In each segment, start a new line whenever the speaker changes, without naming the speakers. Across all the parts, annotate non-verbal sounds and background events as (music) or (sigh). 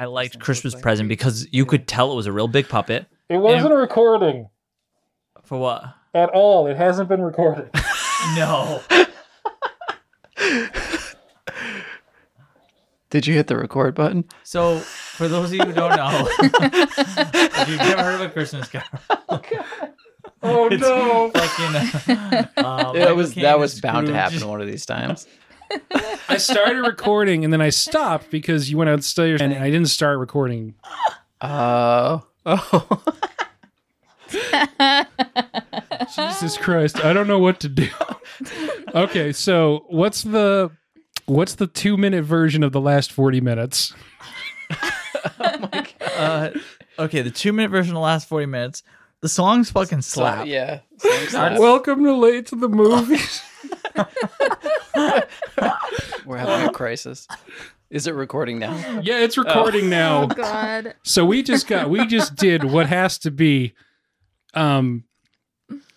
I liked Christmas Present because you could tell it was a real big puppet.
It wasn't recording
For what?
at all. It hasn't been recorded.
(laughs) No.
Did you hit the record button?
So, for those of you who don't
(laughs)
know, if you've never heard of a Christmas Carol, (laughs)
Oh
It's-
no!
(laughs)
fucking, uh,
It was that was bound
Scrooge.
to happen one of these (laughs) times.
(laughs) I started recording and then I stopped because you went downstairs and I didn't start recording. (laughs)
Oh, oh,
Jesus Christ, I don't know what to do. (laughs) Okay, so what's the what's the two minute version of the last forty minutes?
Uh, okay, the two minute version of the last 40 minutes. The songs fucking slap.
yeah.
Welcome to late to the movies.
We're having a crisis. Is it recording now?
(laughs) yeah, it's recording now.
Oh (laughs) God.
So we just got we just did what has to be um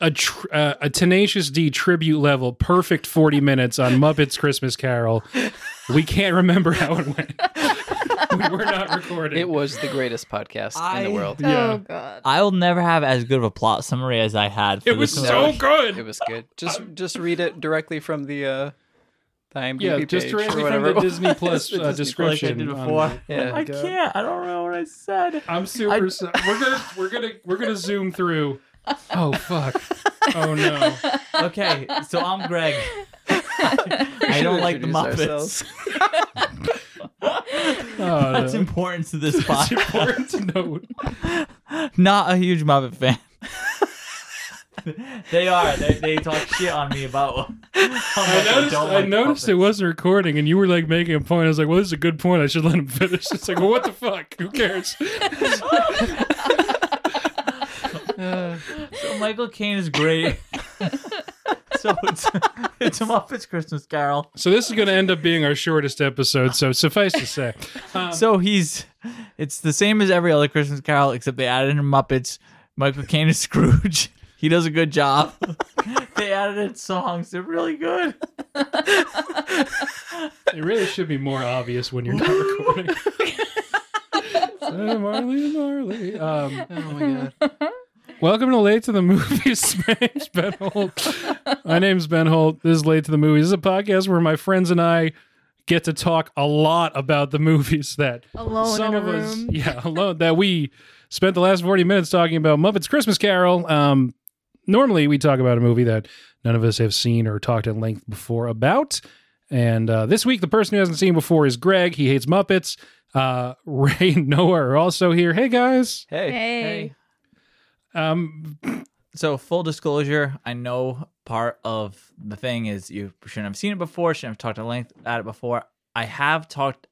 a tr- uh, a tenacious D tribute level perfect 40 minutes on Muppets Christmas Carol. We can't remember how it went. (laughs) we were not recording.
It was the greatest podcast in
I-
the world.
Yeah.
Oh God.
I will never have as good of a plot summary as I had. For
It was
this
so
one.
good.
It was good. Just just read it directly from the uh the IMDb
Yeah,
page
just directly
or
from
whatever.
the (laughs)
(laughs)
Disney Plus
The
uh,
Disney Plus I did
description. on- Oh
before.
Yeah.
I can't. I don't remember what I
(laughs)
said.
I'm super. so- we're gonna we're gonna we're gonna zoom through. Oh fuck! Oh no!
Okay, so I'm
(laughs)
Greg. (laughs) I
should
don't like the
introduce
Muppets.
ourselves.
(laughs) Oh,
That's
no.
important to (laughs) this
It's
podcast.
important to note.
Not a huge Muppet fan. (laughs) they are. They, they talk shit on me about.
I noticed, I noticed it wasn't recording, and you were like making a point. I was like, "Well, this is a good point. I should let him finish." It's like, "Well, what the fuck? Who cares?"
So Oh, Michael Caine is
(laughs)
great. so it's it's a Muppets Christmas Carol.
So this is going to end up being our shortest episode. So suffice to say,
So he's it's the same as every other Christmas Carol except they added in Muppets. Michael Caine is (laughs) Scrooge. He does a good job. (laughs) they added in songs. They're really good.
it really should be more obvious when you're not recording. So, Marley and Marley. Um,
Oh my god.
Welcome to Late to the Movies. (laughs) My name's Ben Holt. My name's Ben Holt. This is Late to the Movies. This is a podcast where my friends and I get to talk a lot about the movies that
Alone
some
in a
of us,
room.
yeah, (laughs) alone that we spent the last 40 minutes talking about Muppet's Christmas Carol. Um, normally we talk about a movie that none of us have seen or talked at length before about. And uh, this week, the person who hasn't seen before is Greg. He hates Muppets. Uh, (laughs) Ray and Noah are also here. Hey, guys.
Hey.
Hey.
Um,
So full disclosure, I know part of the thing is you shouldn't have seen it before, shouldn't have talked at length at it before. I have talked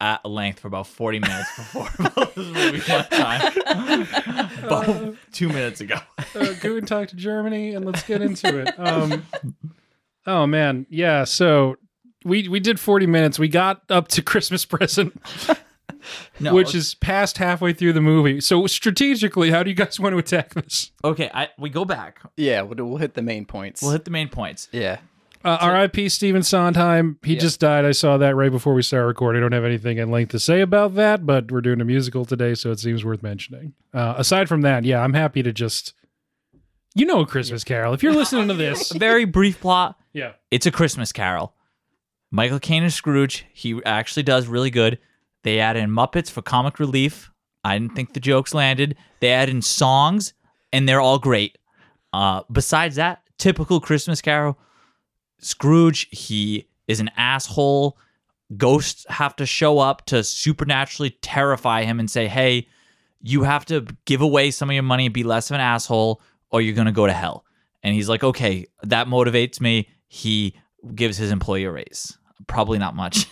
at length for about 40 minutes before (laughs) about this movie one time. (laughs)
(laughs)
about two minutes ago.
uh, Guten Talk to Germany, and let's get into it. Um, oh, man. Yeah. So we, we did 40 minutes. We got up to Christmas (laughs) present.
(laughs) No,
which is past halfway through the movie. So strategically, how do you guys (laughs) want to attack this?
okay. I we go back.
Yeah, we'll, we'll hit the main
(laughs)
points.
We'll hit the main points.
yeah.
Uh, R.I.P. Steven Sondheim. He
Yeah.
just died. I saw that right before we started recording. I don't have anything in length to say about that, but we're doing a musical today, so it seems worth mentioning. Uh, aside from that, yeah, I'm happy to just, you know, a Christmas Carol. If you're
(laughs)
listening to this,
A very brief plot.
yeah,
It's a Christmas Carol. Michael Caine is Scrooge. He actually does really good. They add in Muppets for comic relief. I didn't think the jokes landed. They add in songs, and they're all great. Uh, besides that, typical Christmas Carol. Scrooge, he is an asshole. Ghosts have to show up to supernaturally terrify him and say, "Hey, you have to give away some of your money and be less of an asshole, or you're gonna go to hell." And he's like, okay, that motivates me. He gives his employee a raise. Probably not much.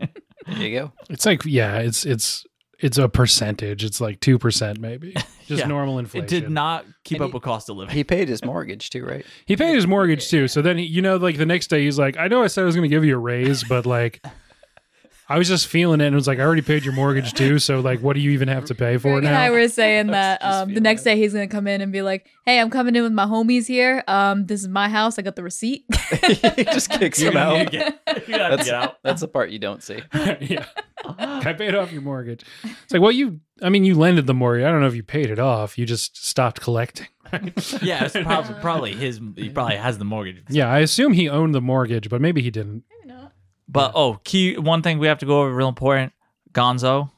There you go.
it's like yeah, it's it's it's a percentage. It's like two percent
(laughs)
maybe, just
Yeah. (laughs)
normal
It
inflation.
did not keep
And
up
he-
with cost of living.
He paid his mortgage too, right?
He paid his mortgage too. So then, he, you know, like the next day, he's like, I know I said I was going to give you a raise, but like, I was just feeling it and it was like, I already paid your mortgage too. So, like, what do you even have to pay for
Greg and
(laughs)
I
now?
were saying that
just
um, the
feeling
next
it.
day he's gonna come in and be like, "Hey, I'm coming in with my homies here. Um, this is my house. I got the receipt." (laughs)
he (laughs) just kicks him out.
You gotta
That's,
get out.
that's the part you don't see.
yeah. I paid off your mortgage. It's like, well, you, I mean, you lended the mortgage. I don't know if you paid it off. You just stopped collecting.
(laughs) Yeah, it's probably, (laughs) probably his. He probably has the mortgage.
Yeah. I assume he owned the mortgage, but maybe he didn't.
But oh, key one thing we have to go over real important. Gonzo,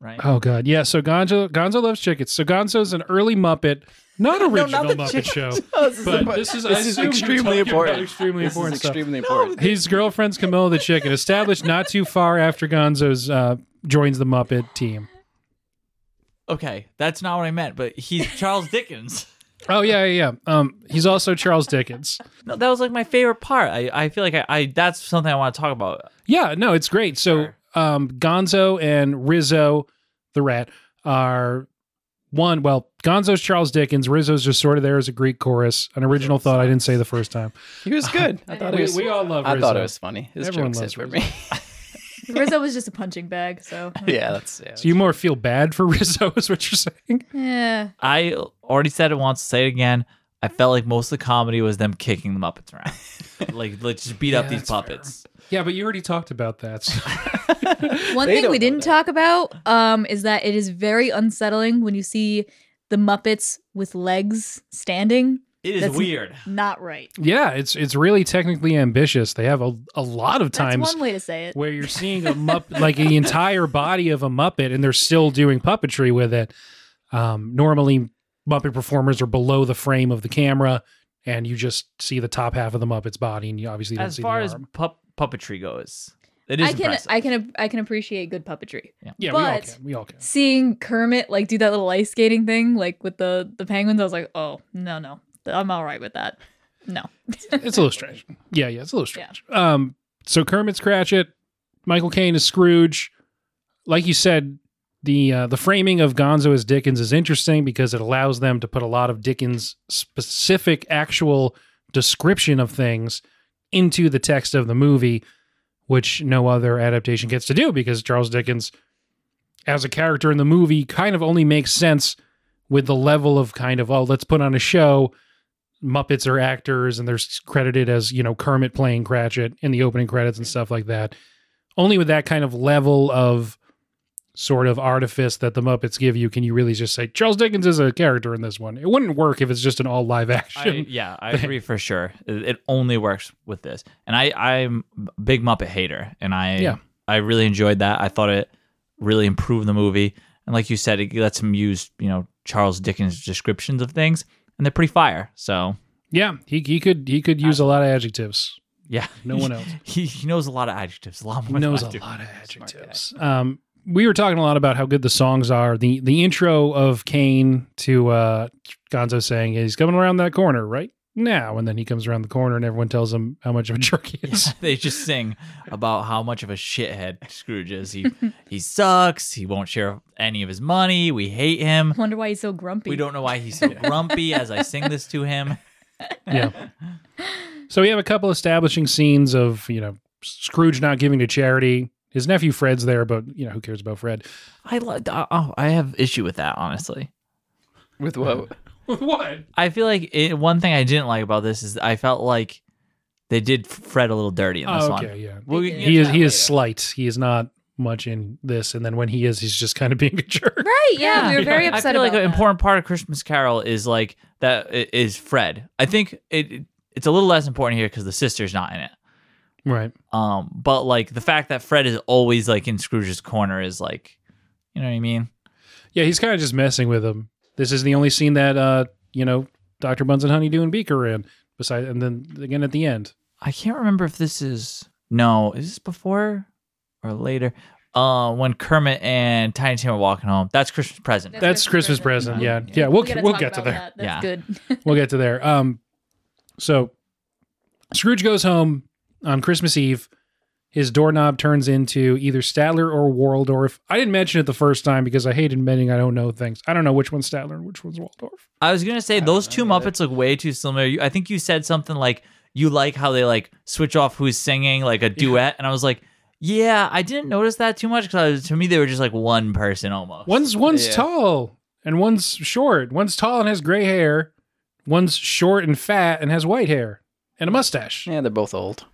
right?
Oh, God. Yeah. So, Gonzo, Gonzo loves chickens. So, Gonzo's an early Muppet,
(laughs)
not original
the
Muppet
chickens.
show.
(laughs) Oh, this is
But
impo-
this is, I
this is
assume you're
extremely
talking about
important.
Extremely
This is
important stuff.
extremely important.
His girlfriend's Camilla the Chicken, established not too far after Gonzo's uh, joins the Muppet team.
Okay, that's not what I meant. But (laughs) he's Charles Dickens.
Oh yeah, yeah, yeah. Um, he's also Charles Dickens.
No, that was like my favorite part. I, I feel like I, I that's something I want to talk about.
Yeah, no, it's great. So, um, Gonzo and Rizzo, the rat, are one. Well, Gonzo's Charles Dickens. Rizzo's just sort of there as a Greek chorus, an original thought I didn't say the first time.
He was
(laughs)
good. I thought it
We,
was.
we all love.
I
Rizzo.
thought it was funny. His
Everyone
jokes
loves
hit for
Rizzo.
me. (laughs)
Rizzo was just a punching bag, so
yeah, that's yeah.
So you more feel bad for (laughs) Rizzo, is what you're saying?
yeah.
I already said it once. Say it again. I felt like most of the comedy was them kicking the Muppets (laughs) around, like let's just beat up
Yeah,
these
that's fair.
puppets.
Yeah, but you already talked about that. so-
One
They
thing
don't know
we didn't
that.
talk about um, is that it is very unsettling when you see the Muppets with legs standing.
It is
That's-
weird.
Not right.
(laughs) Yeah, it's it's really technically ambitious. They have a, a lot of
That's
times
one way to say it.
where you're seeing a muppet, like the entire body of a Muppet, and they're still doing puppetry with it. Um, normally, Muppet performers are below the frame of the camera, and you just see the top half of the Muppet's body, and you obviously don't
As
see
far
the
as
arm.
pup- puppetry goes, it is
I can
impressive.
I can I can appreciate good puppetry.
yeah,
but-
we
(laughs)
all can. We all
Seeing Kermit like do that little ice skating thing like with the the penguins, I was like, oh no no, I'm all right with that. No,
can. It's a little strange. Yeah, yeah, it's a little strange. Um, so Kermit's Cratchit, Michael Caine is Scrooge. Like you said, the uh, the framing of Gonzo as Dickens is interesting because it allows them to put a lot of Dickens specific actual description of things into the text of the movie, which no other adaptation gets to do because Charles Dickens, as a character in the movie, kind of only makes sense with the level of kind of oh, let's put on a show. Muppets are actors, and they're s- credited as you know Kermit playing Cratchit in the opening credits and stuff like that. Only with that kind of level of sort of artifice that the Muppets give you, can you really just say Charles Dickens is a character in this one? It wouldn't work if it's just an all live
I,
action.
(laughs) yeah, I agree for sure. It, it only works with this, and I I'm a big Muppet hater, and I
Yeah.
I really enjoyed that. I thought it really improved the movie, and like you said, it lets him use you know Charles Dickens' descriptions of things, and they're pretty fire. So
Yeah, he he could he could use a lot of adjectives.
yeah,
No
(laughs)
one else.
He, he knows a lot of adjectives, a lot
He
more. than
knows
I
a
do.
lot of adjectives. Um, we were talking a lot about how good the songs are. The the intro of Kane to uh, Gonzo saying he's coming around that corner right now, and then he comes around the corner and everyone tells him how much of a (laughs) jerk he is.
(laughs) they just sing about how much of a shithead Scrooge is. He he sucks. He won't share any of his money. We hate him.
wonder why he's so grumpy.
We don't know why he's so grumpy as I sing this to him.
yeah. So we have a couple establishing scenes of you know Scrooge not giving to charity. His nephew Fred's there, but you know who cares about Fred?
I lo- oh, I have issue with that honestly.
With what?
what?
I feel like it, one thing I didn't like about this is I felt like they did Fred a little dirty in this
Oh,
one.
okay, yeah.
Well, we-
he is he is slight. He is not much in this, and then when he is, he's just kind of being a (laughs) jerk.
Right? Yeah, we were very
I
upset
feel like
about
an
that.
important part of Christmas Carol is like that i- is Fred. I think it it- it's a little less important here because the sister's not in it.
Right.
Um, but like the fact that Fred is always like in Scrooge's corner is like, you know what I mean?
Yeah, he's kind of just messing with him. This is the only scene that uh, you know, Doctor Buns and Honeydew and Beaker are in. Besides, and then again at the end.
I can't remember if this is no, is this before or later? Uh, when Kermit and Tiny Tim are walking home, that's Christmas present.
That's
That's Christmas present. Yeah, yeah. We'll
gotta
we'll
talk
get to
about
there.
that. That's
Yeah.
good.
We'll get to there. Um, so Scrooge goes home on Christmas Eve. His doorknob turns into either Statler or Waldorf. I didn't mention it the first time because I hate admitting I don't know things. I don't know which one's Statler and which one's Waldorf.
I was gonna say
don't
those
know
two
either.
Muppets look way too similar. You, I think you said something like you like how they like switch off who's singing like a duet, and I was like, Yeah, I didn't notice that too much because to me they were just like one person almost.
One's one's
Yeah.
tall and one's short. One's tall and has gray hair. One's short and fat and has white hair and a mustache.
Yeah, they're both old.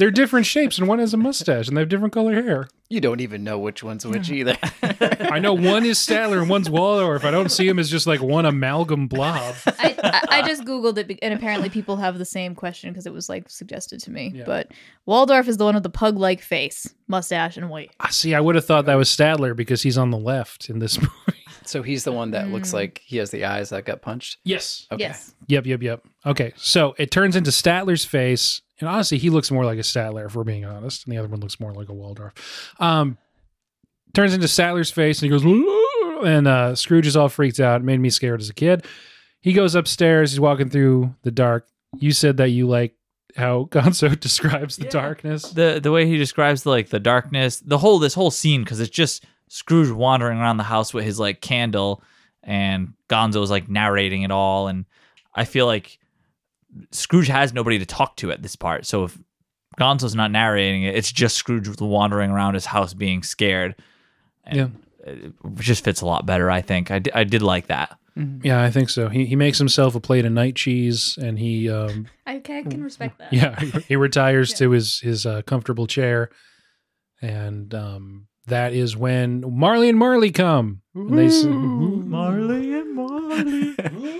They're different shapes, and one has a mustache and they have different color hair.
You don't even know which one's which either.
(laughs)
(laughs)
I know one is Statler and one's Waldorf. I don't see them as just like one amalgam blob.
(laughs) I, I, I just googled it, be- and apparently people have the same question because it was like suggested to me.
Yeah.
But Waldorf is the one with the pug-like face, mustache, and white.
I see. I would have thought that was Statler because he's on the left in this (laughs) movie.
so he's the one that looks
Mm.
like he has the eyes that got punched.
Yes.
Okay.
Yes,
Yep. Yep. Yep. Okay. So it turns into Statler's face, and honestly, he looks more like a Statler if we're being honest, and the other one looks more like a Waldorf. Um, turns into Statler's face, and he goes, "Whoa," and uh, Scrooge is all freaked out. It made me scared as a kid. He goes upstairs. He's walking through the dark. You said that you like how (laughs) Gonzo describes the
Yeah.
darkness.
the the way he describes like the darkness, the whole this whole scene because it's just Scrooge wandering around the house with his like candle, and Gonzo's like narrating it all, and I feel like Scrooge has nobody to talk to at this part, so if Gonzo's not narrating it, it's just Scrooge wandering around his house being scared. And It just fits a lot better, I think. I, di- I did like that.
Yeah, I think so. He he makes himself a plate of night cheese, and he um,
I can, can respect that.
yeah
(laughs)
he retires
Yeah.
to his his uh, comfortable chair and um that is when marley and marley come and they s-
Marley and Marley.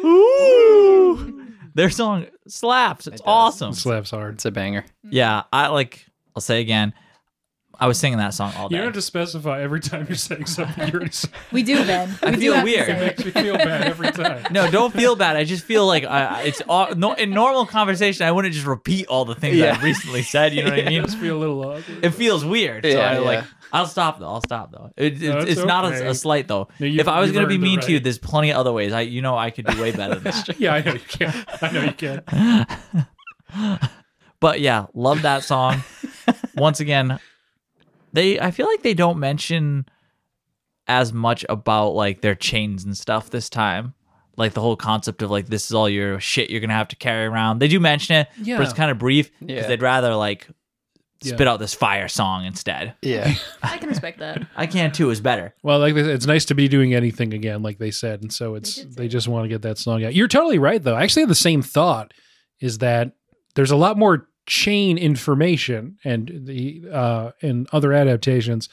Ooh. Their song slaps. It's
It does.
awesome.
slaps hard
It's a banger.
Yeah, I like. I'll say again. I was singing that song all
you
day.
don't have to specify every time you're saying something you're already saying.
We do then.
(laughs)
We
I
do
feel
have to
weird.
say it.
makes me feel bad every
(laughs)
time
no, don't feel bad. I just feel like I, I- it's all, no, in normal conversation. I wouldn't just repeat all the things
Yeah.
I recently said. You know what I
it
(laughs)
mean?
does feel a little awkward
It feels weird. so
Yeah,
I like.
yeah.
I'll stop though. I'll stop though. It, it's
it's
it's not
okay.
a, a slight though.
No, you-
if I was
you've
gonna be
earned the
mean to you,
right.
there's plenty of other ways. I you know I could do way better than that.
yeah i know you can i know you can
But yeah, love that (laughs) song. Once again, they I feel like they don't mention as much about like their chains and stuff this time. Like the whole concept of like this is all your shit you're gonna have to carry around. They do mention it, but it's
yeah
kind of brief because
Yeah.
they'd rather like
Yeah.
spit out this fire song instead.
(laughs) Yeah.
I can respect that.
I can too is better.
well like they said, it's nice to be doing anything again like they said and so it's
They did say
they just want to get that song out you're totally right though i actually had the same thought is that there's a lot more chain information and the uh and other adaptations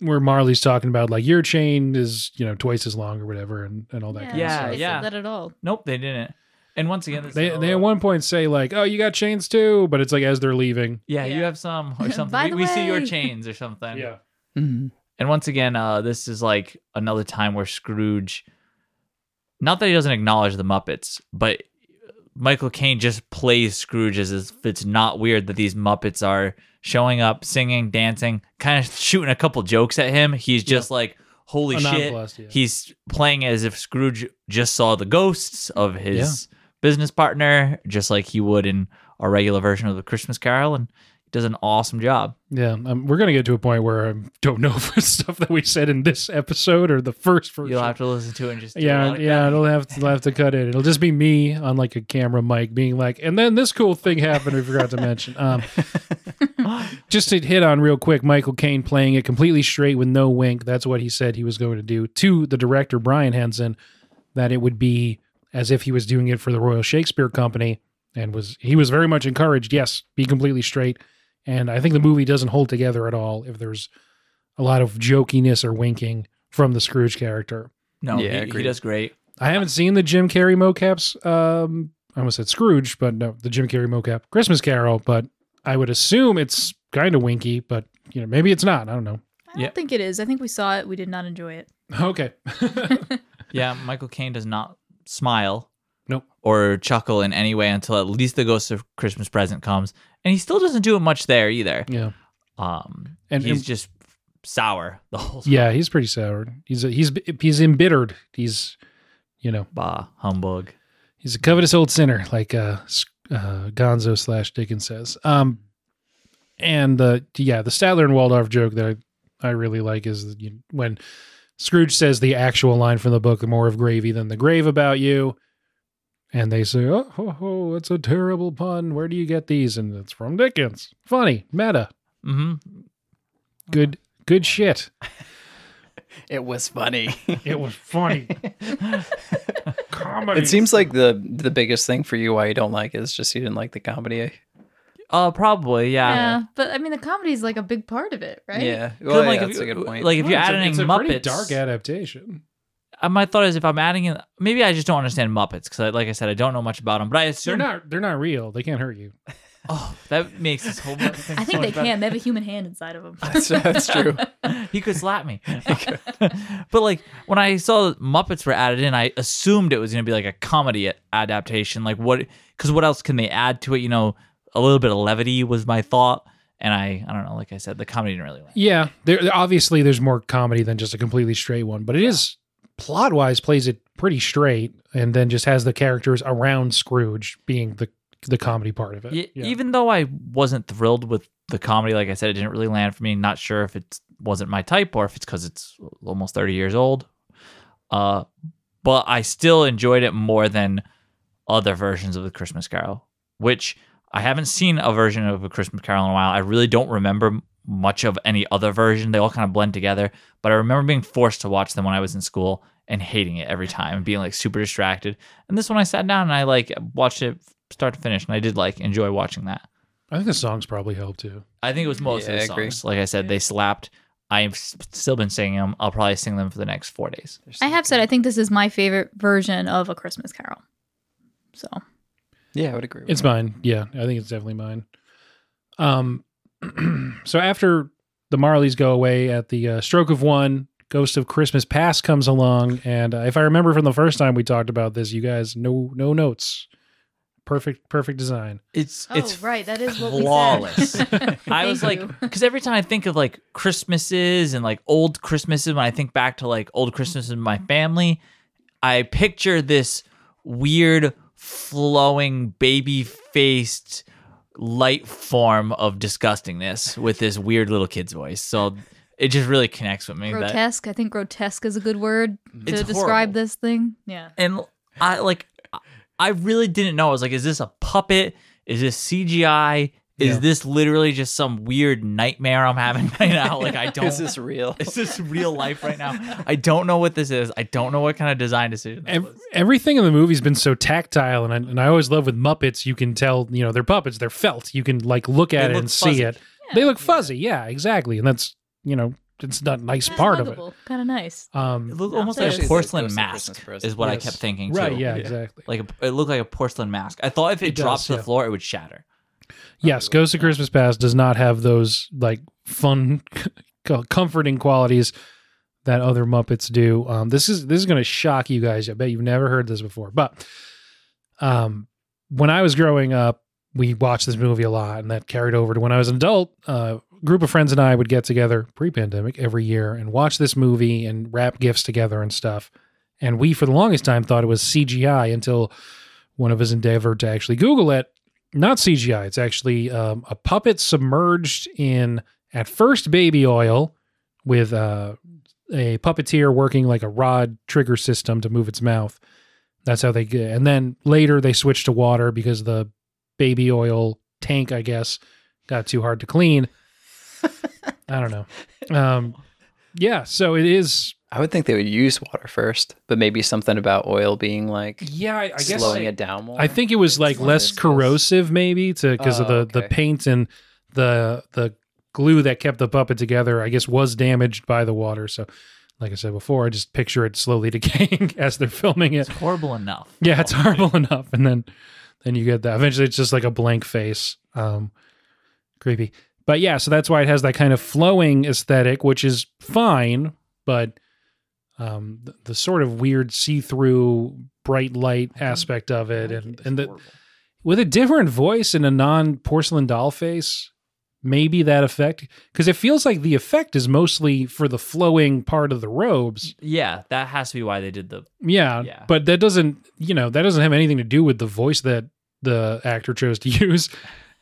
where Marley's talking about like your chain is you know twice as long or whatever and, and all that kind
Yeah,
of
they
stuff.
said
yeah.
that at all.
Nope, they didn't. And once again, this is
They
a-
they at one point say like oh you got chains too but it's like as they're leaving
yeah,
Yeah.
you have some or (laughs)
By
something. We,
the
we see your
way.
chains or something.
Mm-hmm.
And once again, uh, this is like another time where Scrooge, not that he doesn't acknowledge the Muppets, but uh, Michael Caine just plays Scrooge as if it's not weird that these Muppets are showing up, singing, dancing, kind of shooting a couple jokes at him. He's just like, holy
A
shit.
nonplussed, yeah.
He's playing as if Scrooge just saw the ghosts of his business partner, just like he would in a regular version of the Christmas Carol. And he does an awesome job.
yeah um, we're gonna get to a point where I don't know (laughs) if it's stuff that we said in this episode or the first version
You'll have to listen to it and just do a
Yeah,
lot of
yeah, it'll have to, will have to cut it. It'll just be me on like a camera mic being like, and then this cool thing happened we forgot to mention.
(laughs)
Um, just to hit on real quick, Michael Caine playing it completely straight with no wink. That's what he said he was going to do to the director Brian Henson. That it would be as if he was doing it for the Royal Shakespeare Company, and was he was very much encouraged. Yes, be completely straight. And I think the movie doesn't hold together at all if there's a lot of jokiness or winking from the Scrooge character.
No,
Yeah,
he, he
agreed.
does great.
I haven't seen the Jim Carrey mocaps. Um, I almost said Scrooge, but no, the Jim Carrey mocap Christmas Carol. But I would assume it's kind of winky, but you know, maybe it's not. I don't know.
I don't
Yeah.
think it is. I think we saw it. We did not enjoy it.
Okay,
Yeah, (laughs) Michael Caine does not smile.
Nope.
Or chuckle in any way until at least the Ghost of Christmas Present comes, and he still doesn't do it much there either.
yeah,
Um, and
And-
he's
and-
just sour the whole time.
yeah, he's pretty sour. He's he's he's embittered. He's you know
Bah humbug.
He's a covetous old sinner, like uh, S- uh, Gonzo slash Dickens says. Um, and the yeah, the Statler and Waldorf joke that I, I really like is that you, when Scrooge says the actual line from the book, "The more of gravy than the grave about you," and they say, "Oh, ho, ho, it's a terrible pun. Where do you get these?" And it's from Dickens. Funny, meta.
hmm
Good good shit.
It was funny. (laughs)
It was (laughs) funny. Comedy.
it seems like the the biggest thing for you why you don't like it is just you didn't like the comedy.
Uh, probably, yeah.
yeah, but I mean, the comedy is like a big part of it, right?
Yeah.
'Cause
Well,
I'm
yeah,
if
that's a
you-
good point.
Like if you're adding
it's a
Muppets,
pretty dark adaptation.
uh, my thought is if I'm adding in, maybe I just don't understand Muppets because, like I said, I don't know much about them. But I
They're
assume
not they're not real. They can't hurt you.
(laughs) Oh, that makes this
(laughs)
whole.
I think they can. They have a human hand inside of them.
that's, that's true.
he could slap me. (laughs) but like when I saw Muppets were added in, I assumed it was going to be like a comedy adaptation. Like what? Because what else can they add to it? You know, a little bit of levity was my thought, and I I don't know. Like I said, the comedy didn't really. Land.
Yeah, there obviously there's more comedy than just a completely straight one, but it is plot wise plays it pretty straight, and then just has the characters around Scrooge being the the comedy part of it.
Ye- Even though I wasn't thrilled with the comedy, like I said, it didn't really land for me. Not sure if it wasn't my type or if it's because it's almost 30 years old. Uh, but I still enjoyed it more than other versions of The Christmas Carol, which I haven't seen a version of A Christmas Carol in a while. I really don't remember m- much of any other version. They all kind of blend together. But I remember being forced to watch them when I was in school and hating it every time and being like super distracted. And this one I sat down and I like watched it start to finish, and I did like enjoy watching that.
I think the songs probably help too.
I think it was mostly
Yeah,
the
I agree.
songs. Like I said, they slapped. I've s- still been singing them. I'll probably sing them for the next four days.
(laughs) I have said I think this is my favorite version of a Christmas Carol. So
Yeah, I would agree. With
It's
that.
mine. Yeah, I think it's definitely mine. Um, (clears throat) so after the Marleys go away at the uh, stroke of one, Ghost of Christmas Past comes along, and uh, if I remember from the first time we talked about this, you guys no no notes. Perfect, perfect design.
It's it's
right, that
is what we said. flawless. I was
(laughs) Thank (laughs)
like, because every time I think of like Christmases and like old Christmases, when I think back to like old Christmases in my family, I picture this weird, flowing, baby faced, light form of disgustingness with this weird little kid's voice. So it just really connects with me. That,
grotesque. I think grotesque is a good word to
It's
describe
horrible.
this thing. Yeah.
and I like, I- I really didn't know. I was like, is this a puppet? Is this CGI? Is
Yeah.
this literally just some weird nightmare I'm having (laughs) right now? Like I don't.
Is this real?
Is this real life right now? I don't know what this is. I don't know what kind of design decision. that
Ev-
was.
everything in the movie's been so tactile, and I, and I always love with Muppets. You can tell, you know, they're puppets; they're felt. You can like look at it
look
and see
fuzzy.
it. They look fuzzy, yeah, exactly. And that's you know, it's not a nice part of it.
Kind of nice.
Um,
It looked almost like
Especially
a
the
porcelain
Ghost of Christmas
mask,
Present.
is what
Yes.
I kept thinking. Too.
right? Yeah, exactly.
Like a, it looked like a porcelain mask. I thought if it,
It does,
dropped to
yeah.
the floor, it would shatter.
Yes, Ghost of Christmas Past does not have those like fun, (laughs) co- comforting qualities that other Muppets do. Um, this is this is going to shock you guys. I bet you've never heard this before. But um, when I was growing up, we watched this movie a lot, and that carried over to when I was an adult. Uh, a group of friends and I would get together pre-pandemic every year and watch this movie and wrap gifts together and stuff. And we, for the longest time, thought it was CGI until one of us endeavored to actually Google it not CGI. It's actually um, a puppet submerged in at first baby oil with uh, a puppeteer working like a rod trigger system to move its mouth. That's how they get. And then later they switched to water because the baby oil tank, I guess, got too hard to clean. I don't know. Um, yeah, so it is.
I would think they would use water first, but maybe something about oil being like
Yeah, I, I guess
slowing it down more.
I think it was like
What
less
is this?
corrosive, maybe, to because of
Oh,
the the
okay.
paint and the the glue that kept the puppet together. I guess was damaged by the water. So, like I said before, I just picture it slowly (laughs) decaying as they're filming it.
It's horrible enough.
Yeah,
Oh,
it's horrible (laughs) enough, and then then you get that. Eventually, it's just like a blank face. Um, creepy. But yeah, so that's why it has that kind of flowing aesthetic, which is fine, but um, the, the sort of weird see-through bright light
Mm-hmm.
aspect of it, and and the, with a different voice and a non porcelain doll face, maybe that effect because it feels like the effect is mostly for the flowing part of the robes.
Yeah, that has to be why they did the.
Yeah,
Yeah.
but that doesn't, you know, that doesn't have anything to do with the voice that the actor chose to (laughs) use,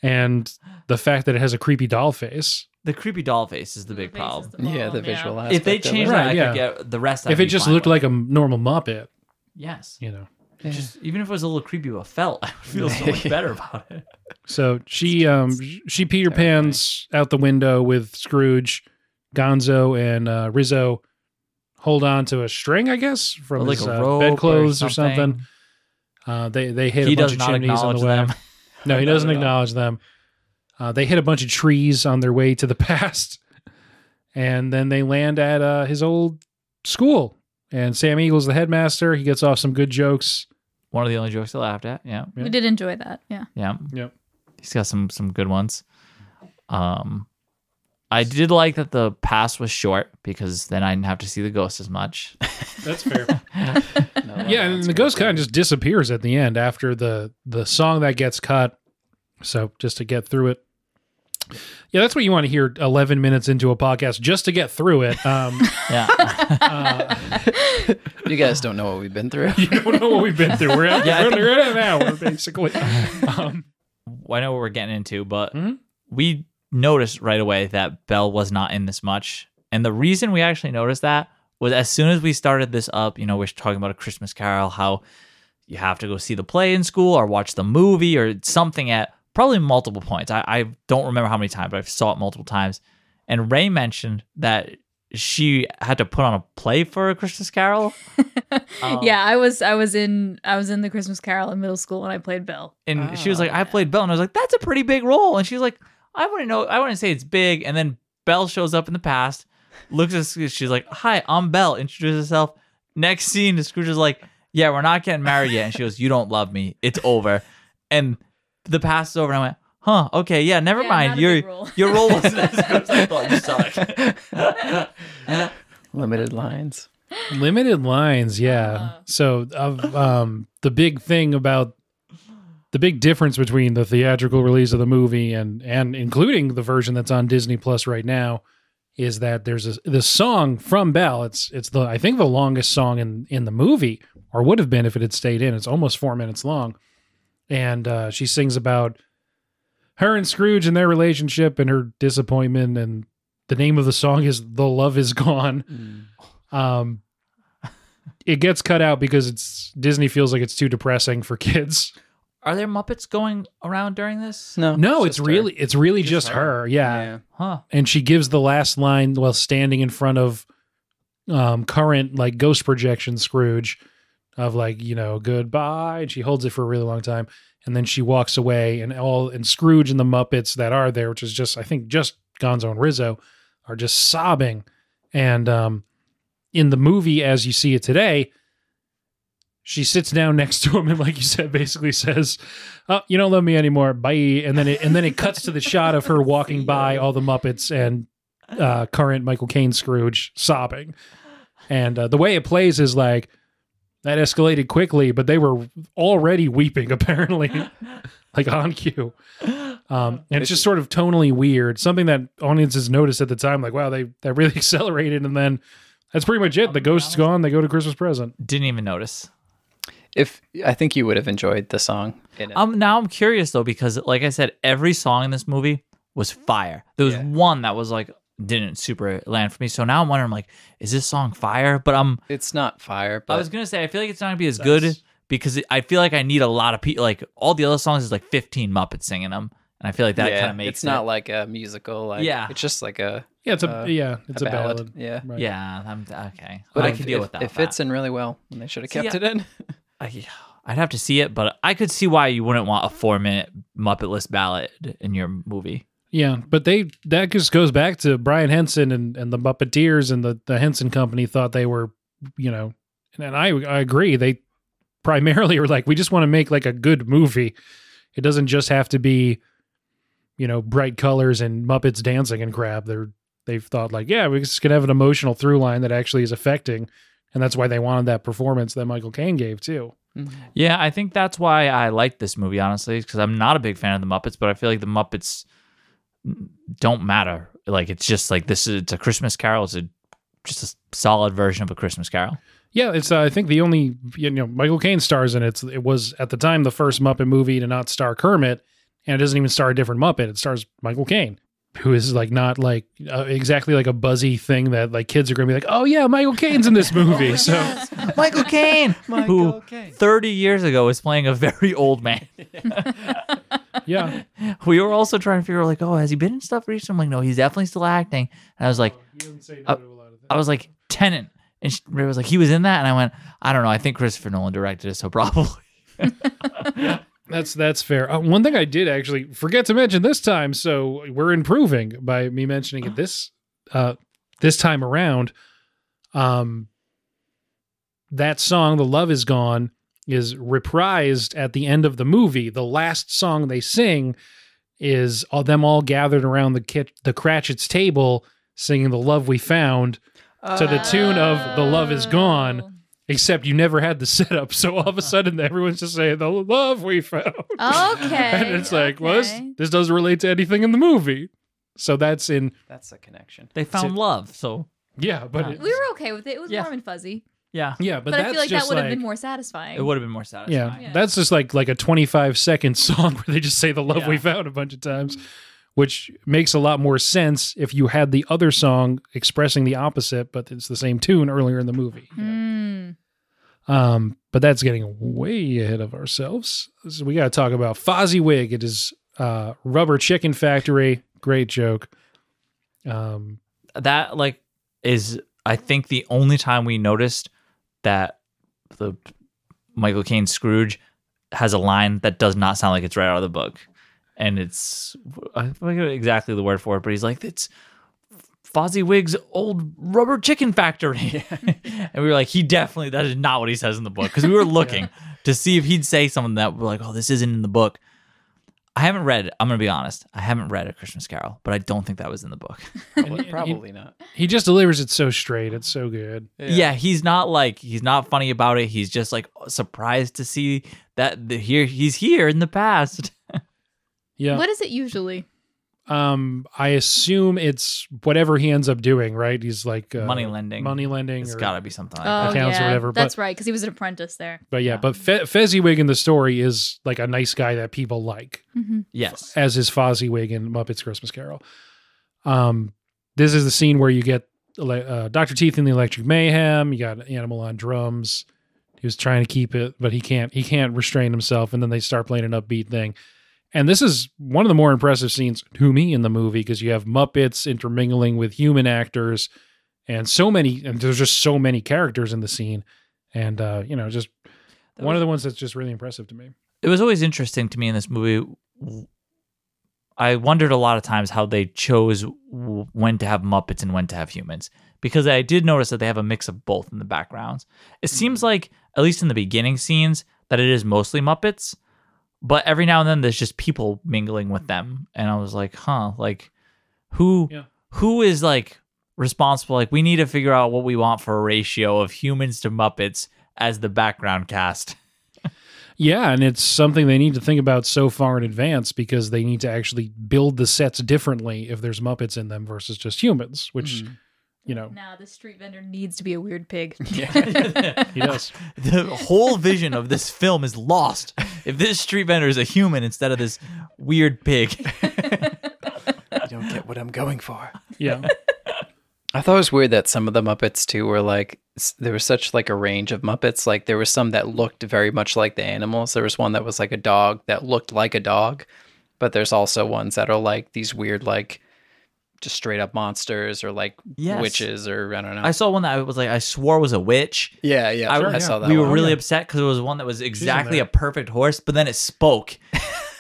and the fact that it has a creepy doll face.
The creepy doll face is the big problem.
yeah,
Oh,
the visual aspect.
If they
of it.
changed
Right,
that, I
yeah.
could get the rest. I'd
if it
be
just
fine
looked
with.
like a normal Muppet,
yes,
you know,
It Just even if it was a little creepy but felt,
(laughs)
I would feel
(laughs)
so much better about it.
So she um she Peter Pan's out the window with Scrooge, Gonzo, and uh, Rizzo hold on to a string, I guess, from
Or like
his
a
uh,
rope
bedclothes
or
or something. Uh, they they hit
He
a bunch
does
of
not
chimneys on
acknowledge
the way.
them.
No, he
(laughs)
doesn't
Not at all.
acknowledge them. Uh, they hit a bunch of trees on their way to the (laughs) past, and then they land at uh, his old school. And Sam Eagle's the headmaster. He gets off some good jokes.
One of the only jokes I laughed at. Yeah.
Yeah.
We did enjoy that. Yeah.
Yeah.
Yep.
He's got some some good ones. Um I did like that the pass was short because then I didn't have to see the ghost as much. (laughs)
That's fair.
No, no,
yeah, and
that's
the
great.
ghost kind of just disappears at the end after the the song that gets cut. So just to get through it. Yeah, that's what you want to hear 11 minutes into a podcast just to get through it. (laughs) Um,
Yeah.
uh,
You guys don't know what we've been through. (laughs)
you don't know what we've been through. We're at,
Yeah, I
we're,
think-
we're at an hour, basically.
(laughs)
Um,
I know what we're getting into, but
Mhm.
we noticed right away that Belle was not in this much. And the reason we actually noticed that was as soon as we started this up, you know, we're talking about a Christmas carol, how you have to go see the play in school or watch the movie or something at probably multiple points. I, I don't remember how many times, but I saw it multiple times. And Ray mentioned that she had to put on a play for a Christmas carol. Um,
yeah, I was I was in I was in the Christmas Carol in middle school when I played Belle.
and she was
Oh,
like, "I played Belle," and I was like, "That's a pretty big role." And she's like, "I wouldn't know. I wouldn't say it's big." And then Belle shows up in the past, looks at Scrooge. She's like, "Hi, I'm Belle." Introduces herself. Next scene, Scrooge is like, "Yeah, we're not getting married yet." And she goes, "You don't love me. It's over." And the past is over. And I went, "Huh? Okay, yeah. Never
Yeah, not
mind.
a
Your
big role.
your role wasn't as good as
(laughs)
I thought. You suck."
Limited lines.
limited lines yeah
Uh.
so of um the big thing about the big difference between the theatrical release of the movie and and including the version that's on disney plus right now is that there's this, this song from bell it's it's the i think the longest song in in the movie or would have been if it had stayed in it's almost four minutes long and uh she sings about her and scrooge and their relationship and her disappointment and the name of the song is the love is gone um, it gets cut out because it's Disney feels like it's too depressing for kids.
Are there Muppets going around during this?
No,
No, it's
just her.
really it's really
Just
just,
her.
her. Yeah.
Yeah.
Huh?
and she gives the last line while standing in front of um, current like ghost projection Scrooge of like you know goodbye, and she holds it for a really long time, and then she walks away, and all and Scrooge and the Muppets that are there, which is just I think just Gonzo and Rizzo, are just sobbing, and um, in the movie as you see it today. She sits down next to him and, like you said, basically says, "Oh, you don't love me anymore. Bye." And then it and then it cuts to the shot of her walking by all the Muppets and uh, current Michael Caine Scrooge sobbing. And uh, the way it plays is like that escalated quickly, but they were already weeping (laughs) apparently, like on cue. Um, and it's just sort of tonally weird, something that audiences noticed at the time, like wow, they that really (laughs) accelerated, and then. That's pretty much it. The ghost's gone. They go to Christmas present.
Didn't even notice.
If I think you would have enjoyed the song. In it.
Um, now I'm curious though because, like I said, every song in this movie was fire. There was
Yeah.
one that was like didn't super land for me. So now I'm wondering, like, is this song fire? But I'm,
it's not fire, but
I was gonna say, I feel like it's not gonna be as good because it, I feel like I need a lot of people. Like all the other songs is like 15 Muppets singing them, and I feel like that
yeah,
kind of makes
it's not
it-
like a musical. Like,
Yeah.
it's just like a,
Yeah, it's a
Uh,
yeah, it's a, ballad.
Yeah,
Right.
yeah, I'm okay.
but
I
it-
can deal
it-
with that.
It fits in really well, and they should have
See,
kept
I-
it in.
I, I'd have to see it, but I could see why you wouldn't want a four minute Muppetless ballad in your movie.
Yeah, but they that just goes back to Brian Henson and, and the Muppeteers and the, the Henson Company thought they were, you know, and, and I I agree they primarily (laughs) were like we just want to make like a good movie. It doesn't just have to be, you know, bright colors and Muppets dancing and crap. They're they've thought like yeah we're just gonna have an emotional through line that actually is affecting, and that's why they wanted that performance that Michael Caine gave too.
Mm-hmm.
Yeah, I think that's why I like this movie, honestly, because I'm not a big fan of the Muppets, but I feel like the Muppets don't matter. Like it's just like this is it's a Christmas Carol. It's a just a s- solid version of a Christmas Carol.
Yeah, it's uh, I think the only you know Michael Caine stars in it. It's- It was at the time the first Muppet movie to not star Kermit, and it doesn't even star a different Muppet. It stars Michael Caine. who is like not like uh, exactly like a buzzy thing that like kids are going to be like, oh yeah, Michael Caine's in this movie. So
(laughs) Michael Caine, (laughs) who 30 years ago was playing a very old man. (laughs)
yeah,
We were also trying to figure out like, oh, has he been in stuff recently? I'm like, no, he's definitely still acting. And I was like, no I was like, Tenant. And she, Ray was like, he was in that. And I went, I don't know. I think Christopher Nolan directed it, so (laughs) probably.
That's that's fair. Uh, one thing I did actually forget to mention this time, so we're improving by me mentioning it this uh, this time around. Um, that song, "The Love Is Gone," is reprised at the end of the movie. The last song they sing is all them all gathered around the kit, the Cratchits table singing "The Love We Found." To the tune
Uh,
of The Love
Oh.
Is Gone. Except you never had the (laughs) setup, so all of a sudden everyone's just saying "The Love We Found."
Okay.
(laughs) and it's like, well, this,
okay.
this doesn't relate to anything in the movie. So that's in,
That's
(laughs)
the connection.
They found love. So,
yeah, but it's,
We were okay with it. It was
Yeah.
warm and fuzzy.
yeah.
yeah, but,
But,
that's
I feel like that
just
would have
like,
been more satisfying.
It would have been more satisfying.
yeah,
Yeah.
that's just like like a 25 second (laughs) song where they just say the love we
Yeah.
found a bunch of times, which makes a lot more sense if you had the other song expressing the opposite, but it's the same tune earlier in the movie.
Mm.
Um, but that's getting way ahead of ourselves. So we got to talk about Fozziwig. It is uh, Rubber Chicken Factory. Great joke. Um,
that like is I think the only time we noticed that the Michael Caine Scrooge has a line that does not sound like it's right out of the book, and it's I forget exactly the word for it, but he's like it's Fozziwig's old rubber chicken factory, (laughs) and we were like he definitely that is not what he says in the book because we were looking to see if he'd say something that we're like oh this isn't in the book. I haven't read. I'm gonna be honest. I haven't read A Christmas Carol, but I don't think that was in the book.
and-
Probably not.
He just delivers it so straight. It's so good.
yeah. he's not like he's not funny about it he's just like surprised to see that the, here he's here in the past
Yeah.
What is it usually?
Um, I assume it's whatever he ends up doing, right? He's like uh,
money lending
money lending.
it's
or-
gotta be something like
Oh,
that
accounts or
yeah.
whatever, but-
That's right, because he was an apprentice there.
But yeah, but Fe- Fezziwig in the story is like a nice guy that people like,
Mm-hmm. yes
as is Fozziwig in Muppets Christmas Carol. Um, this is the scene where you get ele- uh, Doctor Teeth in the Electric Mayhem. You got Animal on drums. He was trying to keep it, but he can't. He can't restrain himself, and then they start playing an upbeat thing. And this is one of the more impressive scenes to me in the movie because you have Muppets intermingling with human actors, and so many. And there's just so many characters in the scene, and uh, you know, just
That
one
was-
of the ones that's just really impressive to me.
it was always interesting to me in this movie i wondered a lot of times how they chose w- when to have muppets and when to have humans because i did notice that they have a mix of both in the backgrounds it seems like at least in the beginning scenes that it is mostly muppets but every now and then there's just people mingling with them and i was like huh like who
Yeah.
who is like responsible like we need to figure out what we want for a ratio of humans to muppets as the background cast (laughs)
Yeah, and it's something they need to think about so far in advance because they need to actually build the sets differently if there's Muppets in them versus just humans, which you know
Nah, the street vendor needs to be a
(laughs)
weird pig. (laughs)
he does.
(laughs) the whole vision of this film is lost if this street vendor is a human instead of this weird pig.
I don't get what I'm going for.
yeah,
I thought it was weird that some of the Muppets too were like s- there was such like a range of Muppets. Like there was some that looked very much like the animals. There was one that was like a dog that looked like a dog, but there's also ones that are like these weird like just straight up monsters or like
Yes.
witches or I don't know.
(laughs) I saw one that I was like, I swore was a witch.
yeah, yeah, I,
Sure,
I saw
yeah.
that.
we
one.
were really upset because it was one that was exactly
there.
a perfect horse, but then it (laughs) spoke.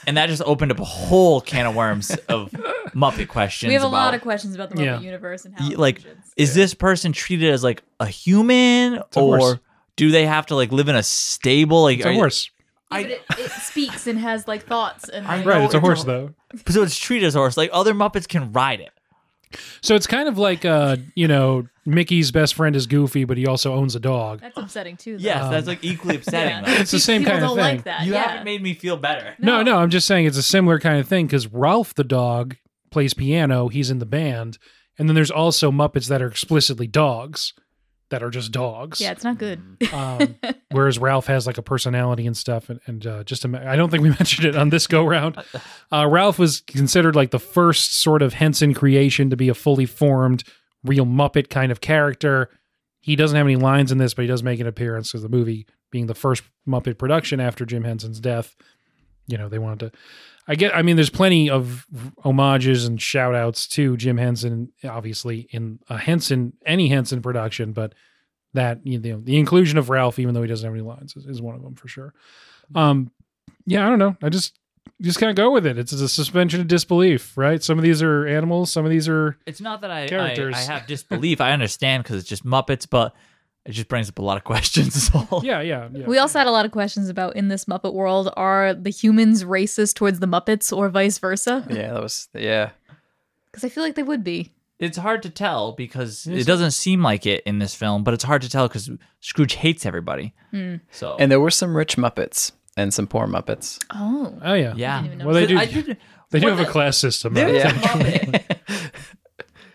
and that just opened up a whole can of worms of Muppet questions.
we have a
about,
lot of questions about the Muppet
Yeah.
universe and how.
y-
it
like
functions.
is this person treated as like a human
a
or
horse.
do they have to like live in a stable like
it's a
are-
horse,
Yeah, but it, it speaks and has like thoughts and
I
like,
right?
know
It's a
it's
horse
a-
though.
so it's treated as a horse like other muppets can ride it
So it's kind of like uh, you know, Mickey's best friend is Goofy, but he also owns a dog.
that's upsetting too. Though.
Yes, that's like
(laughs)
equally upsetting.
Yeah.
though.
It's the same
People
kind of
don't
thing.
like that.
You
yeah.
haven't made me feel better.
No,
No.
no, I'm just saying it's a similar kind of thing because Ralph the dog plays piano. He's in the band, and then there's also Muppets that are explicitly dogs. that are just dogs.
Yeah, it's not good.
Um, whereas Ralph has like a personality and stuff, and, and uh, just ima- I don't think we (laughs) mentioned it on this go round. Uh, Ralph was considered like the first sort of Henson creation to be a fully formed, real Muppet kind of character. He doesn't have any lines in this, but he does make an appearance because the movie being the first Muppet production after Jim Henson's death, you know they wanted to. I get. I mean, there's plenty of homages and shout outs to Jim Henson, obviously in a Henson any Henson production, but that you know the inclusion of Ralph, even though he doesn't have any lines, is, is one of them for sure. Um, yeah, I don't know. I just just kind of go with it. It's a suspension of disbelief, right? Some of these are animals, some of these are
(laughs) It's not that I I,
Characters.
I have disbelief. I understand because it's just Muppets, but it just brings up a lot of (laughs) questions. Is all.
yeah, yeah, yeah.
We also had a lot of questions about in this Muppet world are the humans racist towards the Muppets or vice versa?
Yeah, that was yeah.
Because I feel like they would be.
It's hard to tell because it doesn't seem like it in this film, but it's hard to tell because Scrooge hates everybody. So
And there were some rich Muppets and some poor Muppets.
Oh.
oh yeah,
yeah,
even know.
Well, they do.
I did-
They do
What
have a
the-
class system.
There
right?
is a
Yeah.
Muppet. (laughs)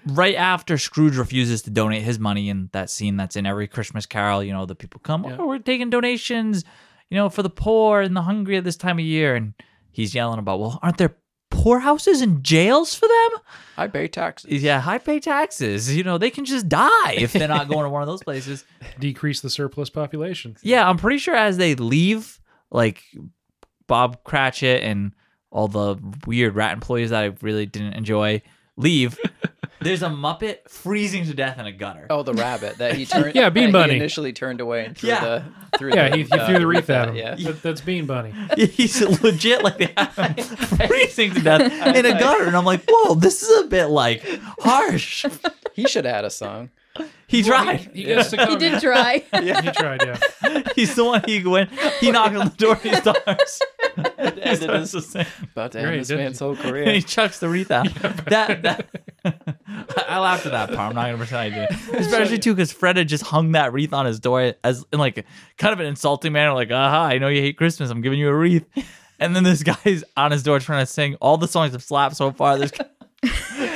right after Scrooge refuses to donate his money in that scene that's in every Christmas Carol, you know, the people come,
Yeah.
oh, we're taking donations, you know, for the poor and the hungry at this time of year. And he's yelling about, well, aren't there poorhouses and jails for them?
I pay taxes. (laughs)
Yeah, high pay taxes. You know, they can just die if they're not going to one of those places.
Decrease the
(laughs)
surplus population.
Yeah, I'm pretty sure as they leave, like Bob Cratchit and all the weird rat employees that I really didn't enjoy leave,
(laughs)
there's a Muppet freezing to death in a gutter.
Oh, the rabbit that (laughs) he turned.
Yeah, Bean
that he
Bunny.
initially turned away and threw
Yeah.
the threw
Yeah,
the, uh,
he, he threw the wreath at him.
Yeah.
That- that's Bean Bunny.
(laughs) He's legit like they have him (laughs)
(laughs)
freezing to death in a gutter, and I'm like, whoa, this is a bit like
(laughs)
harsh.
He should have had
(laughs)
a song.
He tried.
He gets to come. (laughs)
He did try.
(laughs)
He tried. Yeah.
He's the one he went. He knocked on the door. He
(laughs)
starts. (laughs) That's what it's the same.
About to
Right,
end this
did
man's whole
and (laughs)
(laughs)
he
career.
chucks the wreath out. that that I- I laughed at that part. I'm not gonna pretend I did. Especially too because Fred had just hung that wreath on his door as in like kind of an insulting manner, like, aha, I know you hate Christmas, I'm giving you a wreath. And then this guy's on his door trying to sing all the songs of Slap so far. This guy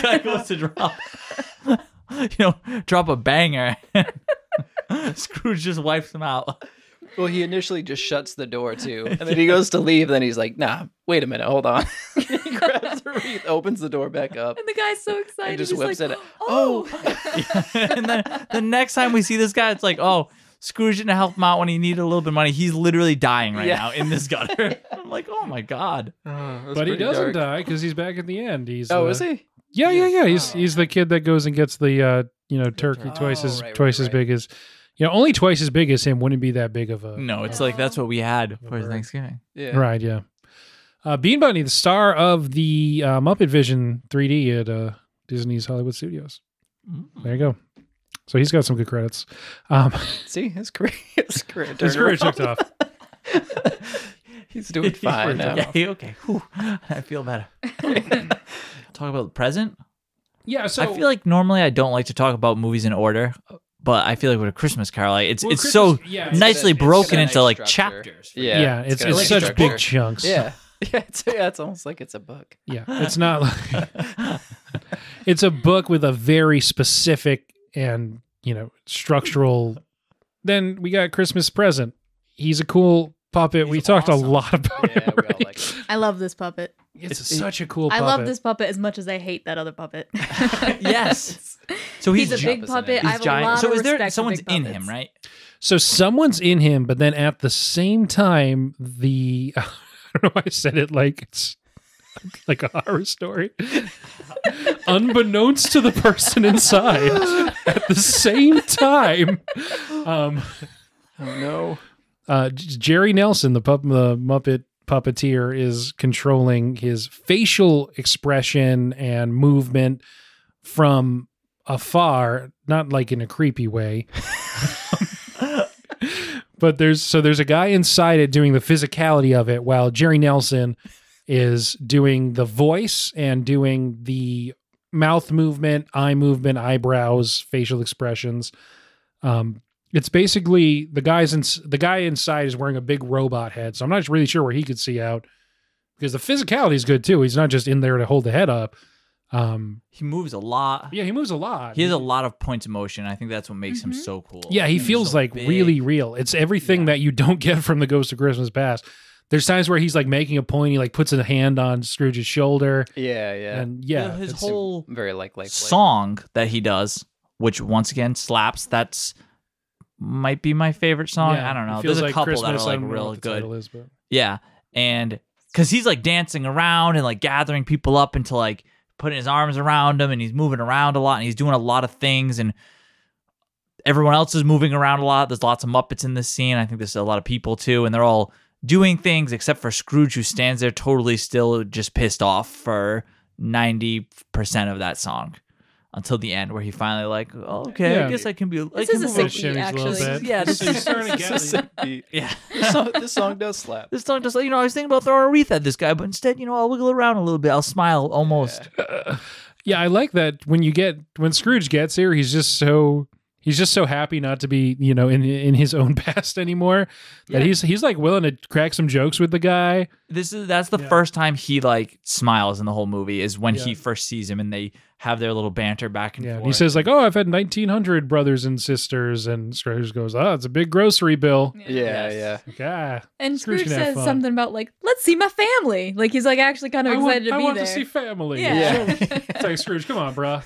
guy goes to drop, (laughs) you know, drop a banger. (laughs) Scrooge just wipes him out.
Well, he initially just shuts
(laughs)
the door too, and then he goes to leave. Then he's like, "Nah, wait a minute, hold on." (laughs)
(laughs)
he grabs the wreath, opens the door back up,
(laughs) And the guy's so excited.
and just
He's
whips
like,
it. Out.
Oh,
Oh,
(laughs) and then the next time we see this guy, it's like, oh, Scrooge didn't help him out when he needed a little bit of money. He's literally dying right
Yeah.
now in this gutter. (laughs) I'm like, (laughs) oh my god.
But he doesn't 'cause die because he's back at the end. He's
Oh,
uh,
is he?
Yeah, yeah, yeah. He's
Oh.
he's the kid that goes and gets the uh, you know turkey
turkey.
twice
Oh,
as
right, right,
twice as
right.
big as you know only twice as big as him wouldn't be that big of a
No, it's like that's what we had for
Bird.
Thanksgiving.
Yeah.
right. Yeah, uh, Bean Bunny, the star of the uh, Muppet Vision 3D at uh, Disney's Hollywood Studios. There you go. So he's got some good credits. Um, (laughs)
See, his career, (laughs) his career,
his
turned
career took
(laughs)
off.
around. (laughs) He's doing fine now.
(laughs) Yeah, he- okay. (laughs) Whew. I feel
(laughs)
better. talk about the present.
Yeah, so
I feel like normally I don't like to talk about movies in order, but I feel like with a Christmas Carol, like, it's
Well,
it's so
Christmas- yeah, it's
nicely
got a- it's got
broken
a
into
nice
like
structure.
chapters.
yeah,
Yeah,
it's,
got a
it's,
nice
such
structure.
big chunks.
Yeah, (laughs) yeah, it's, yeah. It's almost like it's
(laughs)
a book.
Yeah, it's not like it's a book with a very specific and you know structural. Then we got Christmas present. He's a cool puppet. we talked a lot about
Yeah, we
him.
all
already. (laughs)
like it.
(laughs) I love this puppet.
It's, such a cool.
I
puppet.
love this puppet as much as I hate that other puppet. (laughs)
Yes. (laughs) So he's,
He's, a
gi-
big
He's
puppet. (laughs) I have a
giant.
lot
So
of
is
respect
there
for
someone's
big
in
puppets.
him, right?
So someone's in him, but then at the same time, the (laughs) I don't know why I said it like it's like a horror
(laughs)
story. Unbeknownst to the person inside, at the same time, um,
Oh no.
uh, J- Jerry Nelson, the, pup- the Muppet puppeteer, is controlling his facial expression and movement from afar, not like in a creepy way. (laughs) but there's so there's a guy inside it doing the physicality of it, while Jerry Nelson is doing the voice and doing the mouth movement, eye movement, eyebrows, facial expressions. Um, it's basically the guys in the guy inside is wearing a big robot head, so I'm not really sure where he could see out because the physicality is good too. He's not just in there to hold the head up. Um,
He moves a lot.
yeah, he moves a lot.
He has a lot of points of motion. I think that's what makes him
Mhm.
so cool.
Yeah, he
He's
feels
so
like
big.
really real. It's everything that you don't (laughs) get from the Ghost of Christmas Past. There's times where he's like making a point, he like puts a hand on Scrooge's shoulder,
Yeah, yeah.
and yeah,
his
it's
whole
very like like
song that he does, which once again slaps. That's might be my favorite song.
yeah,
I don't
it
know.
feels
There's a couple
Christmas. I
that are
don't
like
know
real
what the
good.
title is, but-
Yeah, and because he's like dancing around and like gathering people up into like putting his arms around him, and he's moving around a lot, and he's doing a lot of things, and everyone else is moving around a lot. There's lots of Muppets in this scene. I think there's a lot of people too, and they're all doing things except for Scrooge, who stands there totally still, just pissed off for ninety percent of that song. Until the end, where he finally like, "Oh, okay,
Yeah.
I guess I can be. I
This
can
is a
move
sick
over."
shimmies
beat,
a little
actually.
bit.
Yeah, this (laughs)
So he's
is
starting to get-
Song, (laughs)
yeah.
this, song, this song does slap.
This song just, you know, I was thinking about throwing a wreath at this guy, but instead, you know, I'll wiggle around a little bit. I'll smile almost.
yeah, I like that when you get when Scrooge gets here, he's just so he's just so happy not to be you know in in his own (laughs) past anymore. That he's he's like willing to crack some jokes with the guy.
This is that's the
Yeah.
first time he like smiles in the whole movie is when he
Yeah.
first sees him and they have their little banter back and
Yeah, and
forth.
he says like, "Oh, I've had nineteen hundred brothers and sisters," and Scrooge goes, "Oh, it's a big grocery bill."
(laughs) Yeah, yeah.
Like, ah,
And
Scrooge
Scrooge,
can have
says
fun.
something about like, let's see my family. Like he's like actually kind of
I want,
excited
I
to be
want
there.
to see family.
yeah. (laughs)
It's like Scrooge, come on, bruh.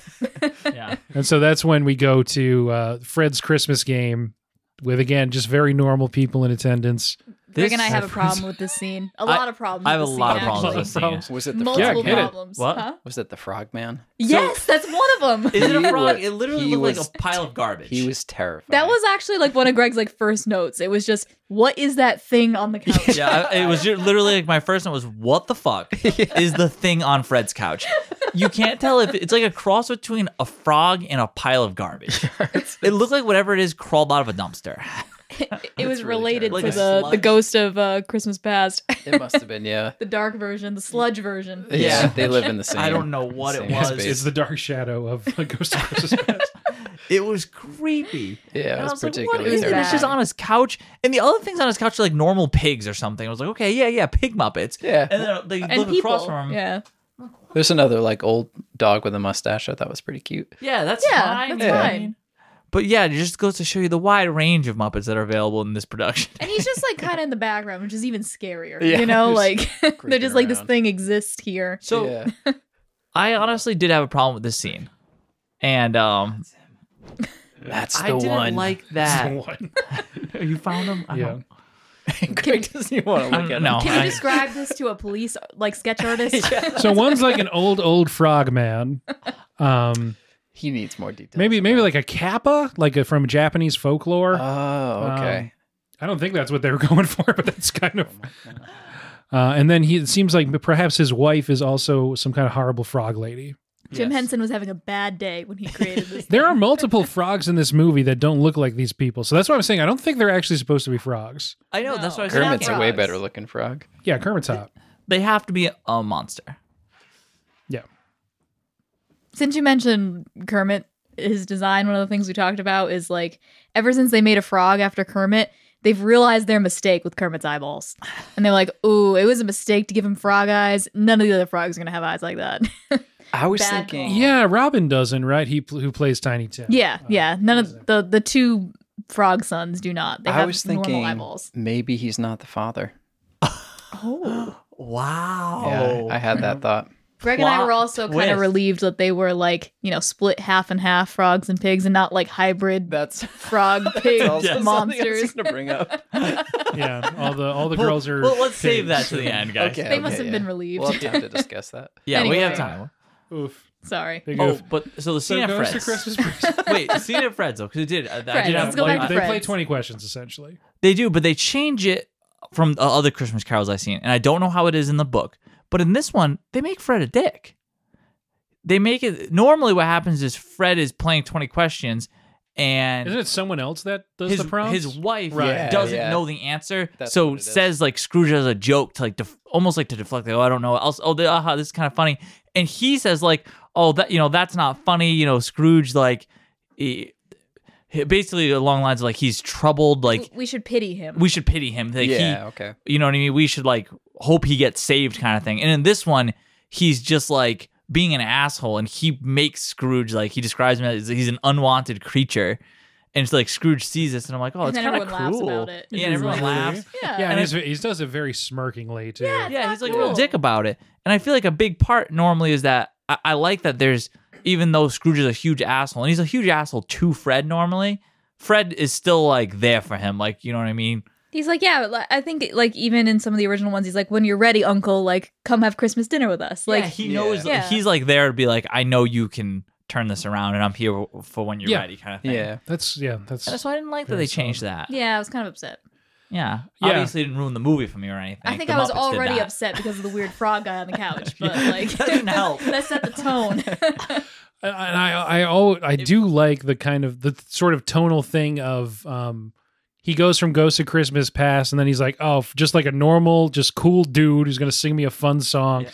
yeah.
And so that's when we go to uh, Fred's Christmas game with again just very normal people in attendance.
Rick and I
This-
have a problem with this scene. A
I-
lot of problems.
I have a
(laughs)
with this
lot of
scene,
problems
actually.
with this scene.
Problems.
Was it the
Yeah,
Multiple
get it.
problems.
What?
Huh?
Was it the frogman?
yes, that's one of them.
Is it
He
a frog?
was-
It literally
he
looked
was-
like a pile of garbage.
He was terrified.
(laughs) That was actually like one of Greg's like first notes. It was just, what is that thing on the
(laughs) (laughs)
couch?
yeah, I- it was ju- literally like my first one was what the
(laughs)
fuck is the thing on Fred's couch? You can't tell if it's like a cross between a frog and a pile of
(laughs)
garbage. it looked like whatever it is crawled out of a dumpster.
it, it was
really
related
terrible. Like
to
a
the,
sludge.
the ghost of uh, Christmas past, (laughs)
It must have been. Yeah.
the dark version, the sludge version.
(laughs) Yeah, they live in the same.
I don't know what it
Same
was.
space.
It's the dark shadow of (laughs) a Ghost of Christmas Past.
It was creepy.
Yeah,
And
it
I
was,
was like, what
particularly
is
terrible.
this? Just on his couch, and the other things on his couch are like normal pigs or something. I was like, okay, yeah, yeah, pig muppets.
Yeah.
and then they
And
look across
people.
from him. Yeah,
Yeah.
There's another like old dog with a mustache. I thought was pretty cute.
that's
Yeah,
fine.
that's
Yeah.
fine.
But yeah, it just goes to show you the wide range of Muppets that are available in this production. (laughs)
And he's just like kind of in the background, which is even scarier.
Yeah,
you know,
just
like (laughs) they're
creeping
just like this
around.
thing exists here.
So
yeah, (laughs)
I honestly did have a problem with this scene, and um,
that's the
I didn't
one.
like
It's the
that.
one.
you found him? I
(laughs) Yeah.
don't-
(laughs) Greg doesn't even want to
I
look at
don't know.
Can you
I-
describe this to a police
(laughs)
like sketch artist?
So one's like an old old frog man. Um,
He needs more details.
maybe maybe like a kappa, like a, from Japanese folklore.
Uh,
Oh,
Um,
okay.
I don't think that's what they were (laughs) going for, but that's kind of. Uh, and then he it seems like perhaps his wife is also some kind of horrible frog lady.
Jim
Yes.
Henson was having a bad day when he created this. (laughs)
There are (laughs) multiple frogs in this movie that don't look like these people, so that's what I'm saying. I don't think they're actually supposed to be frogs.
I know that's what I was
No.
saying.
Kermit's a way
frogs.
better looking frog.
Yeah, Kermit's hot.
They have to be a monster.
Yeah,
Since you mentioned Kermit, his design, one of the things we talked about is like ever since they made a frog after Kermit, they've realized their mistake with Kermit's eyeballs. And they're like, ooh, it was a mistake to give him frog eyes. None of the other frogs are going to have eyes like that. (laughs)
I was
Bad
thinking.
call.
yeah. Robin doesn't, right? He pl- who plays Tiny Tim.
yeah, yeah. None of the, the two frog sons do not. They
I
have
was
normal
thinking
eyeballs.
maybe he's not the father.
Oh.
Wow.
Yeah, I had (laughs) that thought.
Greg and I were
Plot
also kind
twist.
of relieved that they were like, you know, split half and half frogs and pigs and not like
(laughs)
hybrid
That's
frog pig monsters.
to bring up.
yeah. All the all the
Well-
girls are.
Well, let's save
pigs.
that to the end, guys.
Okay.
They must have been relieved.
We'll have time to discuss that.
Yeah, we
Anyway.
have time.
Oof.
(laughs) Sorry.
Big
Oh,
oof.
but so the
So
scene
goes
at
to
Fred's.
Christmas. Breeze.
(laughs) Wait, the scene at Fred's though, because it did. uh, I- I
Fred's,
did have
let's go
one-
back
I-
to
they play
Fred's.
twenty questions essentially.
They do, but they change it from the other Christmas carols I've seen, and I don't know how it is in the book. But in this one, they make Fred a dick. They make it. Normally, what happens is Fred is playing twenty questions, and
Isn't it someone else that does
his,
the prompts?
his wife
Right.
Yeah,
doesn't
yeah.
know the answer,
That's
so
what it is.
says like Scrooge as a joke to like def- almost like to deflect. Like, oh, I don't know. Also, oh, the, aha, this is kind of funny. And he says like, oh, that you know that's not funny. You know, Scrooge like, he, he- basically along lines of like he's troubled. Like
we should pity him.
we should pity him. Like
yeah. okay.
he, you know what I mean. We should like hope he gets saved, kind of thing. And in this one, he's just like being an asshole, and he makes Scrooge like he describes him as he's an unwanted creature, and it's like Scrooge sees this, and I'm like, oh,
And
it's
then
kind of
everyone laughs
cool.
about it.
Yeah, and everyone
Mhm.
laughs.
Yeah.
Yeah, and
I-
he's, he does it very smirkingly too.
Yeah.
Yeah,
not
he's like a real
cool.
dick about it. And I feel like a big part normally is that I, I like that there's even though Scrooge is a huge asshole, and he's a huge asshole to Fred normally, Fred is still like there for him. Like, you know what I mean?
He's like, yeah, but like, I think like even in some of the original ones, he's like, when you're ready, Uncle, like come have Christmas dinner with us. Like,
yeah, he knows
Yeah. Yeah.
he's like there to be like, I know you can turn this around and I'm here for when you're
Yeah.
ready kind of thing.
Yeah.
That's yeah, that's
And that's why I didn't like that
Very
they changed that.
yeah, I was kind of upset.
Yeah.
Yeah.
Obviously it didn't ruin the movie for me or anything.
I think
The
I was
Muppets did
already
that.
upset because of the weird frog guy on the couch,
(laughs)
but
Yeah,
like
that didn't help.
(laughs) that set
(laughs)
the tone.
and I I I, al- I do like the kind of the sort of tonal thing of um he goes from Ghost of Christmas Past and then he's like, "Oh, f- just like a normal, just cool dude who's going to sing me a fun song."
Yeah.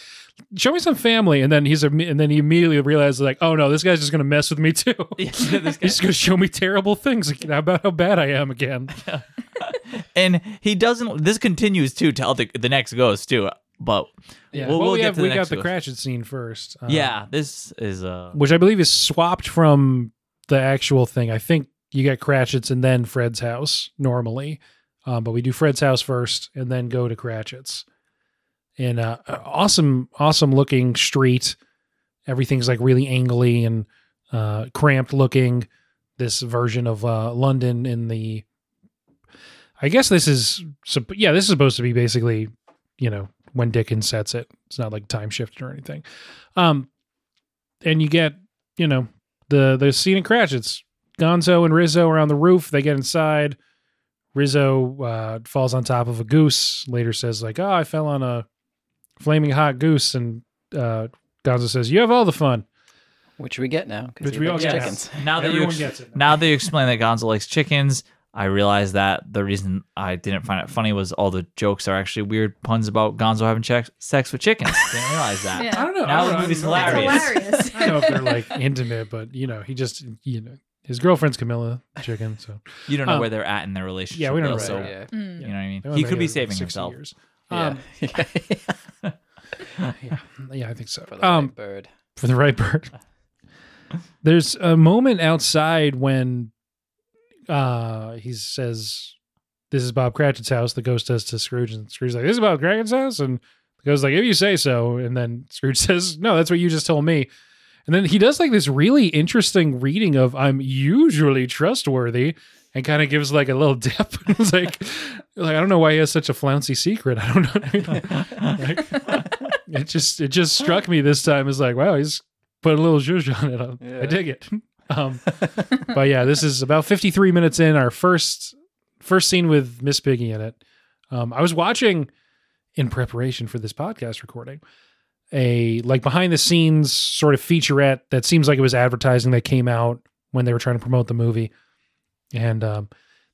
Show me some family, and then he's imme- and then he immediately realizes like, "Oh no, this guy's just going to mess with me too.
(laughs) Yeah, this guy-
(laughs) he's going to show me terrible things again about how bad I am again."
and he doesn't this continues too to other the next ghost too. But we'll,
Well,
we'll
we
get
have
to the
we got
next
the
ghost.
Cratchit scene first. Um,
yeah, this is uh
which I believe is swapped from the actual thing. I think you get Cratchit's and then Fred's house normally, um, but we do Fred's house first and then go to Cratchit's. And uh, awesome, awesome looking street. Everything's like really angly and uh, cramped looking. This version of uh, London in the, I guess this is, sup- yeah, this is supposed to be basically, you know, when Dickens sets it. It's not like time shifted or anything. Um, and you get you know the the scene in Cratchit's. Gonzo and Rizzo are on the roof. They get inside. Rizzo uh, falls on top of a goose. Later says like, "Oh, I fell on a flaming hot goose," and uh, Gonzo says, "You have all the fun."
Which we get now. 'cause
Which
he
we all
likes
get now.
chickens.
now that you
Everyone
ex-
gets it.
now that you explain that Gonzo likes chickens, I realize that the reason I didn't find it funny was all the jokes are actually weird puns about Gonzo having sex sex with chickens. didn't realize (laughs) that.
Yeah.
I don't know.
Now
I
the
don't know.
movie's
I don't know.
hilarious.
Hilarious. (laughs)
I don't know if they're like intimate, but you know, he just you know his girlfriend's Camilla Chicken. So
You don't know
Um,
where they're at in their relationship.
yeah, we don't
though,
know.
So,
Right,
yeah.
Mm.
You know what I mean?
They were
he could be
together for
saving
60
himself.
years.
Yeah.
Um,
(laughs) yeah.
yeah, I think so.
For
(laughs)
the
Um,
right bird.
for the right bird. There's a moment outside when uh he says, "This is Bob Cratchit's house." The ghost says to Scrooge, and Scrooge's like, "This is Bob Cratchit's house," and the ghost's like, "If you say so." And then Scrooge (laughs) says, "No, that's what you just told me." And then he does like this really interesting reading of "I'm usually trustworthy." And kind of gives like a little (laughs) dip. it's like, like I don't know why he has such a flouncy secret. I don't know. (laughs) it just it just struck me this time as like wow he's put a little zhuzh on it I, I
Yeah.
dig it (laughs) um but yeah this is about 53 minutes in our first first scene with miss piggy in it um i was watching in preparation for this podcast recording a like behind the scenes sort of featurette that seems like it was advertising that came out when they were trying to promote the movie and um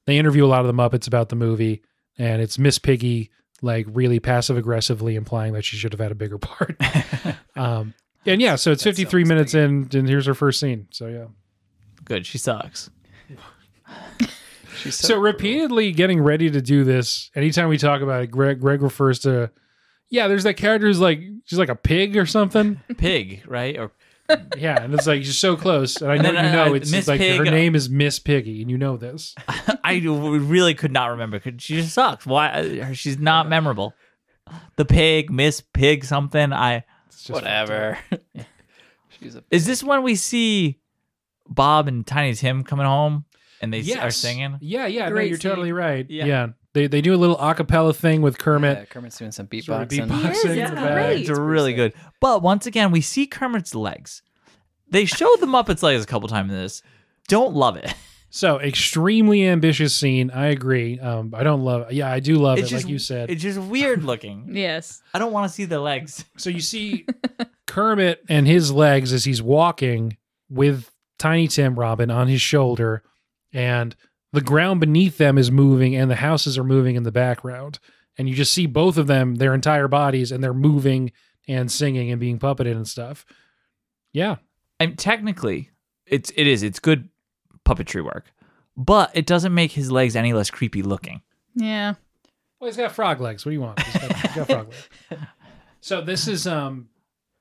they interview a lot of the muppets about the movie and it's miss piggy like really passive aggressively implying that she should have had a bigger part
(laughs)
um and yeah so it's
That
53
sounds
minutes in and here's her first scene so yeah
Good. She
(laughs)
sucks.
She's (laughs)
so repeatedly getting ready to do this anytime we talk about it greg greg refers to yeah there's that character who's like she's like a pig
(laughs)
or something
Pig, right? Or
yeah and it's like you're so close and i know
And then,
you know
uh,
it's
Miss
like her
Pig-
name is miss piggy and you know this
I really could not remember. 'cause She just sucks. Why? uh, She's not memorable. The pig, Miss Pig, something. I (laughs)
It's just-
Whatever. (laughs) She's a
is this when we see Bob and Tiny Tim coming home and they s-
Yes.
are singing?
yeah yeah no,
Great
you're
scene.
totally right yeah.
Yeah.
they they do a little acapella thing with kermit
Yeah, Kermit's doing some
Sort of
beatboxing. (laughs)
beatboxing
He is,
in
yeah,
the
great.
back.
It's really good. But once again, we see Kermit's legs. They show the Muppets legs a couple times in this. Don't love it.
So extremely ambitious scene. I agree. Um, I don't love. Yeah, I do love
It's
it,
just
like you said.
It's just weird looking.
yes.
I don't want to see the legs.
so you see Kermit and his legs as he's walking with Tiny Tim Robin on his shoulder, and the ground beneath them is moving, and the houses are moving in the background, and you just see both of them, their entire bodies, and they're moving and singing and being puppeted and stuff. Yeah,
I'm technically it's it is it's good puppetry work, but it doesn't make his legs any less creepy looking.
Yeah.
(laughs) Well, he's got frog legs. What do you want? He's got, he's got frog legs. So this is um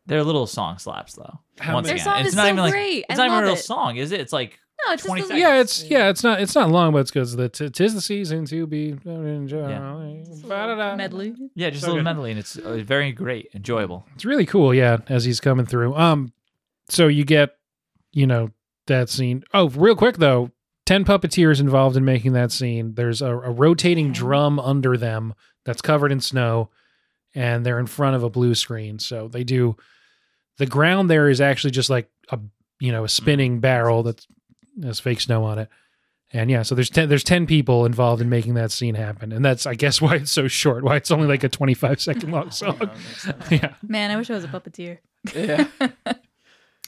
They're little song slaps though.
How
Once
many-
again,
Their song
it's
is
not
so
even like
great.
it's not
I
even
love
a real
it.
song, is it? It's like
No, it's just
20
the
seconds.
Yeah, it's yeah, it's not it's not long, but it's because the t- tis the season to be. uh, Yeah.
Just a little medley.
yeah, just a
So
little
good.
medley, and it's uh, very great, enjoyable.
It's really cool, yeah, as he's coming through. Um so you get, you know, that scene. Oh, real quick though, 10 puppeteers involved in making that scene. There's a, a rotating drum under them that's covered in snow and they're in front of a blue screen. So they do the ground there is actually just like a you know, a spinning barrel that's has fake snow on it. And yeah, so there's 10 there's 10 people involved in making that scene happen. And that's I guess (laughs) why it's so short, why it's only like a 25 second long song. (laughs) yeah.
Man, I wish I was a puppeteer.
(laughs) Yeah.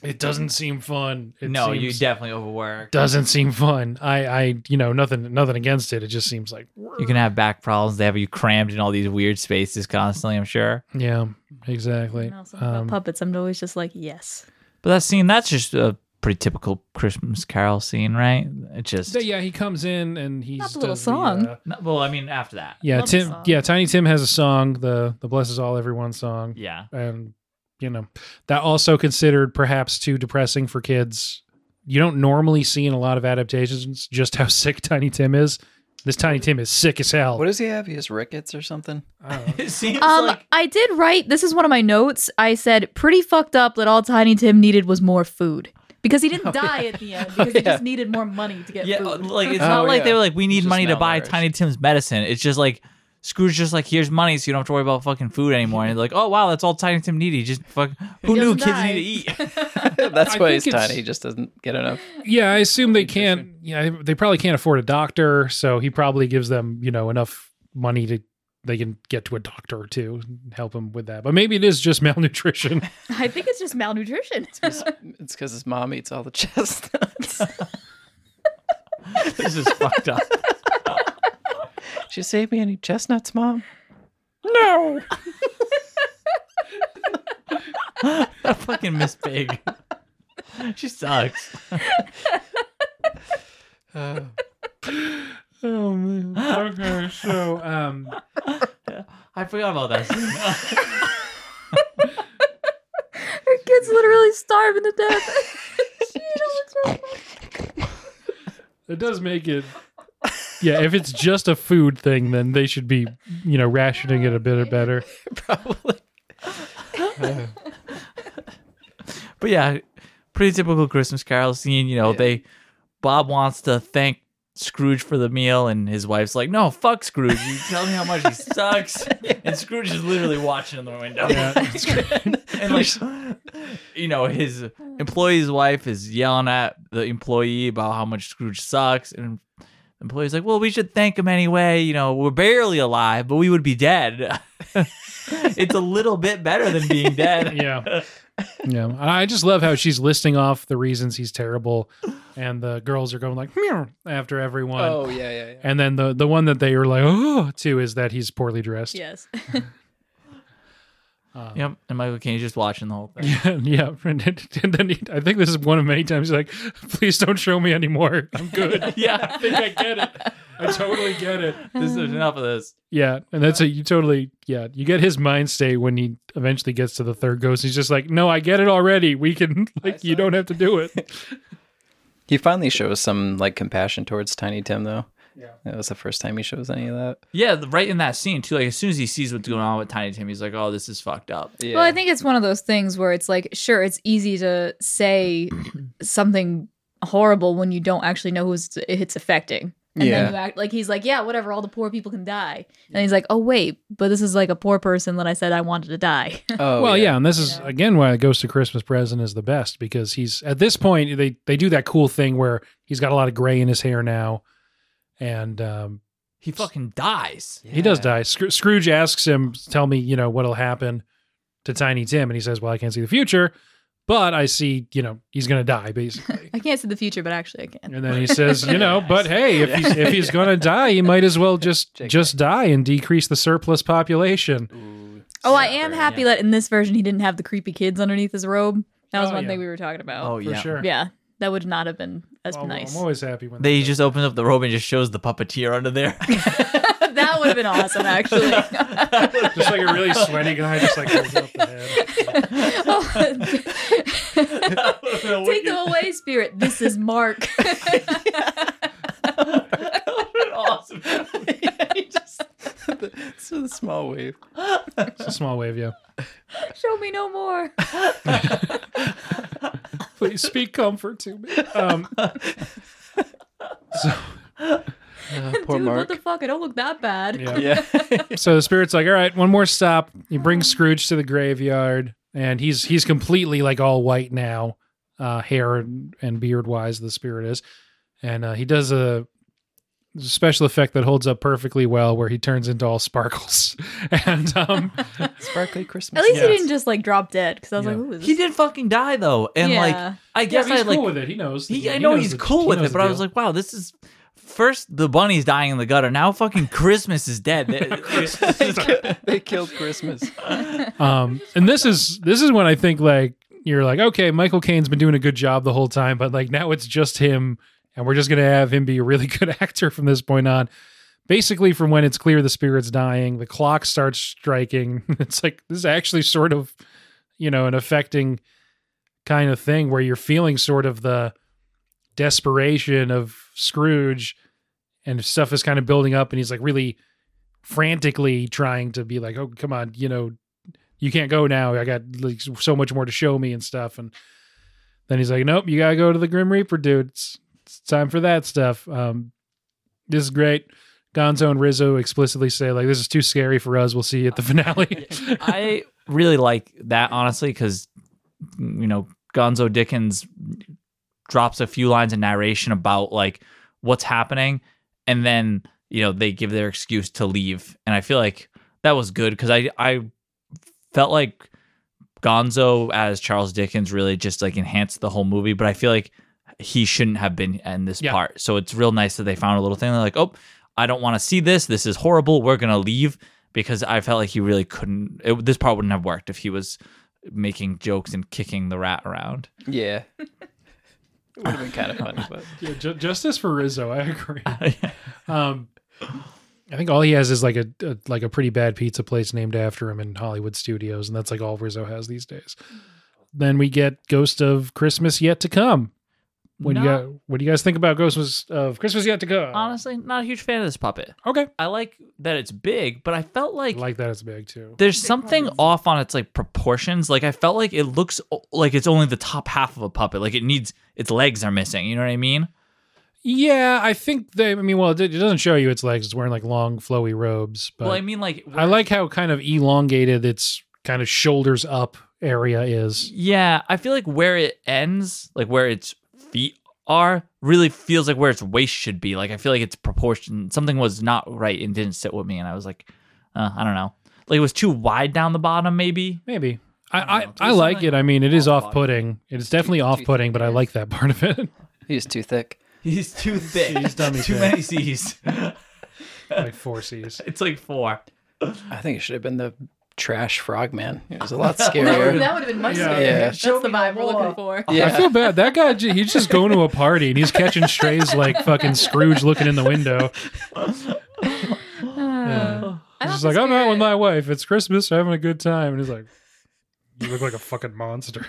It doesn't seem fun. It
no, you
seems-
definitely overwork.
doesn't seem fun. I, I, you know, nothing, nothing against it. It just seems like,
You can have back problems. They have you crammed in all these weird spaces constantly. I'm sure.
yeah, exactly.
And also about
Um,
puppets, I'm always just like, yes.
But that scene, that's just a pretty typical Christmas Carol scene, right? It just
but yeah, he comes in and he's
Not the little
does the,
song.
uh,
No, well, I mean, after that,
yeah,
Love the
Tim.
song.
Yeah, Tiny Tim has a song, the the blesses all everyone song,
yeah, (laughs)
and you know that also considered perhaps too depressing for kids. You don't normally see in a lot of adaptations just how sick (laughs) Tiny Tim is. This Tiny Tim is sick as hell.
What does he have? He has rickets or something?
I don't know.
it seems
Um,
like
I did write. This is one of my notes. I said pretty fucked up that all Tiny Tim needed was more food
(laughs)
because he didn't die at the end because he just needed more money to get
Oh, yeah, uh,
food. Um,
like it's
Oh,
not like they
yeah.
were like, we need
just
money to buy
malnourished.
Tiny Tim's medicine. It's just like Scrooge, just like here's money, so you don't have to worry about fucking food anymore. And like, oh wow, that's all Tiny Tim needed. He Just fuck, who
He
knew
doesn't
kids
die.
need to eat? (laughs)
(laughs)
That's
I
why
think
he's
it's-
tiny. He just doesn't get enough.
Yeah, I assume they can't. Yeah, they- they probably can't afford a doctor, so he probably gives them, you know, enough money to they can get to a doctor or two and help him with that. But maybe it is just (laughs) malnutrition.
I think it's just malnutrition. (laughs)
It's because his mom eats all the (laughs) chestnuts.
this is fucked up.
she saved me any chestnuts, mom.
that (laughs) fucking Miss Pig. (laughs) she sucks.
oh man. Okay, so um,
I forgot about that. scene. (laughs)
Her kid's literally starving to death. (laughs)
(laughs)
it does make it. Yeah, if it's just a food thing, then they should be, you know, rationing it a bit or better.
Probably.
But yeah, pretty typical Christmas Carol scene. You know,
Yeah.
they Bob wants to thank Scrooge for the meal, and his wife's like, "No, fuck Scrooge. You tell me how much he sucks." And Scrooge is literally watching in the window. (laughs) and like, you know, his employee's wife is yelling at the employee about how much Scrooge sucks, and the employee's like, "Well, we should thank him anyway. You know, we're barely alive, but we would be dead." (laughs) it's a little bit better than being dead.
yeah. Yeah. I just love how she's listing off the reasons he's terrible and the girls are going like "Meow," after everyone.
Oh yeah, yeah, yeah.
And then the the one that they were like, oh, to is that he's poorly dressed.
yes.
Um,
Yep, and Michael Caine's just watching the whole
(laughs)
thing.
Yeah, yeah. (laughs) And, then- and then he, I think this is one of many times he's like, please don't show me anymore. I'm good.
yeah,
I think I get it. I totally get it.
this is enough of this.
Yeah. And that's a, you totally, yeah. You get his mind state when he eventually gets to the third ghost. He's just like, no, I get it already. We can, (laughs) like, you don't have to do it.
He finally shows some like compassion towards Tiny Tim, though. Yeah, that was the first time he shows any of that.
Yeah, the- right in that scene too. Like as soon as he sees what's going on with Tiny Tim, he's like, "Oh, this is fucked up."
Yeah.
Well, I think it's one of those things where it's like, sure, it's easy to say (clears throat) something horrible when you don't actually know who it's, it's affecting. And
Yeah.
then you act like he's like, yeah, whatever, all the poor people can die. And he's like, oh, wait, but this is like a poor person that I said I wanted to die. (laughs)
Oh
well, yeah. and this is
Yeah.
again why Ghost of Christmas Present is the best because he's at this point they they do that cool thing where he's got a lot of gray in his hair now, and um,
He fucking dies.
he does
Yeah.
die. Scroo- Scrooge asks him, "Tell me, you know, what'll happen to Tiny Tim?" And he says, "Well, I can't see the future, but I see, you know, he's gonna die basically."
I can't see the future, but actually I can.
and then he says, "You know, but hey, if he's if he's gonna die, he might as well just
Jake.
just die and decrease the surplus population."
Ooh,
Oh, I
super.
am happy that in this version he didn't have the creepy kids underneath his robe. That was
Oh,
one
yeah.
thing we were talking about.
For sure.
Oh, Yeah. That would not have been as
Well,
nice.
I'm always happy when
They just opens up the robe and just shows the puppeteer under there. (laughs)
(laughs) that would have been
(laughs)
awesome,
(laughs)
actually.
just like a really sweaty guy just like holds up the head. Oh.
Take
(laughs)
them away, spirit. This is Mark.
awesome.
(laughs) It's a small
(laughs)
wave.
It's a small wave, yeah.
Show me no more.
Please speak comfort to me. Um,
Uh, poor
Dude,
Mark.
what the fuck? I don't look that bad.
yeah.
(laughs) yeah.
(laughs)
So the spirit's like, all right, one more stop. He brings Scrooge to the graveyard, and he's he's completely like all white now, uh, hair and, and beard wise. The spirit is, and uh, he does a special effect that holds up perfectly well, where he turns into all sparkles. (laughs) and um,
Sparkly Christmas.
At least
Yeah.
he didn't just like drop dead because I was
Yeah.
like, "Ooh, is
He
this-
did fucking die though, and
Yeah.
like I guess
he's
I like
cool with it. He knows.
he,
the-
I know
knows
he's
the-
cool
he
with
knows
it,
the
but I was
deal.
like, wow, this is first the bunny's dying in the gutter. Now fucking Christmas is dead.
(laughs)
(laughs)
they, (laughs) ki- they killed
(laughs)
Christmas.
um, and this is this is when I think like you're like, okay, Michael Caine's been doing a good job the whole time, but like now it's just him, and we're just gonna have him be a really (laughs) good actor from this point on. Basically, from when it's clear the spirit's dying, the clock starts striking. (laughs) It's like this is actually sort of, you know, an affecting kind of thing where you're feeling sort of the desperation of Scrooge, and stuff is kind of building up, and he's like really frantically trying to be like, oh, come on, you know, you can't go now. I got like so much more to show me and stuff. And then he's like, nope, you gotta go to the Grim Reaper, dude. It's, it's time for that stuff. Um, this is great. Gonzo and Rizzo explicitly say like, this is too scary for us. We'll see you at the finale.
I really like that honestly because you know Gonzo Dickens drops a few lines of narration about like what's happening, and then you know they give their excuse to leave, and I feel like that was good because I I felt like Gonzo as Charles Dickens really just like enhanced the whole movie, but I feel like he shouldn't have been in this
Yeah.
part. So it's real nice that they found a little thing. They're like, oh, I don't want to see this. This is horrible. We're gonna leave because I felt like he really couldn't. It, this part wouldn't have worked if he was making jokes and kicking the rat around.
Yeah. It would have been kind of funny, but
yeah, ju- justice for Rizzo. I agree. Um, I think all he has is like a, a like a pretty bad pizza place named after him in Hollywood Studios, and that's like all Rizzo has these days. Then we get Ghost of Christmas Yet to Come. When you
Not-
got, what do you guys think about Ghost of Christmas Yet to Come?
Honestly, not a huge fan of this puppet.
okay,
I like that it's big, but I felt
I
like
like that it's big too.
there's something off on its like proportions. Like I felt like it looks o- like it's only the top half of a puppet. Like it needs its legs are missing. You know what I mean?
Yeah, I think they. I mean, well, it it doesn't show you its legs. It's wearing like long, flowy robes. But
well, I mean like
I like how kind of elongated its kind of shoulders up area is.
Yeah, I feel like where it ends, like where its feet are, really feels like where its waist should be. Like I feel like its proportion, something was not right and didn't sit with me, and I was like, uh, I don't know, like it was too wide down the bottom, maybe.
Maybe. I,
I
I,
don't know.
I like it. I mean, it is
Off-body.
off putting. It's definitely off putting, but I like that part of it.
he's too thick.
(laughs) He's too thick.
He's
(laughs)
dummy
too
thick.
many
(laughs)
C's.
(laughs) like four C's.
it's like four.
I think it should have been the trash frogman. It was a lot
(laughs) that would
scarier.
have been much
Yeah.
scarier.
Yeah.
That's the vibe we're looking (sighs) for.
I
yeah.
feel bad. That guy, j- he's just going to a party and he's catching strays like fucking Scrooge looking in the window.
Uh, I thought
He's
the
like, I'm out with
(laughs) spirit-
my wife. It's Christmas. We're having a good time. And he's like, You look like a fucking monster.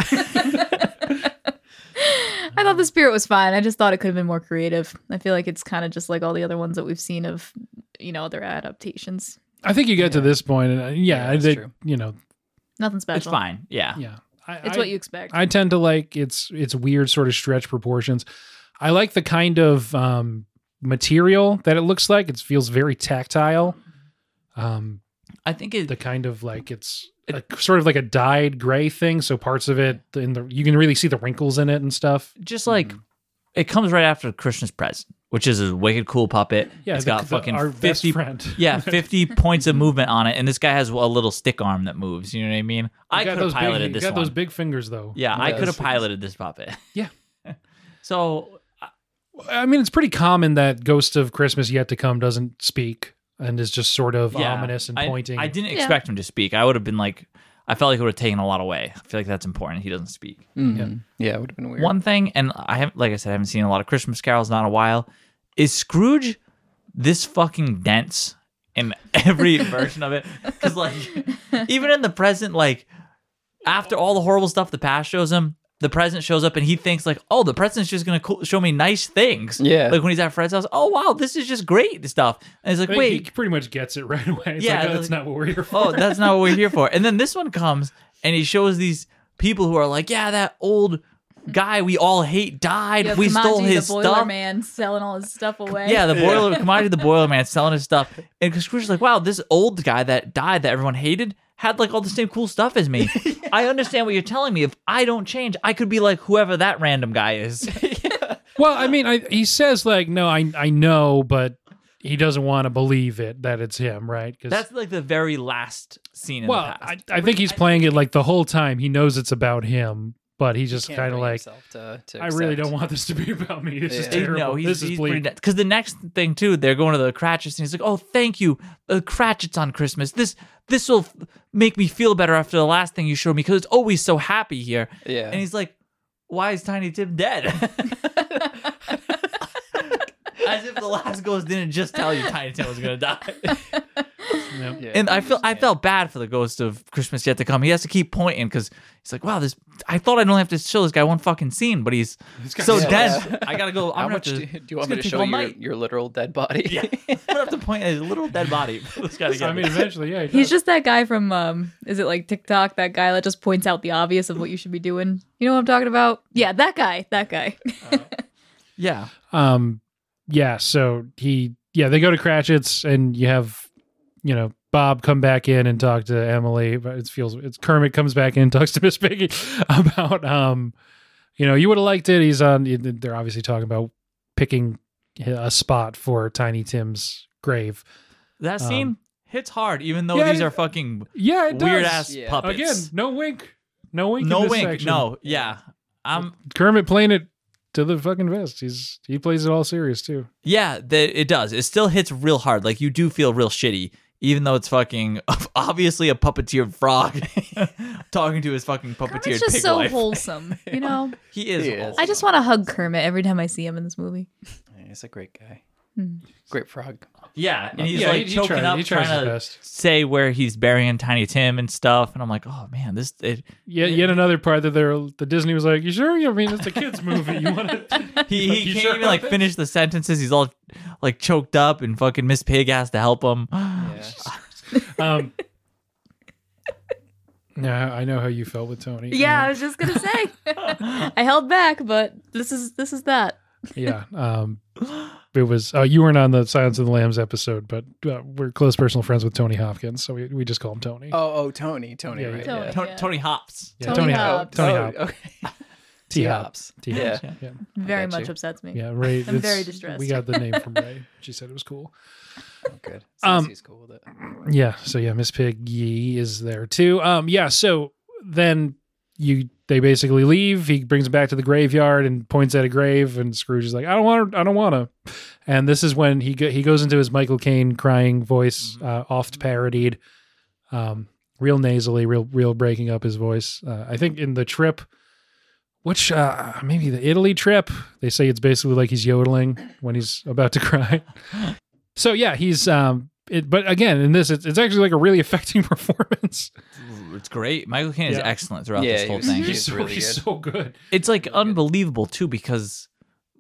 I thought the spirit was fine. I just thought it could have been more creative. I feel like it's kind of just like all the other ones that we've seen of, you know, other adaptations.
I think you get to this point, and uh,
Yeah,
yeah,
that's
they-
true.
you know,
Nothing special.
It's fine. Yeah.
yeah. I,
It's
I-
what you expect.
I tend to like it's it's weird sort of stretch proportions. I like the kind of um, material that it looks like. It feels very tactile. Um,
I think it.
the kind of like it's a, sort of like a dyed gray thing. So parts of it in the you can really see the wrinkles in it and stuff.
just like
Mm-hmm.
it comes right after Christmas present, which is a wicked cool puppet.
Yeah,
it's
the-
got
the-
fucking
our best
fifty.
friend. (laughs)
Yeah, fifty points of movement on it, and this guy has a little stick arm that moves. You know what I mean? I
You got
could have
those big-
piloted
you
this
Got
one.
those big fingers though.
yeah, I
Yeah,
could have
it's-
piloted this puppet.
Yeah.
(laughs) so
I mean, it's pretty common that Ghost of Christmas Yet to Come doesn't speak and is just sort of
yeah,
ominous and
I-
pointing.
I, didn't
Yeah.
expect him to speak. I would have been like, I felt like it would have taken a lot away. I feel like that's important. He doesn't speak.
Mhm. Yeah, it would have been weird.
One thing, and I have, like I said, I haven't seen a lot of Christmas carols not a while. Is Scrooge this fucking dense in (laughs) every version of it? Because like, even in the present, like after all the horrible stuff the past shows him, the present shows up and he thinks like, oh, the present's just gonna co- show me nice things.
Yeah.
Like when he's at Fred's house, oh wow, this is just great stuff. And he's like,
I think
wait,
he pretty much gets it right away. It's
Yeah,
like, oh,
like-
that's not what we're here for.
oh, that's not what we're here for. And then this one comes and he shows these people who are like, yeah, that old guy we all hate died.
You have
we stole
Kamaji,
his
the boiler
stuff.
man selling all his stuff away.
Yeah, the boiler, commodity, the boiler man selling his stuff. And Scrooge's like, wow, this old guy that died that everyone hated had like all the same cool stuff as
(laughs)
me. I understand what you're telling me. If I don't change, I could be like whoever that random guy
(laughs)
is.
Well, I mean, I, he says like, no, I I know, but he doesn't want to believe it that it's him, right? 'Cause-
That's like the very last scene in
well,
the past.
I, I think he's playing it like the whole time. He knows it's about him, but he's just
Can't
kind of
bring
like,
himself to- to
I really
accept.
don't want this to be about me. This is
Yeah.
He-
terrible.
No, he's,
this is
he's
bleak.
Because the next thing too, they're going to the Cratchits, and he's like, "Oh, thank you, the Cratchits on Christmas. This this will f- make me feel better after the last thing you showed me because it's always so happy here."
Yeah.
And he's like, "Why is Tiny Tim
(laughs)
dead?" (laughs) As if the last ghost didn't just tell you Tiny Tim was gonna
(laughs)
die.
Yeah.
Yeah.
And I feel I felt bad for the ghost of Christmas yet to come. He has to keep pointing because he's like, "Wow, this. I thought I'd only have to show this guy one fucking scene, but
(laughs)
he's so
so
dense.
(laughs) much.
I gotta go. I'm
How
gonna
much
have
do,
to,
do you want
gonna
me to
take
show
all
your,
night.
your literal dead body? (laughs)
Yeah. I'm gonna have to point at his little dead body. for This guy to get.
I mean, eventually, yeah. he
(laughs) He's
does.
just that guy from um is it like TikTok, that guy that just points out the obvious of what you should be doing. You know what I'm talking about? Yeah, that guy. That guy. (laughs)
yeah.
um, yeah. So he, yeah, they go to Cratchit's, and you have, you know, Bob come back in and talk to Emily. But it feels it's Kermit comes back in and (laughs) talks to Miss Piggy about, um, you know, you would have liked it. He's on. They're obviously talking about picking a spot for Tiny Tim's grave.
That
Um,
scene hits hard, even though
yeah,
these
it-
are fucking
Yeah, it does.
weird ass
Yeah.
puppets.
Again, no wink, no wink.
no
in this
wink.
section.
No. Yeah. Um.
Kermit playing it to the fucking vest. He's he plays it all serious too.
Yeah. The, it does. It still hits real hard. Like you do feel real shitty, even though it's fucking (laughs) obviously a puppeteered frog (laughs) talking to his fucking puppeteered
Kermit's just
pig
so
wife.
wholesome, you know?
He is.
He is.
I just want to hug Kermit every time I see him in this movie.
Yeah, he's a great guy.
Hmm. Oh,
Great frog.
Yeah, and he's
Yeah,
like
he- he
choking
tries-
up,
he tries
trying
his
to
best.
say where he's burying Tiny Tim and stuff. And I'm like, oh man, this it,
Yet, yet another part that they're the Disney was like, "You sure? I mean, it's a kids movie. You want
(laughs)
to?"
he,
Like,
he
you
can't
sure
even like
about this?
finish the sentences. He's all like choked up, and fucking Miss Pig has to help him.
Yeah.
Um, yeah, I know how you felt with Tony.
Yeah, I
Um,
was just gonna say. I held back, but this is this is that.
yeah. Um, it was. Uh, you weren't on the Silence of the Lambs episode, but uh, we're close personal friends with Tony Hopkins, so we, we just call him Tony.
Oh, oh, Tony, Tony,
Yeah,
right?
yeah.
Tony.
Tony,
Yeah.
Tony hops.
yeah,
Tony Hobbs.
Tony
oh,
Hop.
okay.
T Hop. T
Yeah.
Hop. Yeah.
Very
got
much
you.
upsets me.
Yeah. Ray.
I'm
it's-
very distressed.
We got the name
(laughs)
from Ray. She said it was cool.
Good.
Um,
um, he's cool with it.
Yeah. So yeah, Miss Piggy is there too. Um. Yeah. So then you they basically leave. He brings him back to the graveyard and points at a grave, and Scrooge is like, "I don't want. to I don't want to." And this is when he go, he goes into his Michael Caine crying voice, uh, oft parodied, um, real nasally, real real breaking up his voice. Uh, I think in the trip. Which uh, maybe the Italy trip? They say it's basically like he's yodeling when he's about to (laughs) cry. So yeah, he's um. It, but again, in this, it's, it's actually like a really (laughs) affecting performance.
It's great. Michael Caine is
Yeah.
excellent throughout
Yeah,
this whole
he was-
thing.
he was-
he's so,
really
he's
good.
so good.
It's like
really good.
unbelievable too because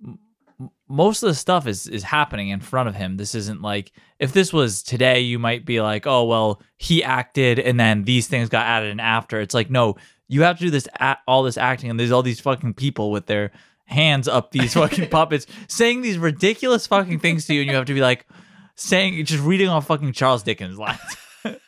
m- m- most of the stuff is is happening in front of him. This isn't like if this was today, you might be like, oh well, he acted and then these things got added in after. It's like no, you have to do this a- all this acting and there's all these fucking people with their hands up these (laughs) fucking puppets saying these ridiculous fucking things to you and you have to be like saying just reading off fucking Charles Dickens lines. (laughs)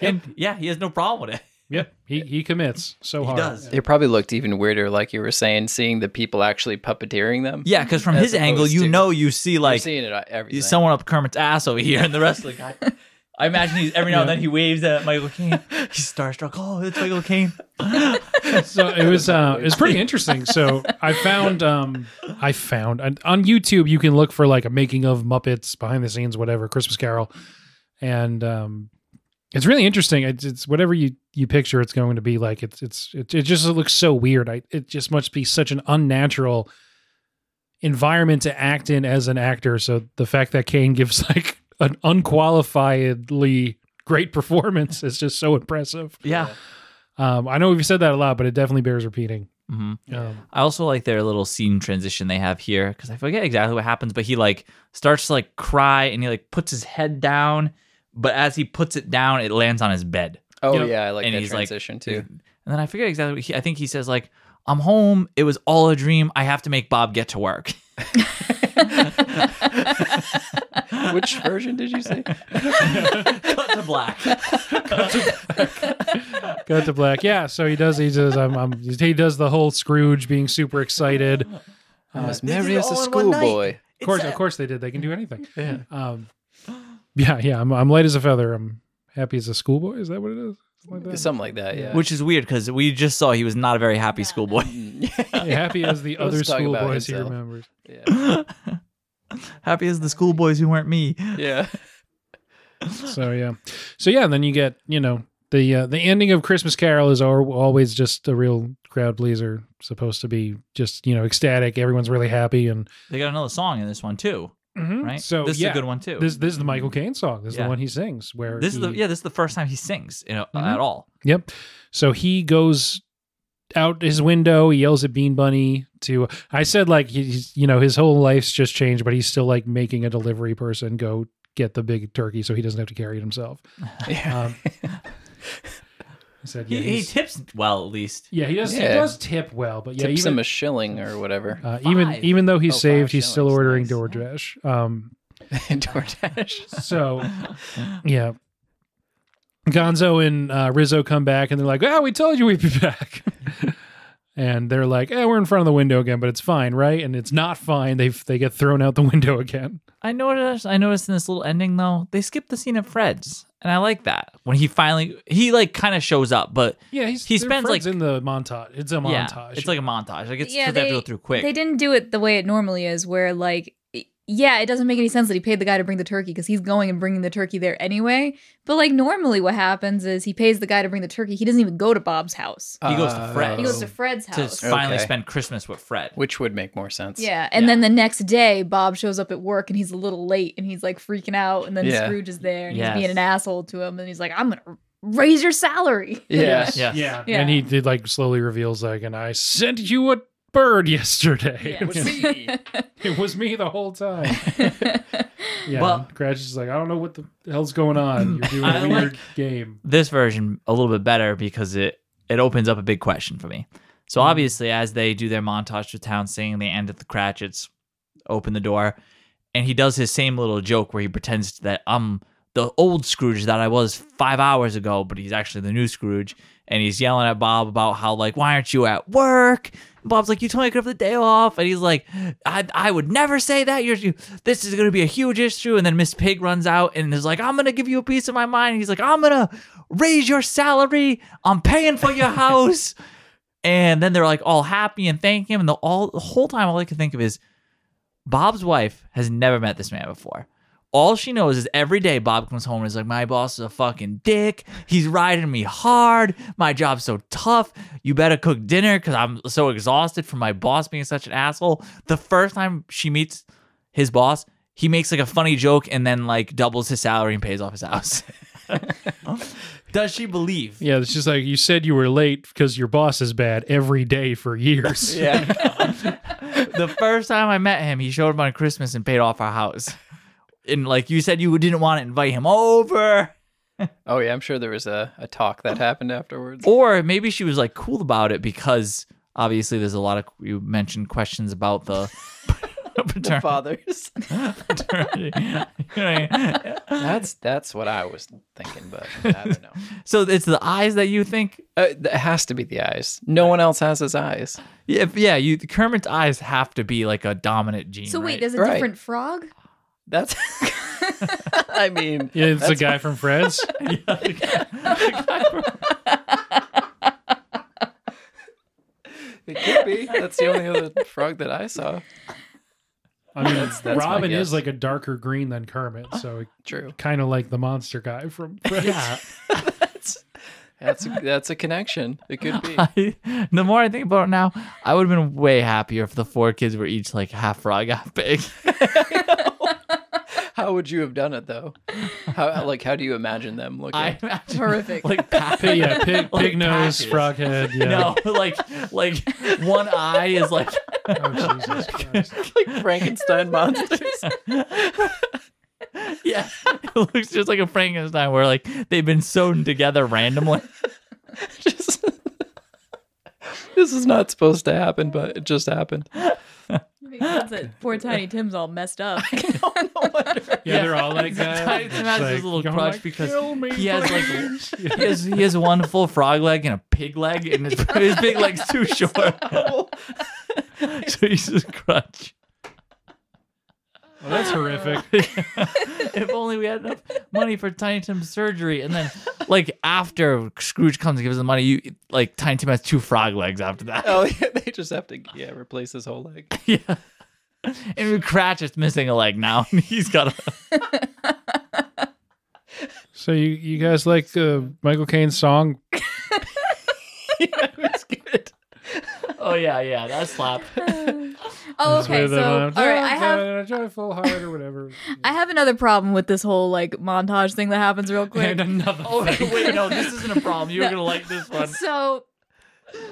and yeah, he has no problem with it.
Yep, he he commits so
He
hard.
does.
It probably looked even weirder, like you were saying, seeing the people actually puppeteering them.
Yeah, because from
As
his angle,
opposed
you
to-
know, you see
You're
like
seeing it on everything.
someone up Kermit's ass over here, and the rest of the guy. I imagine he's every now and then he waves at Michael Caine.
(laughs)
He's starstruck. Oh, it's Michael Caine.
So it was uh, it was pretty interesting. So I found um I found and on YouTube you can look for like a making of Muppets behind the scenes whatever Christmas Carol, and um It's really interesting. It's, it's whatever you, you picture it's going to be like. It's it's it, it just looks so weird. I, it just must be such an unnatural environment to act in as an actor. So the fact that Kane gives (laughs) like an unqualifiedly great performance is just so impressive.
Yeah.
Um, I know we've said that a lot, but it definitely bears repeating.
hmm
Um,
I also like their little scene transition they have here because I forget exactly what happens, but he like starts to like cry and he like puts his head down, but as he puts it down, it lands on his bed.
Oh
Yep.
yeah, I like
And
that
he's like-
transition too.
And then I forget exactly. What he, I think he says like, "I'm home. It was all a dream. I have to make Bob get to work." (laughs)
(laughs)
(laughs)
Which version did
(laughs)
you say?
Cut to black.
Cut to black. Yeah, so he does. He does. I'm, I'm, he does the whole Scrooge being super excited.
I'm as
This is
merry as Uh, a
all in one night.
schoolboy.
Of course, of course they did. They can do anything. Yeah. Um, yeah, yeah. I'm, I'm light as a feather. I'm happy as a schoolboy. Is that what it is? Something like that.
Something like that, yeah.
Which is weird because we just saw he was not a very happy schoolboy. (laughs)
(laughs) Yeah, happy as the
He was
other
talking about
schoolboys he
himself.
remembers.
Mm. yeah.
happy as the schoolboys who weren't me.
yeah.
So yeah, so yeah. And then you get you know the uh, the ending of Christmas Carol is al- always just a real crowd pleaser. Supposed to be just you know ecstatic. Everyone's really happy and
They got another song in this one too, right?
So
Mm-hmm. this
yeah,
is a good one too.
This this is the Michael Caine song. This is
Yeah.
the one he sings. Where
This is the
he-
yeah. This is the first time he sings, you know,
Mhm.
at all.
Yep. So he goes out his window. He yells at Bean Bunny to. I said like he's you know his whole life's just changed, but he's still like making a delivery person go get the big turkey so he doesn't have to carry it
(laughs)
himself.
Yeah.
Um, I said yeah.
He, he
he's-
tips well, at least.
yeah, he does. He
Yeah.
does tip well, but yeah,
Tips
even
him a shilling or whatever.
(laughs)
uh, even
Five.
even though he's
Oh, five
saved, he's still
shillings,
ordering
nice.
DoorDash. Um, (laughs)
DoorDash.
So, yeah. Gonzo and uh, Rizzo come back and they're like, oh, we told you we'd be back. (laughs) and they're like, eh, we're in front of the window again, but it's fine, right? And it's not fine. They they get thrown out the window again.
(laughs) I noticed. I noticed in this little ending though, they skipped the scene at Fred's, and I like that when he finally he like kind of shows up, but
Yeah, he's,
He
they're
spends,
friends
like-
in the montage. It's a
yeah,
montage.
it's like a montage. Like it's
Yeah,
they, have to go
they-
through quick.
They didn't do it the way it normally is, where like, y- yeah, it doesn't make any sense that he paid the guy to bring the turkey because he's going and bringing the turkey there anyway. But like normally, what happens is he pays the guy to bring the turkey. He doesn't even go to Bob's house.
He goes to
Uh,
Fred's.
He goes
Oh.
to Fred's
to
house.
finally
Okay.
spend Christmas with Fred.
Which would make more sense.
Yeah, and then the next day, Bob shows up at work and he's a little late and he's like freaking out. And then
Yeah.
Scrooge is there and
Yes.
he's being an asshole to him and he's like, "I'm gonna raise your salary." (laughs)
(laughs) Yeah.
Yes.
yeah.
Yeah.
And he did like slowly reveals, like, and I sent you a bird (laughs) yesterday.
Yes.
it was me the whole
(laughs)
time. Yeah.
Well-
Cratchit's just like, I don't know what the hell's going on. You're
(laughs)
doing
I
a
like-
weird game.
This version a little bit better because it it opens up a big question for me. So obviously, as they do their montage to town singing, they end at the Cratchits, open the door, and he does his same little joke where he pretends that I'm the old Scrooge that I was five hours ago, but he's actually the new Scrooge, and he's yelling at Bob about how like why aren't you at work? Bob's like you told me I could have the day off, and he's like I I would never say that. You're you, this is gonna be a huge issue, and then Miss Pig runs out and is like I'm gonna give you a piece of my mind. And he's like I'm gonna raise your salary. I'm paying for your house. And then they're like all happy and thank him. And the all the whole time all I can think of is Bob's wife has never met this man before. All she knows is every day Bob comes home and is like, My boss is a fucking dick. He's riding me hard. My job's so tough. You better cook dinner because I'm so exhausted from my boss being such an asshole. The first time she meets his boss, he makes like a funny joke and then like doubles his salary and pays off his house. (laughs) Does she believe?
Yeah, it's just like you said you were late because your boss is bad every day for years.
Yeah.
the first time I met him, he showed up on Christmas and paid off our house. And like you said, you didn't want to invite him over.
(laughs) oh yeah, I'm sure there was a, a talk that happened afterwards.
Or maybe she was like cool about it because obviously there's a lot of you mentioned questions about the (laughs)
The
paternity.
fathers.
You know what I mean?
That's that's what I was thinking, but I don't know.
(laughs) So it's the eyes that you think.
Uh, it has to be the eyes. No one else has his eyes.
Yeah, if- yeah. You Kermit's eyes have to be like a dominant gene.
so wait,
right?
there's a
Right.
different frog.
That's. (laughs) I mean,
Yeah, it's the guy from Fred's.
it could be. That's the only other frog that I saw.
I mean,
that's my
Robin
guess.
is like a darker green than Kermit, so
True.
kind of like the monster guy from.
Yeah.
That's that's a, that's a connection. It
(laughs)
could be.
(laughs) I, the more I think about it now, I would have been way happier if the four kids were each like half frog, half pig.
How would you have done it though? How like how do you imagine them looking?
I imagine
Horrific.
like pack- (laughs)
Pig, yeah, pig,
Like
pig nose,
package.
frog head. Yeah.
No, like like one eye is like (laughs)
Oh, Jesus Christ.
like Frankenstein monsters.
yeah, (laughs) it looks just like a Frankenstein where like they've been sewn together (laughs) randomly.
Just- this is not supposed to happen, but it just (laughs) happened.
That's it. Poor Tiny Tim's all messed up.
Oh, (laughs)
Yeah, they're all like that.
Tiny Tim has this little
"Don't,
crutch because
kill me,
he has, like,
please." Yeah.
He has, he has one full frog leg and a pig leg, and (laughs) his, his big leg's too short, (laughs)
Oh,
so he's just crutch.
Well, Oh, that's horrific.
(laughs) if only we had enough money for Tiny Tim's surgery. And then, like after Scrooge comes and gives him the money, you like Tiny Tim has two frog legs after that.
Oh yeah, they just have to yeah replace his whole (laughs) leg.
yeah. And Cratch is missing a leg now, (laughs) and he's got a.
So you, you guys like uh, Michael Caine's song?
Oh yeah, yeah, that (laughs) slap.
(laughs) Oh, okay.
With,
So, all
uh,
right, I have
a joyful heart or whatever.
(laughs) I have another problem with this whole like montage thing that happens real quick.
and another.
Oh wait, no, this isn't a problem. You're gonna like this (laughs) one.
So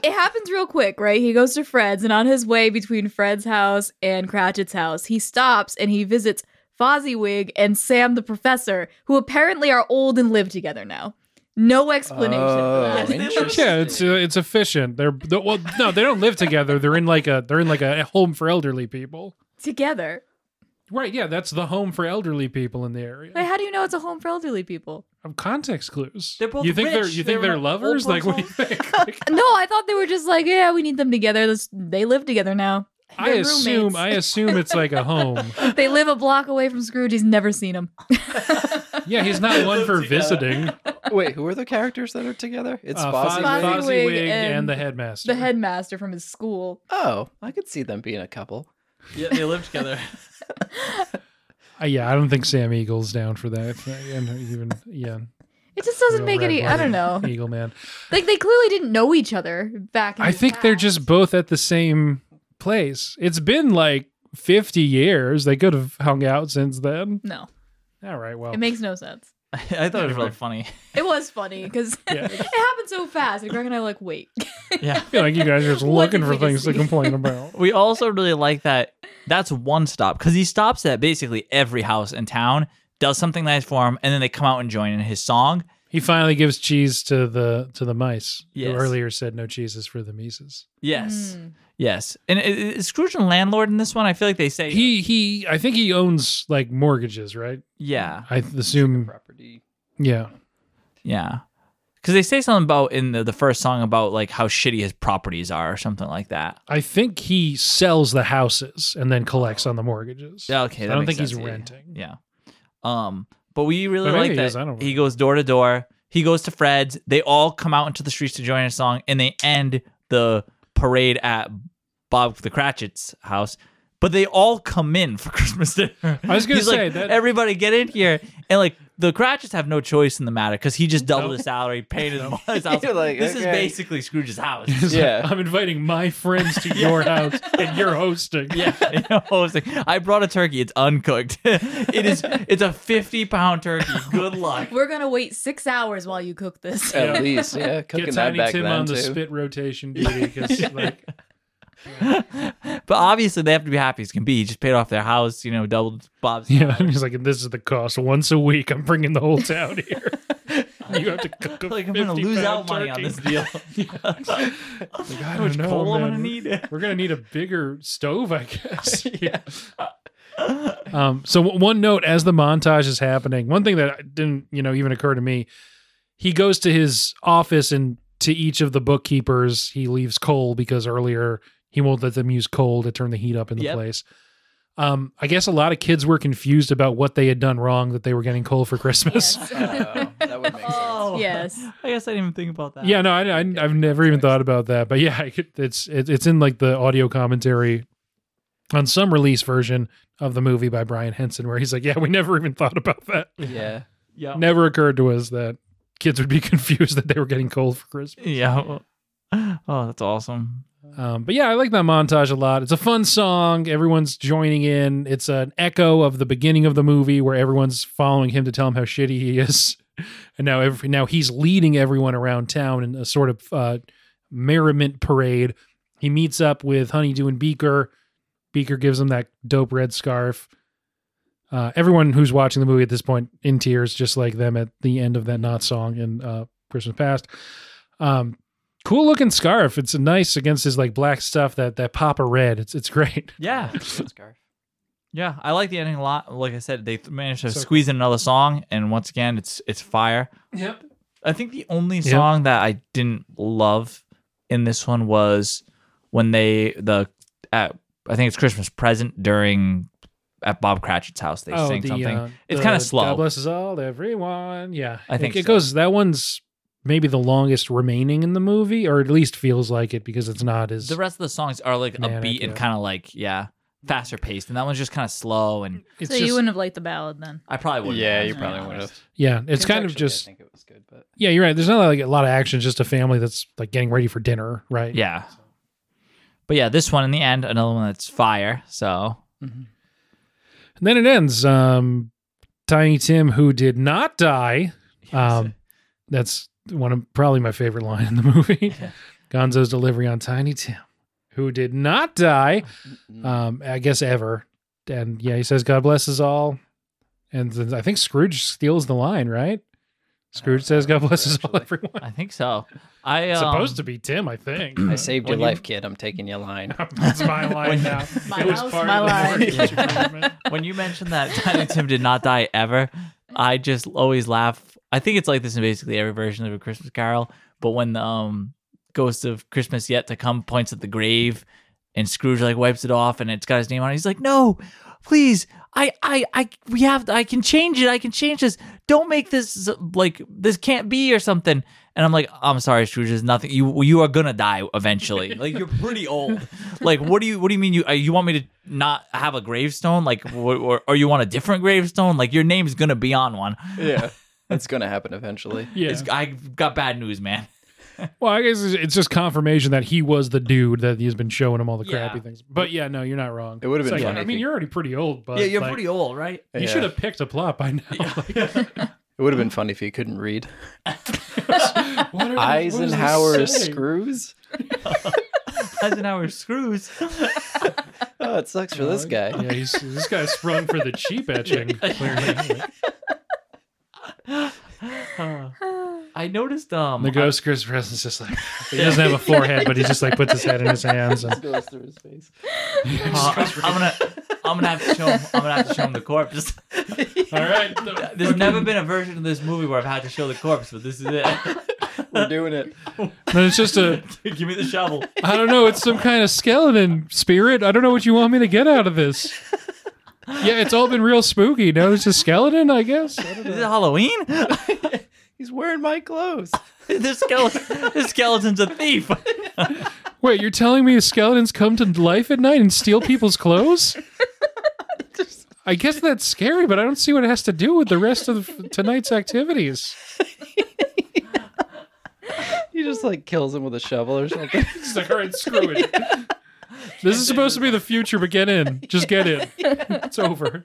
it happens real quick, right? He goes to Fred's, and on his way between Fred's house and Cratchit's house, he stops and he visits Fozziwig and Sam the Professor, who apparently are old and live together now. No explanation.
Oh,
for that.
interesting.
Yeah, it's uh, it's efficient. They're the, well, no, they don't live together. They're in like a they're in like a home for elderly people.
(laughs) Together.
Right? Yeah, that's the home for elderly people in the area.
Like, how do you know it's a home for elderly people?
Um, Context clues.
They're both
You think they're
rich.
you think
They're
they're,
old
lovers? Like what do you
folks
think?
No, I thought they were just like, yeah, we need them together. This, they live together now.
I
(laughs) They're
assume I assume it's like a home.
They live a block away from Scrooge. He's never seen them.
Yeah, he's not one
(laughs)
for visiting.
Wait, who are the characters that are together? It's
Uh, Foz-
Fozzie. Wig.
Fozzie- Wig
Wig and,
and
the headmaster.
The headmaster from his school.
Oh, I could see them being a couple.
Yeah, they live together.
Uh, yeah, I don't think Sam Eagle's down for that. (laughs) And even yeah,
It just doesn't
real
make any. I don't know.
red-blooded (laughs) Eagle man.
Like they clearly didn't know each other back. In
I
the
think they're
past.
just both at the same place. It's been like 50 years. They could have hung out since then.
no.
All right, well.
It makes no sense.
I thought it was really (laughs) funny.
It was
(laughs)
funny (laughs) because
Yeah.
it happened so fast. And Greg and I were like, wait,
Yeah.
I feel like you guys are just
(laughs) What
looking
did
for
we
things
just
to
see? (laughs)
complain about.
We also really like that. That's one stop because he stops at basically every house in town, does something nice for him, and then they come out and join in his song.
He finally gives cheese to the to the mice
Yes.
who earlier said no cheeses for the Mises.
Yes,
(laughs) Mm.
yes. And i- i- is Scrooge and landlord in this one? I feel like they say
He he I think he owns like mortgages, right?
Yeah,
I th- assume
Property.
yeah.
yeah. Because they say something about in the, the first song about like how shitty his properties are or something like that.
I think he sells the houses and then collects on the mortgages.
Yeah, okay.
I
that
don't
makes
think he's
sense, yeah,
renting.
Yeah. Um, but we really
Or maybe
like
he
that.
is, I don't
he goes door to door. He goes to Fred's. They all come out into the streets to join his song, and they end the parade at Bob the Cratchit's house. But they all come in for (laughs) Christmas dinner. I
was gonna say
like,
that-
everybody get in here, and like the Cratchits have no choice in the matter because he just doubled his salary, paid
(laughs)
his, his house.
(laughs) You're like,
this is
okay.
basically Scrooge's house. (laughs)
He's like,
Yeah.
(laughs) I'm inviting my friends to your house and you're hosting.
Yeah, you know, I was like, I brought a turkey. It's uncooked. (laughs) it is. It's a fifty-pound turkey. Good luck.
we're gonna wait six hours while you cook
(laughs)
this.
At
Yeah.
least, (laughs) yeah,
Get
cooking that
Tiny
back
Tim
then
on
too.
the spit rotation duty because like
But obviously, they have to be happy as can be. He just paid off their house, you know, doubled Bob's. (laughs)
(laughs) (laughs) yeah, and he's like, and this is the cost. Once a week, I'm bringing the whole town (laughs) here. you have to cook. a
like I'm gonna lose
50-pound
out money on
turkey.
this (laughs) deal.
Like, I
How
don't
much
know,
coal I'm
man.
gonna need? (laughs)
We're gonna need a bigger stove, (laughs) I guess. yeah. um. So w- one note as the montage is happening, one thing that didn't you know even occur to me, he goes to his office and to each of the bookkeepers he leaves coal because earlier he won't let them use coal to turn the heat up in the
Yep.
place. Um, I guess a lot of kids were confused about what they had done wrong that they were getting coal for (laughs) Christmas.
(laughs) Yes.
(laughs) Oh, that would make sense.
Yes.
I guess I didn't even think about that.
Yeah, no, I, I, (laughs) I've never even thought about that. But yeah, I could, it's it, it's in like the audio commentary on some release version of the movie by Brian Henson, where he's like, "Yeah, we never even thought about that.
(laughs) Yeah.
Yeah.
Never occurred to us that kids would be (laughs) confused that they were getting cold for Christmas."
Yeah. Oh, that's awesome.
Um, but yeah, I like that montage a lot. It's a fun song. Everyone's joining in. It's an echo of the beginning of the movie where everyone's following him to tell him how shitty he is, (laughs) and now every now he's leading everyone around town in a sort of uh, merriment parade. He meets up with Honeydew and Beaker. Beaker gives him that dope red scarf. Uh, everyone who's watching the movie at this point in tears, just like them at the end of that not song in uh, Christmas Past. Um, cool looking scarf. It's nice against his like black stuff that that papa red. It's it's
(laughs)
great.
Yeah.
(laughs) Scarf.
Yeah, I like the ending a lot. Like I said, they th- managed to
So
squeeze in another song, and once again, it's it's fire.
Yep.
I think the only
Yeah.
song that I didn't love in this one was when they the at, I think it's Christmas present during at Bob Cratchit's house
Oh,
they sing something.
uh,
It's kinda slow.
God blesses all everyone. Yeah,
I think
it, it
so.
goes. That one's maybe the longest remaining in the movie, or at least feels like it because it's not as.
the rest of the songs are like
Man, I
upbeat and
feel-
kind of like yeah, faster paced, and that one's just kind of slow. And
it's
so
just-
you wouldn't have liked the ballad then.
I probably would.
Yeah, you probably would have.
yeah, it's kind of
Conceptually,
just.
I think it was good, but
Yeah, you're right. There's not like a lot of action. It's just a family that's like getting ready for dinner, right?
Yeah, but yeah, this one in the end, another one that's fire. So
And then it ends. Um, Tiny Tim, who did not die. Um, that's one of probably my favorite line in the movie. Gonzo's delivery on Tiny Tim, who did not die. Um, I guess ever. And yeah, he says, "God bless us all." And then I think Scrooge steals the line, right? Scrooge says, "God bless us all, everyone."
I think so. I
It's
um,
supposed to be Tim, I think.
I saved your
When you- (laughs)
life, kid. I'm taking your line.
it's my line now.
My
It was
house,
part
my
of the
line.
mortgage agreement.
when you mentioned that (laughs) Tiny Tim did not die ever, I just always laugh. I think it's like this in basically every version of a Christmas Carol. But when the um, ghost of Christmas yet to come points at the grave, and Scrooge like wipes it off, and it's got his name on it, he's like, "No, please, I, I, I, we have, I can change it. I can change this. Don't make this like this can't be or something." And I'm like, "I'm sorry, Scrooge. There's nothing. You, you are gonna die (laughs) eventually. Like you're pretty old. Like what do you, what do you mean you, uh, you want me to not have a gravestone? Like, wh- or, or you want a different gravestone? Like your name's gonna be on one.
yeah. (laughs) It's gonna happen eventually.
(laughs) Yeah.
It's, I got bad news, man.
Well, I guess it's- it's just confirmation that he was the dude that he's been showing him all the
Yeah.
crappy things. But yeah, no, you're not wrong.
It would've
It's
been
like,
funny
I
if
mean,
he-
you're already pretty old, but
yeah, you're
like,
pretty old, right?
You
Yeah.
should have picked a plot by now. (laughs) Like,
It would have been funny if he couldn't read.
what are they- (laughs) what does this
Eisenhower
say?
screws.
Eisenhower screws.
Oh, it sucks for this guy.
Yeah, he's, this guy's sprung for the cheap etching.
(laughs)
Clearly,
I noticed um
the ghost Chris Preston's just like he doesn't have a forehead, but he just like puts his head in his hands. And, (laughs)
(laughs) Goes through his face.
Uh, I'm gonna, I'm gonna have to show him. I'm gonna have to show him the (laughs) corpse.
all right,
(laughs) There's never been a version of this movie where I've had to show the corpse, but this is it.
We're doing it.
no, it's just a
(laughs) Give me the shovel.
I don't know. It's some kind of skeleton spirit. I don't know what you want me to get out of this. Yeah, it's all been real spooky. No, it's a skeleton, I guess. I don't know.
Is it Halloween? (laughs)
He's wearing my clothes.
this skeleton, this skeleton's a thief.
Wait, you're telling me skeletons come to life at night and steal people's clothes? I guess that's scary, but I don't see what it has to do with the rest of tonight's activities.
He just like kills him with a shovel
(laughs)
or something.
It's like, all right, screw it. This is supposed to be the future, but get in. Just get in. It's over.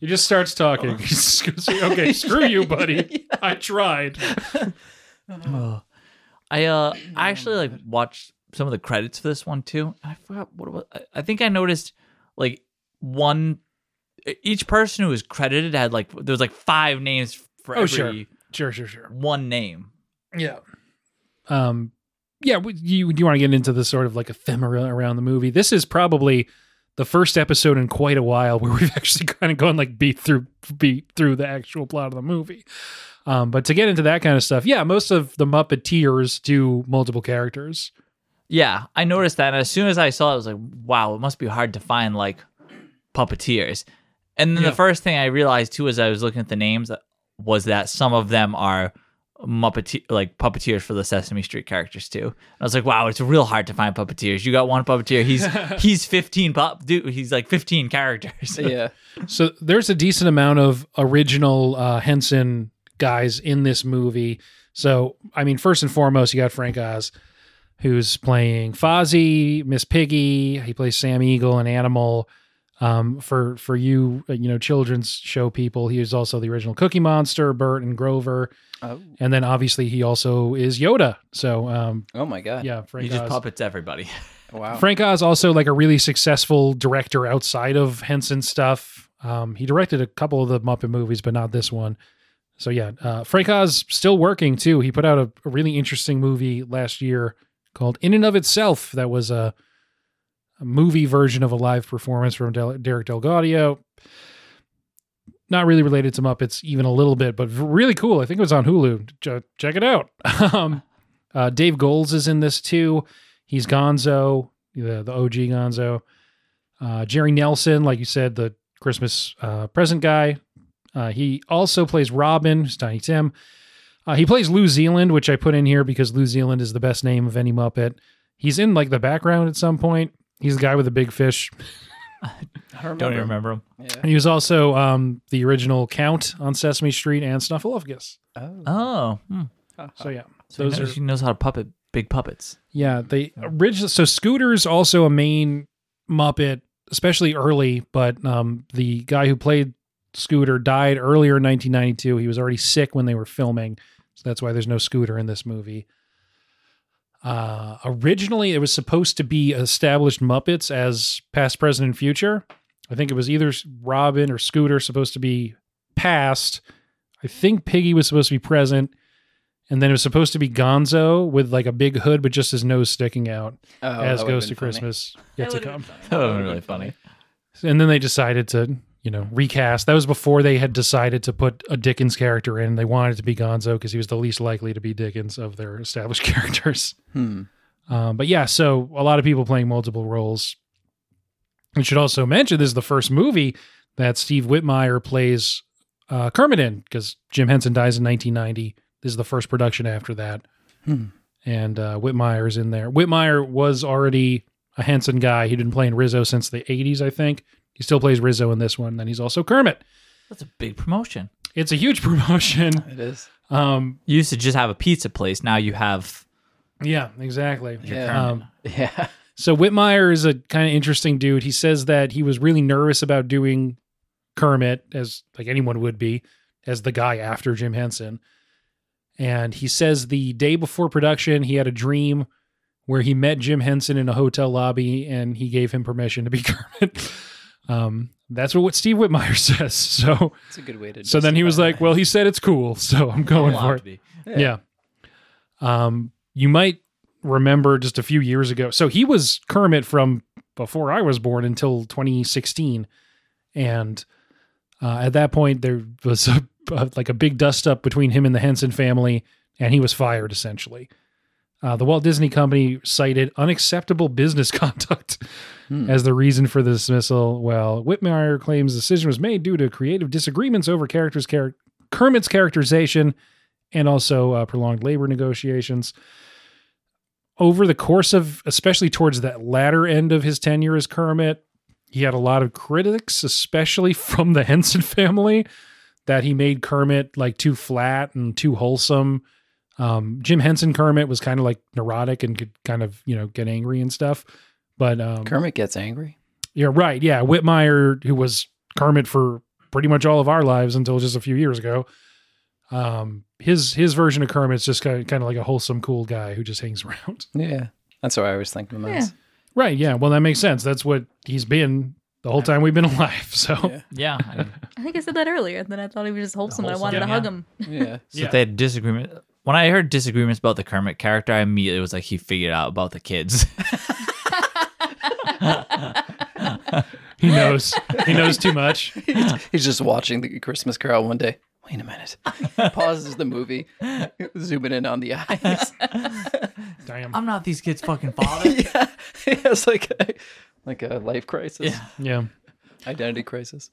He just starts talking. (laughs) He just goes, okay, screw you, buddy. I tried.
I uh,
(clears throat)
I actually like watched some of the credits for this one too. I forgot what it was. I- I think I noticed like one, e-, each person who was credited had like there was like five names for
Oh,
every
sure. Sure, sure, sure.
one name.
Yeah. Um, yeah. w- You do you want to get into the sort of like ephemera around the movie? This is probably the first episode in quite a while where (laughs) we've actually kind of gone like beat through beat through the actual plot of the movie. Um, but to get into that kind of stuff, yeah, most of the Muppeteers do multiple characters.
Yeah, I noticed that. And as soon as I saw it, I was like, wow, it must be hard to find like puppeteers. And then
Yeah.
uh, the first thing I realized too, as I was looking at the names, was that some of them are Muppete like puppeteers for the Sesame Street characters too. And I was like, wow, it's real hard to find puppeteers. You got one puppeteer. He's he's fifteen pop dude. He's like fifteen (laughs) characters.
yeah.
So there's a decent amount of original uh, Henson guys in this movie. So I mean, first and foremost, you got Frank Oz, who's playing Fozzie, Miss Piggy. He plays Sam Eagle and Animal. Um, for for you, uh, you know, children's show people, he is also the original Cookie Monster, Bert and Grover,
Oh,
and then obviously he also is Yoda. So um,
oh my god.
yeah,
he
Frank
just
Oz.
puppets everybody. (laughs)
Wow.
Frank Oz also like a really successful director outside of Henson stuff. Um, he directed a couple of the Muppet movies, but not this one. So yeah, uh, Frank Oz still working too. He put out a, a really interesting movie last year called In and of Itself. That was a, a movie version of a live performance from Del- Derek Delgadio. Not really related to Muppets even a little bit, but really cool. I think it was on Hulu. Ch- check it out. (laughs) um, uh, Dave Goles is in this too. He's Gonzo, the the OG Gonzo. Uh, Jerry Nelson, like you said, the Christmas uh, present guy. Uh, he also plays Robin, who's Tiny Tim. Uh, he plays Lou Zealand, which I put in here because Lou Zealand is the best name of any Muppet. He's in like the background at some point. He's the guy with the big fish,
I remember.
Don't even remember him.
and he was also um, the original Count on Sesame Street and Snuffleupagus. (laughs)
Yeah. Oh.
Oh, hmm.
So yeah,
so he knows, he knows how to puppet big puppets. (laughs)
Yeah, they originally so Scooter's also a main Muppet, especially early. But um, the guy who played Scooter died earlier in 1992. He was already sick when they were filming, so that's why there's no Scooter in this movie. Uh, originally, it was supposed to be established Muppets as past, present, and future. I think it was either Robin or Scooter supposed to be past. I think Piggy was supposed to be present. And then it was supposed to be Gonzo with like a big hood, but just his nose sticking out
Oh,
as
that would've
Goes
been
to
funny.
Christmas yet to come. (laughs)
That would really funny.
And then they decided to, you know, recast. That was before they had decided to put a Dickens character in. They wanted it to be Gonzo because he was the least likely to be Dickens of their established (laughs) characters.
Hmm.
Um, but yeah, so a lot of people playing multiple roles. We should also mention this is the first movie that Steve Whitmire plays uh, Kermit in because Jim Henson dies in 1990. This is the first production after that.
Hmm.
And uh, Whitmire's in there. Whitmire was already a Henson guy. He'd been playing Rizzo since the 80s, I think. He still plays Rizzo in this one. Then he's also Kermit.
That's a big promotion.
It's a huge (laughs) promotion.
It is. (laughs)
Um,
You used to just have a pizza place. Now you have
yeah, exactly.
Yeah.
Um,
Yeah.
So Whitmire is a kind of interesting dude. He says that he was really nervous about doing Kermit, as like anyone would be, as the guy after Jim Henson. And he says the day before production, he had a dream where he met Jim Henson in a hotel lobby, and he gave him permission to be (laughs) Kermit. Um, that's what, what Steve Whitmire (laughs) says. So,
It's a good way to.
so then he was
justify
like, "Well, he said it's cool, so I'm going for
allowed
it."
to be.
Yeah.
Yeah. Um, you might remember just a few years ago. So he was Kermit from before I was born until 2016, and uh, at that point there was a, like a big dust up between him and the Henson family, and he was fired essentially. Uh, the Walt Disney Company cited unacceptable business (laughs) conduct
Hmm.
as the reason for the dismissal. While Whitmire claims the decision was made due to creative disagreements over characters' char- Kermit's characterization and also uh, prolonged labor negotiations. Over the course of, especially towards that latter end of his tenure as Kermit, he had a lot of critics, especially (laughs) from the Henson family, that he made Kermit like too flat and too wholesome. Um, Jim Henson Kermit was kind of like neurotic and could kind of, you know, get angry and stuff. But um,
Kermit gets angry.
you're right. Yeah. Whitmire, who was Kermit for pretty much all of our lives until just a few years ago. Um, his his version of Kermit's just kind of, kind of like a wholesome, cool guy who just hangs (laughs) around.
Yeah. That's what I always think of him as.
Right. Yeah. Well, that makes sense. That's what he's been the whole time we've been alive. (laughs) So
Yeah.
Yeah. I
(laughs)
mean,
I think I said that earlier. That I thought he was just wholesome, and I
Wholesome,
wanted to
yeah.
hug him.
Yeah.
so
Yeah.
they had disagreement. When I heard disagreements about the Kermit character, I immediately was like, he figured out about the kids. (laughs)
he knows he knows too much.
He's just watching the Christmas Carol one day. Wait a minute. Pauses the movie, zooming in on the eyes. (laughs)
Damn.
I'm not these kids' fucking (laughs) father.
yeah. It's like a, like a life crisis,
Yeah.
Yeah.
identity crisis.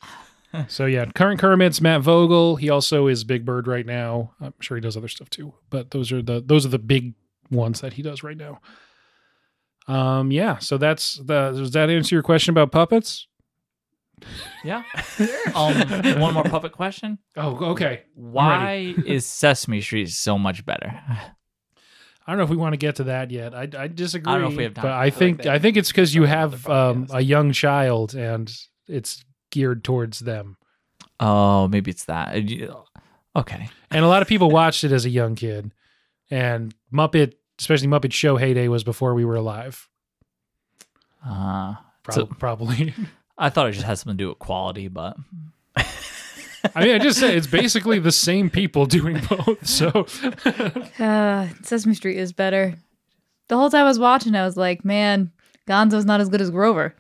so yeah, current Kermit's Matt Vogel. He also is Big Bird right now. I'm sure he does other stuff too, but those are the those are the big ones that he does right now. Um, yeah. So that's the. Does that answer your question about puppets?
Yeah. um, one more puppet question.
Oh, okay.
Why (laughs) is Sesame Street so much better?
I don't know if we want to get to that yet. I, I disagree.
I don't know if we have time
But
for
I
that.
think I think it's because you have um,
podcast.
a young child and it's geared towards them.
Oh, maybe it's that. Uh, you- Okay.
And a lot of people
(laughs)
watched it as a young kid. And Muppet, especially Muppet Show heyday, was before we were alive.
Uh,
Prob-
So-
probably.
I thought it just had something to do with quality, but
I mean, I just said it's basically the same people doing both. So
Uh, Sesame Street is better. The whole time I was watching, I was like, man, Gonzo's not as good as Grover.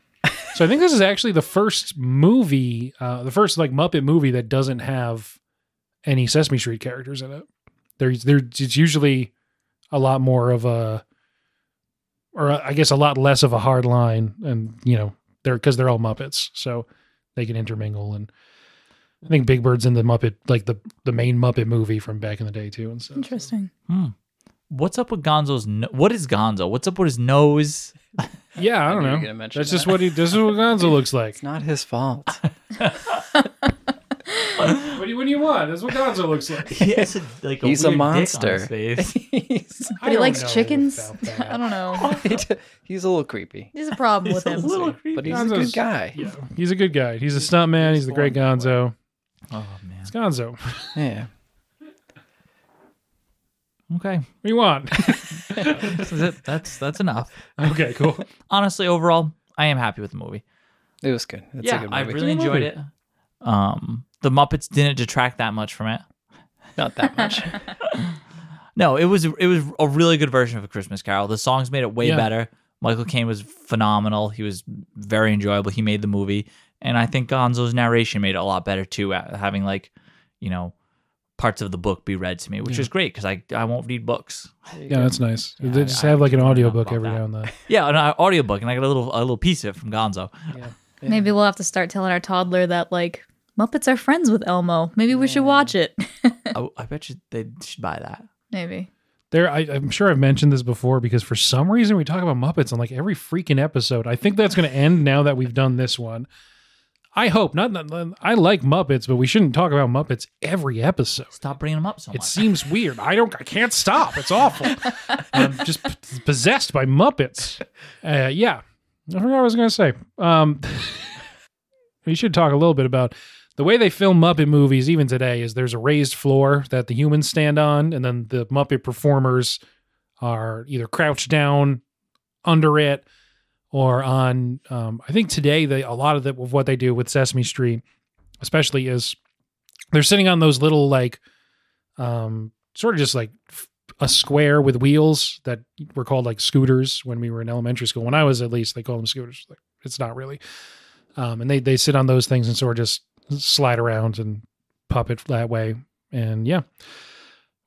So I think this is actually the first movie, uh, the first like Muppet movie that doesn't have any Sesame Street characters in it. There's there it's usually a lot more of a, or I guess a lot less of a hard line, and you know they're because they're all Muppets, so they can intermingle. And I think Big Bird's in the Muppet like the the main Muppet movie from back in the day too. And so
Interesting.
what's up with Gonzo's? No- what is Gonzo? What's up with his nose?
yeah, I
I
don't
knew you were
know.
gonna mention
That's just
that.
what he. This is what Gonzo looks like.
It's not his fault.
What do you, what do you want? That's what Gonzo looks
(laughs)
like.
He has a, like
He's a
weird dick on his (laughs)
monster.
face.
(laughs) he's,
I
But he
don't
likes
know
chickens. (laughs)
about that.
I don't know.
he's a little creepy,
There's a problem with
He's a
him.
little
but
creepy.
he's a
Gonzo's-
good guy.
Yeah, he's a good guy. He's a stunt man. He's the great Gonzo.
Oh man.
It's Gonzo. (laughs) What
Yeah.
Okay.
do you want? (laughs)
That's it. That's that's enough.
okay, cool.
(laughs) Honestly, overall, I am happy with the movie.
It was good. It's a
yeah,
good movie.
I really
It's a good
enjoyed it. Um, the Muppets didn't detract that much from it.
Not
(laughs)
that much.
No, it was it was a really good version of a Christmas Carol. The songs made it way
Yeah.
better. Michael Caine was phenomenal. He was very enjoyable. He made the movie, and I think Gonzo's narration made it a lot better too. uh, Having like, you know, parts of the book be read to me, which is great because I I won't read books.
Yeah, that's nice.
Yeah,
they just
I-
have like an
I don't know
audiobook
about
every
that.
now and then.
Yeah, an au- audiobook, and I got a little a little piece of it from Gonzo.
(laughs)
Maybe we'll have to start telling our toddler that, like, Muppets are friends with Elmo. Maybe we should watch it. (laughs)
I, I bet you they should buy that.
Maybe.
There, I, I'm sure I've mentioned this before because for some reason we talk about Muppets on like every freaking episode. I think that's going to end now that we've done this one. I hope not, not. I like Muppets, but we shouldn't talk about Muppets every episode.
Stop bringing them up so
It
much.
seems weird. I don't. I can't stop. It's
(laughs)
awful. I'm just p- possessed by Muppets. Uh, yeah, I forgot what I was gonna say. Um, (laughs) we should talk a little bit about the way they film Muppet movies. Even today, is there's a raised floor that the humans stand on, and then the Muppet performers are either crouched down under it or on. Um, I think today they a lot of the, of what they do with Sesame Street, especially, is they're sitting on those little like um, sort of just like f- a square with wheels that were called like scooters when we were in elementary school. When I was at least, they called them scooters. Like it's not really. Um, and they they sit on those things and sort of just slide around and pop it that way. And yeah,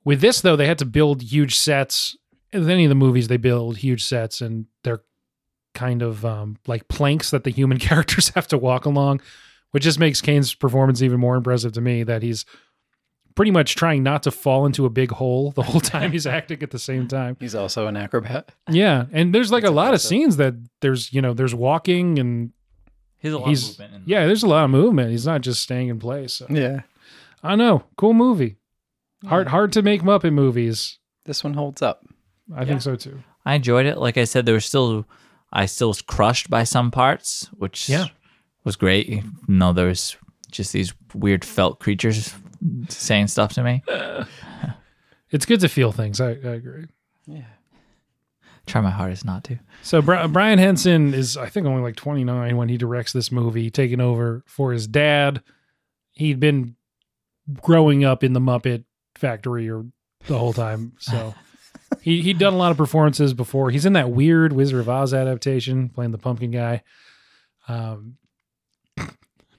with this though, they had to build huge sets. With any of the movies, they build huge sets, and they're kind of um, like planks that the human (laughs) characters have to walk along, which just makes Kane's performance even more impressive to me. That he's pretty much trying not to fall into a big hole the whole time
(laughs)
he's acting at the same time.
He's also an acrobat.
Yeah, and there's like
That's
a lot of
impressive.
scenes that there's you know there's walking and
He's a lot
he's-
of movement. In
yeah, there's a lot of movement. He's not just staying in place. So.
Yeah.
I know, cool movie. Hard hard to make Muppet movies.
This one holds up.
I think so too.
I enjoyed it. Like I said, there was still I still was crushed by some parts, which
Yeah.
was great. No, there was just these weird felt creatures saying stuff to me.
It's good to feel things. I, I agree.
Yeah.
Try my hardest not to.
So Bri- Brian Henson is I think only like 29 when he directs this movie, taking over for his dad. He'd been growing up in the Muppet factory or the whole time, so he he'd done a lot of performances before. He's in that weird Wizard of Oz adaptation, playing the pumpkin guy. Um,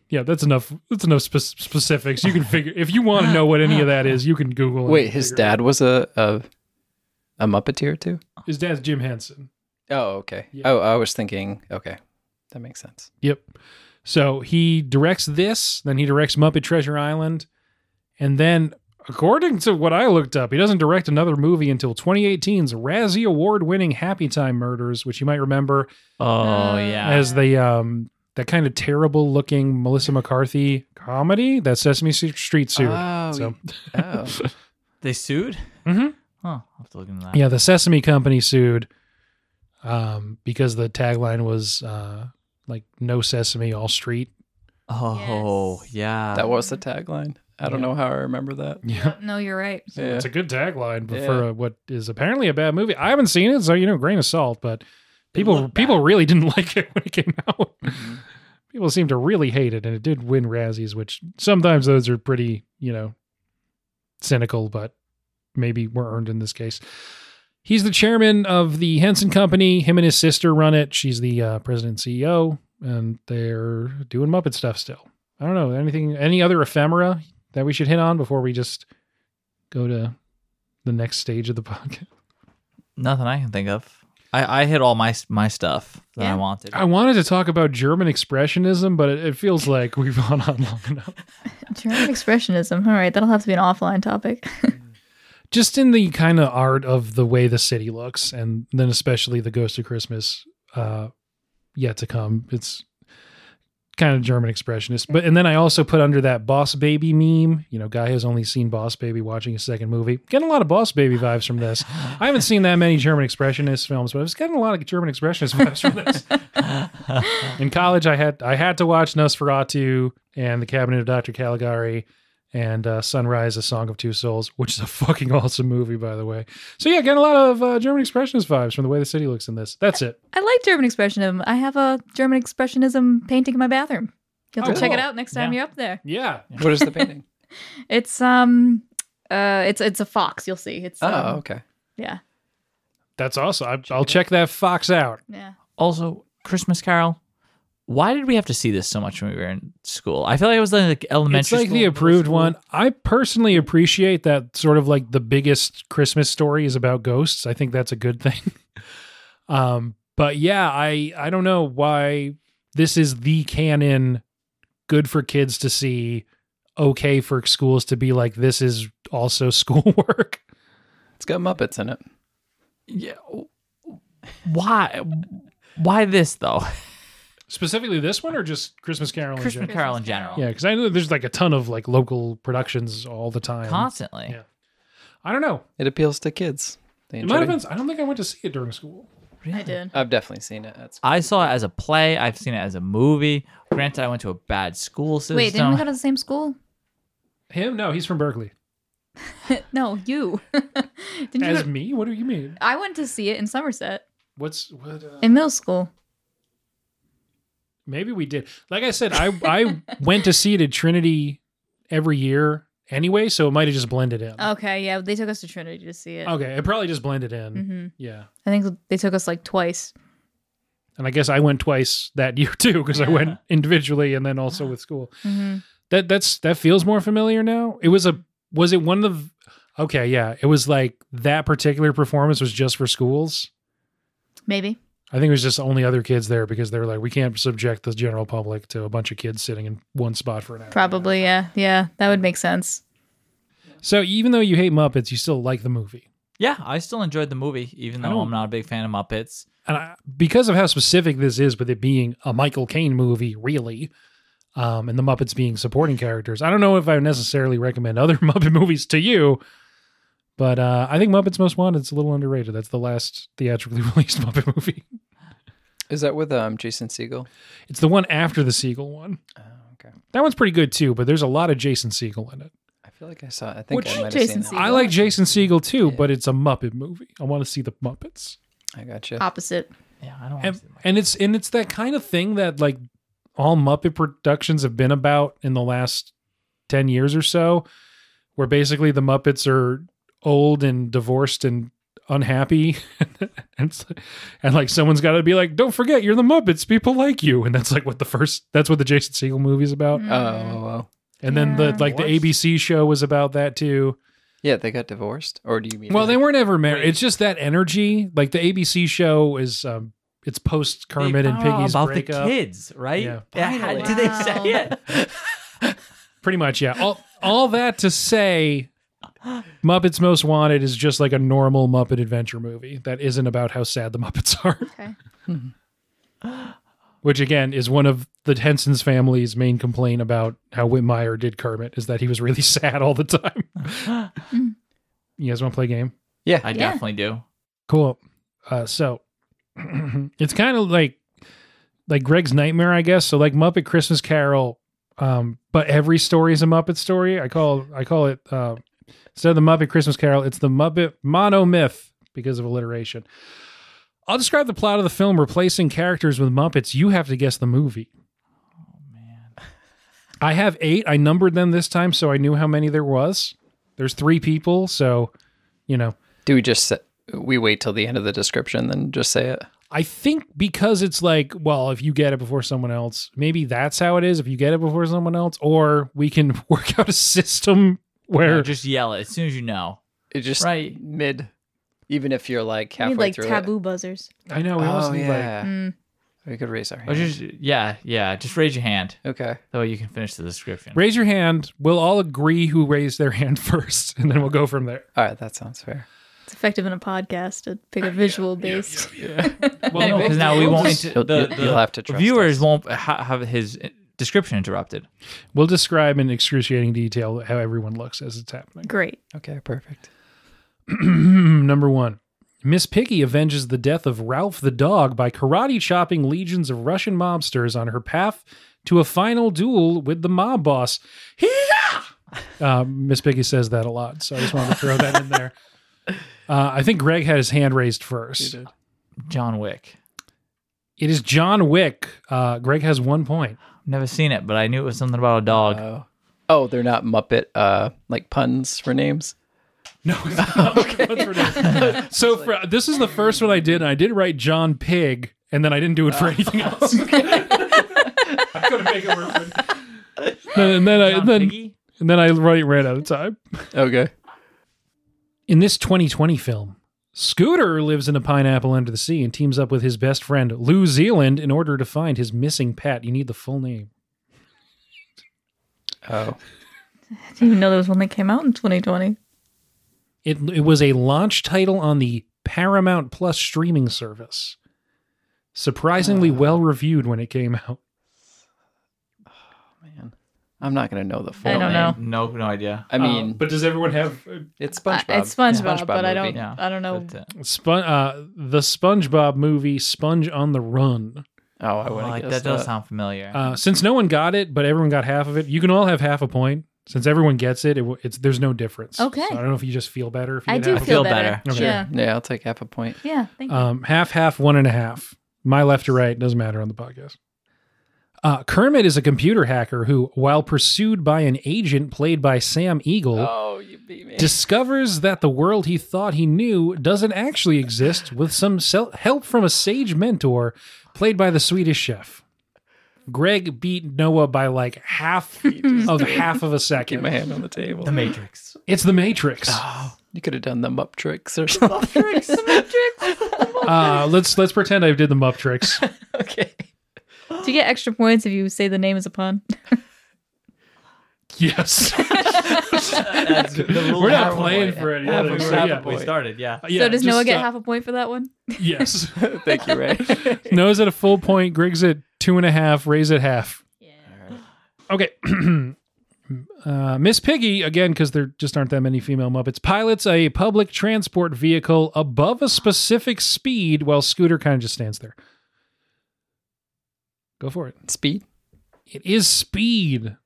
yeah, that's enough. That's enough spe- specifics. You can figure if you want to know what any of that is, you can Google. and
Wait, his
figure it out.
dad was a a, a Muppeteer too.
His dad's Jim Henson.
Oh, okay.
Yeah.
Oh, I was thinking. Okay, that makes sense.
Yep. So he directs this, then he directs Muppet Treasure Island, and then according to what I looked up, he doesn't direct another movie until 2018's Razzie Award-winning Happy Time Murders, which you might remember
Oh
Uh,
yeah.
as the um that kind of terrible looking Melissa McCarthy comedy that Sesame Street sued.
Oh,
so
oh.
they sued.
Mhm.
Oh, I'll have to look into that.
yeah, the Sesame Company sued um because the tagline was uh like no sesame all street.
Oh
Yes.
yeah.
that was the tagline. I don't know how I
(laughs)
remember that.
Yeah.
No, you're right.
Yeah.
It's a good tagline but
Yeah.
for uh what is apparently a bad movie. I haven't seen it, so you know, grain of salt, but people people really didn't (laughs) like it when it came out. people seem to really hate it, and it did win Razzies, which sometimes those are pretty, you know, cynical, but maybe were earned in this case. He's the chairman of the Henson Company. Him and his sister run it. She's the uh, president and CEO, and they're doing Muppet stuff still. I don't know anything, any other ephemera that we should hit on before we just go to the next stage of the (laughs) podcast.
Nothing I can think of. I, I hit all my my stuff that
Yeah.
I wanted.
I wanted to talk about German expressionism, but it, it feels like we've (laughs) gone on long enough.
German expressionism. All right, that'll have to be an offline topic.
just in the kind of art of the way the city looks and then especially the ghost of christmas uh yet to come it's kind of german expressionist but and then i also put under that boss baby meme you know guy has only seen boss baby watching a second movie getting a lot of boss baby vibes from this i haven't seen that many german expressionist films but i was getting a lot of german expressionist vibes from this in college i had i had to watch nosferatu and the cabinet of dr caligari and uh, Sunrise, A Song of Two Souls, which is a fucking (laughs) awesome movie, by the way. So yeah, getting a lot of uh, German Expressionist vibes from the way the city looks in this. That's it.
I like German expressionism. I have a German expressionism painting in my bathroom. You'll have
Oh,
to check it
cool.
out next time
Yeah.
you're up there.
Yeah.
What is the painting?
It's um uh it's it's a fox, you'll see. It's
(laughs)
um,
oh, okay.
yeah.
That's awesome. I, I'll check that fox out.
Yeah.
(laughs) also, Christmas Carol. Why did we have to see this so much when we were in school? I feel like it was like elementary.
It's like
school,
the
middle
approved
school.
one. I personally appreciate that sort of like the biggest Christmas story is about ghosts. I think that's a good thing. (laughs) um, but yeah, I I don't know why this is the canon good for kids to see, okay for schools to be like this is also (laughs) schoolwork.
It's got Muppets in it.
Yeah. Why? Why this though? (laughs)
Specifically this one or just Christmas Carol in
Christmas
general?
Carol in general.
Yeah, because I know there's like a ton of like local productions all the time.
Constantly.
Yeah. I don't know.
It appeals to kids. They
It might
enjoy
have
it.
been, I don't think I went to see it during school.
I did.
I've definitely seen it. That's
I saw it as a play. I've seen it as a movie. Granted, I went to a bad school system.
Wait, didn't we go to the same school?
Him? No, he's from Berkeley.
no, you. (laughs) didn't you
As
go-
me? What do you mean?
I went to see it in Somerset
What's what? Uh,
in middle school.
maybe we did. Like I said, I I went to see it at Trinity every year anyway, so it might have just blended in.
Okay, yeah, they took us to Trinity to see it.
Okay, it probably just blended in.
hmm
Yeah,
I think they took us like twice.
and I guess I went twice that (laughs) year too because I went individually and then also with school.
hmm
That that's that feels more familiar now. It was a was it one of the okay yeah it was like that particular performance was just for schools.
Maybe.
I think it was just only other kids there because they were like we can't subject the general public to a bunch of kids sitting in one spot for an hour.
Probably, yeah. Yeah, that would make sense.
So even though you hate Muppets, you still like the movie.
Yeah, I still enjoyed the movie, even
I
though
don't-
I'm not a big fan of Muppets.
And I, because of how specific this is, with it being a Michael Caine movie, really, um, and the Muppets being supporting characters, I don't know if I would necessarily recommend other (laughs) Muppet movies to you. But uh, I think Muppets Most Wanted's a little underrated. That's the last theatrically (laughs) released Muppet movie.
Is that with um Jason Siegel?
It's the one after the Siegel one.
Oh, okay.
That one's pretty good too, but there's a lot of Jason Siegel in it.
I feel like I saw. I think
Which-
I might have
Jason
seen
Siegel.
I like Jason Siegel too,
Yeah.
but it's a Muppet movie. I want to see the Muppets.
it. I got you.
Opposite.
Yeah, I don't. wanna
and,
see them.
and it's and it's that kind of thing that like all Muppet productions have been about in the last 10 years or so where basically the Muppets are old and divorced and unhappy (laughs) and, it's- and like someone's got to be like don't forget you're the Muppets people like you and that's like what the first that's what the Jason Segel movie's about
Mm-hmm.
Oh, well.
and then the
Yeah.
like
Divorced?
the ABC show was about that too
Yeah, they got divorced, or do you mean?
well, they weren't ever married. It's just that energy. Like the ABC show is um, it's post Kermit and
found out
Piggy's
about
breakup.
the kids, right?
Yeah.
Yeah, how-
Finally.
did they say
Wow.
it?
Pretty much, yeah. All all that to say, Muppets Most Wanted is just like a normal Muppet adventure movie that isn't about how sad the Muppets (laughs) are.
Okay.
Which again is one of the Henson's family's main complaint about how Whitmire did Kermit is that he was really (laughs) sad all the time. you guys want to play a game?
I
Yeah.
definitely do.
Cool. Uh, so (clears throat) it's kind of like like Greg's nightmare, I guess. So like Muppet Christmas Carol, um, but every story is a Muppet story. I call I call it uh, instead of the Muppet Christmas Carol, it's the Muppet monomyth because of alliteration. I'll describe the plot of the film replacing characters with Muppets. You have to guess the movie. I have eight. I numbered them this time, so I knew how many there was. There's three people, so you know.
Do we just say, we wait till the end of the description then just say it?
I think because it's like, well, if you get it before someone else, maybe that's how it is. If you get it before someone else, or we can (laughs) work out a system
Yeah,
where
just yell it as soon as you know.
It just
Right.
mid, even if you're like
We
halfway
need like
through
taboo buzzers.
I know
It.
we almost
Oh
need
yeah,
Mm.
we could raise our
Or
hand.
Oh, just yeah, yeah. Just raise your hand.
okay,
That way you can finish the description.
like raise your hand. We'll all agree who raised their (laughs) hand first, and then we'll go from there.
all right, that sounds fair.
It's effective in a podcast to pick (laughs) a visual based.
Well, no,
because now we won't.
just-
Inter-
you'll-
the,
you'll-
the
you'll have to trust
viewers
us.
won't ha- have his uh, description interrupted.
we'll describe in excruciating detail how everyone looks as it's happening.
Great.
Okay, perfect.
Number one. Miss Piggy avenges the death of Ralph the dog by karate chopping legions of Russian mobsters on her path to a final duel with the mob boss. Hee-yah! Uh, Miss Piggy says that a lot, so I just wanted to throw that in there. Uh, I think Greg had his hand raised first.
John Wick.
It is John Wick. Uh, Greg has one point.
Never seen it, but I knew it was something about a dog.
Oh, oh, they're not Muppet uh like puns for names.
No,
(laughs)
it's not. That's ridiculous. so for, this is the first one I did, and I did write John Pig, and then I didn't do it
Ah. (laughs)
for anything else. (laughs) I couldn't make it work. and then I
John
then
Piggy?
and then I write ran out of time.
Okay,
In this 2020 film, Scooter lives in a pineapple under the sea and teams up with his best friend Lou Zealand in order to find his missing pet. You need the full name.
oh,
I didn't even know there was one that came out in 2020.
It it was a launch title on the Paramount Plus streaming service.
Ah.
Surprisingly well reviewed when it came out.
man, I'm not gonna know the full.
I don't
name.
know.
No, no idea.
I mean,
Uh, but does everyone have uh,
it's
I-
SpongeBob.
It's SpongeBob, but
movie.
I don't.
Yeah.
I don't know.
But, uh,
Spon- uh, the SpongeBob movie Sponge on the Run?
Oh, I wouldn't
like
guess
that does sound familiar.
Uh, since no one got it, but everyone got half of it, you can all have half a point. Since everyone gets it, it w- it's there's no difference.
Okay.
So I don't know if you just feel better. If you
I
get
do
half.
feel
Feel
better.
better. Okay.
Yeah.
Yeah, I'll take half a point.
Yeah. Thank you.
Um, half, half, one and a half. My left to right doesn't matter on the podcast. Uh, Kermit is a computer hacker who, while pursued by an agent played by Sam Eagle,
Oh, you beat me.
discovers that the world he thought he knew doesn't actually exist with some sel- help from a sage mentor played by the Swedish chef. Greg beat Noah by like
(laughs)
half of half of a
Get my
second.
hand on (laughs) the table.
the (laughs) Matrix.
It's the Matrix.
You could have done the Mupp tricks
(laughs)
or something.
Uh, let's let's pretend I did the Mupp
(laughs)
tricks.
okay.
Do you get extra points if you say the name is a pun?
Yes, we're not playing for any
Half
other.
a point.
So,
Half a
yeah.
point.
We started, (laughs) yeah.
Yeah,
so does
just
Noah get
stop.
half a point for that one? (laughs)
Yes,
Thank you, Ray.
Noah's at a full point. Greg's at two and a half. Ray's at half. Okay. (clears throat) uh, Miss Piggy, again, because there just aren't that many female Muppets, pilots a public transport vehicle above a specific speed while Scooter kind of just stands there. Go for it.
Speed.
It is speed.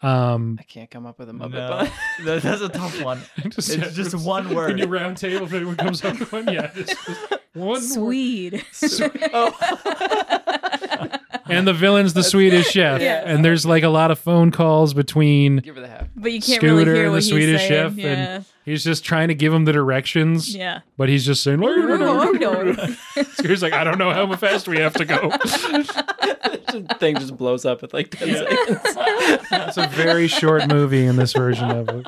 Um, (laughs)
I can't come up with a Muppet. (laughs)
No, that- that's a tough (laughs) one.
just,
It's just one
In your
word.
round table, if anyone comes up with one, yeah, just,
(laughs)
just one word.
Swede. (laughs)
Oh.
And the villain's the
(laughs)
Swedish chef,
Yeah.
and there's like a lot of phone calls between
(laughs) Give her the half.
But you can't
Scooter
really hear
and
what
the
he's
Swedish
saying.
chef,
yeah.
and he's just trying to give him the directions.
yeah.
But he's just saying,
Rudo.
Scooter's like, I don't know how fast we have to go.
The thing just blows up at like 10 seconds.
It's a very short movie in this version of it.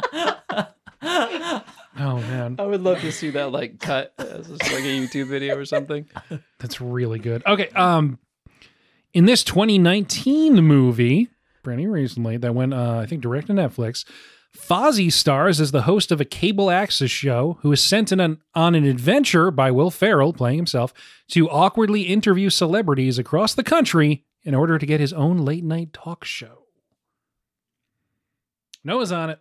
Oh man,
I would love to see that like cut as just like a YouTube video or something.
that's really good. Okay, um, in this 2019 movie, pretty recently that went, uh, I think, direct to Netflix. Fozzie stars as the host of a cable access show who is sent in an, on an adventure by Will Ferrell, playing himself, to awkwardly interview celebrities across the country in order to get his own late night talk show. Noah's on it.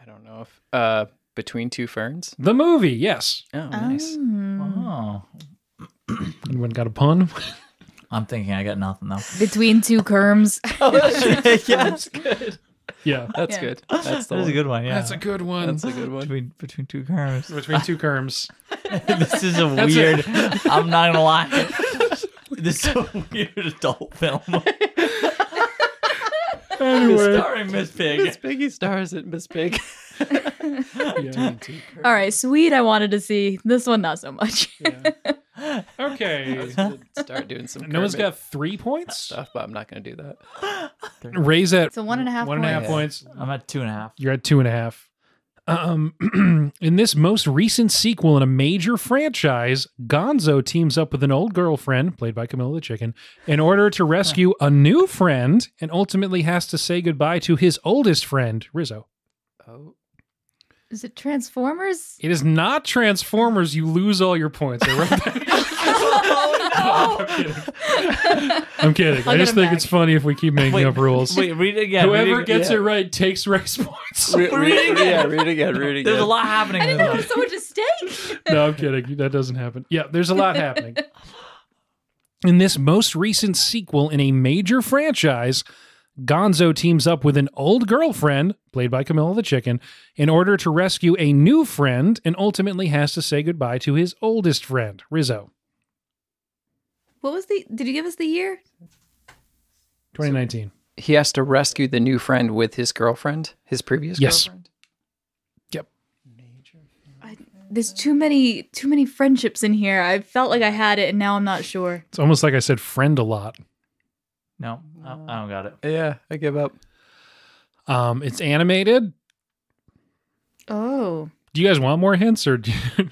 I don't know if uh between two ferns.
The movie, yes.
Oh, nice.
Um,
Oh,
Anyone got a pun?
I'm thinking I got nothing (laughs) though.
between two kerms.
yes,
(laughs) yeah.
That's
Yeah.
(laughs) good. That's
that's
the one.
a good one. Yeah,
good one.
That's a good (laughs) one.
between between two curves.
Between (laughs) two terms.
this is a weird. I'm not gonna lie. This is a weird adult (laughs) film
Anyway.
starring Miss
Miss
Pig.
Piggy stars at Miss Pig.
Yeah.
All right, sweet. I wanted to see this one, not so much. (laughs)
(laughs) Okay.
(laughs) Start doing some.
No one's
Kermit
got three points.
stuff, but I'm not going to do that.
Raise at
So one and a half
one and a half
points.
points.
I'm at two and a half.
You're at two and a half. Um, (clears throat) in this most recent sequel in a major franchise, Gonzo teams up with an old girlfriend, played by Camilla the Chicken, in order to rescue a new friend and ultimately has to say goodbye to his oldest friend, Rizzo.
Oh,
Is
(laughs)
it Transformers?
It is not Transformers. You lose all your points. I wrote that.
oh
I'm kidding. (laughs)
(laughs)
I'm kidding.
I'll
I
get
just
him
think
back.
it's funny if we keep making
Wait,
up
(laughs)
rules.
Wait, read it again. read
Whoever
it-
gets
yeah.
it right takes race (laughs) points.
read,
it again.
Yeah, read it again. Read it again.
There's a lot happening.
I
in
didn't know there
this.
was so much at stake.
(laughs) no, I'm kidding. That doesn't happen. Yeah, there's a lot happening. (laughs) In this most recent sequel in a major franchise, Gonzo teams up with an old girlfriend, played by Camilla the Chicken, in order to rescue a new friend and ultimately has to say goodbye to his oldest friend, Rizzo.
What was the? Did you give us the year?
2019.
He has to rescue the new friend with his girlfriend, his previous
Yes.
girlfriend.
Yep.
There's too many, too many friendships in here. I felt like I had it, and now I'm not sure.
It's almost like I said friend a lot.
No, no, I don't got it.
Yeah, I give up.
Um, it's animated.
Oh,
Do you guys want more hints or do you-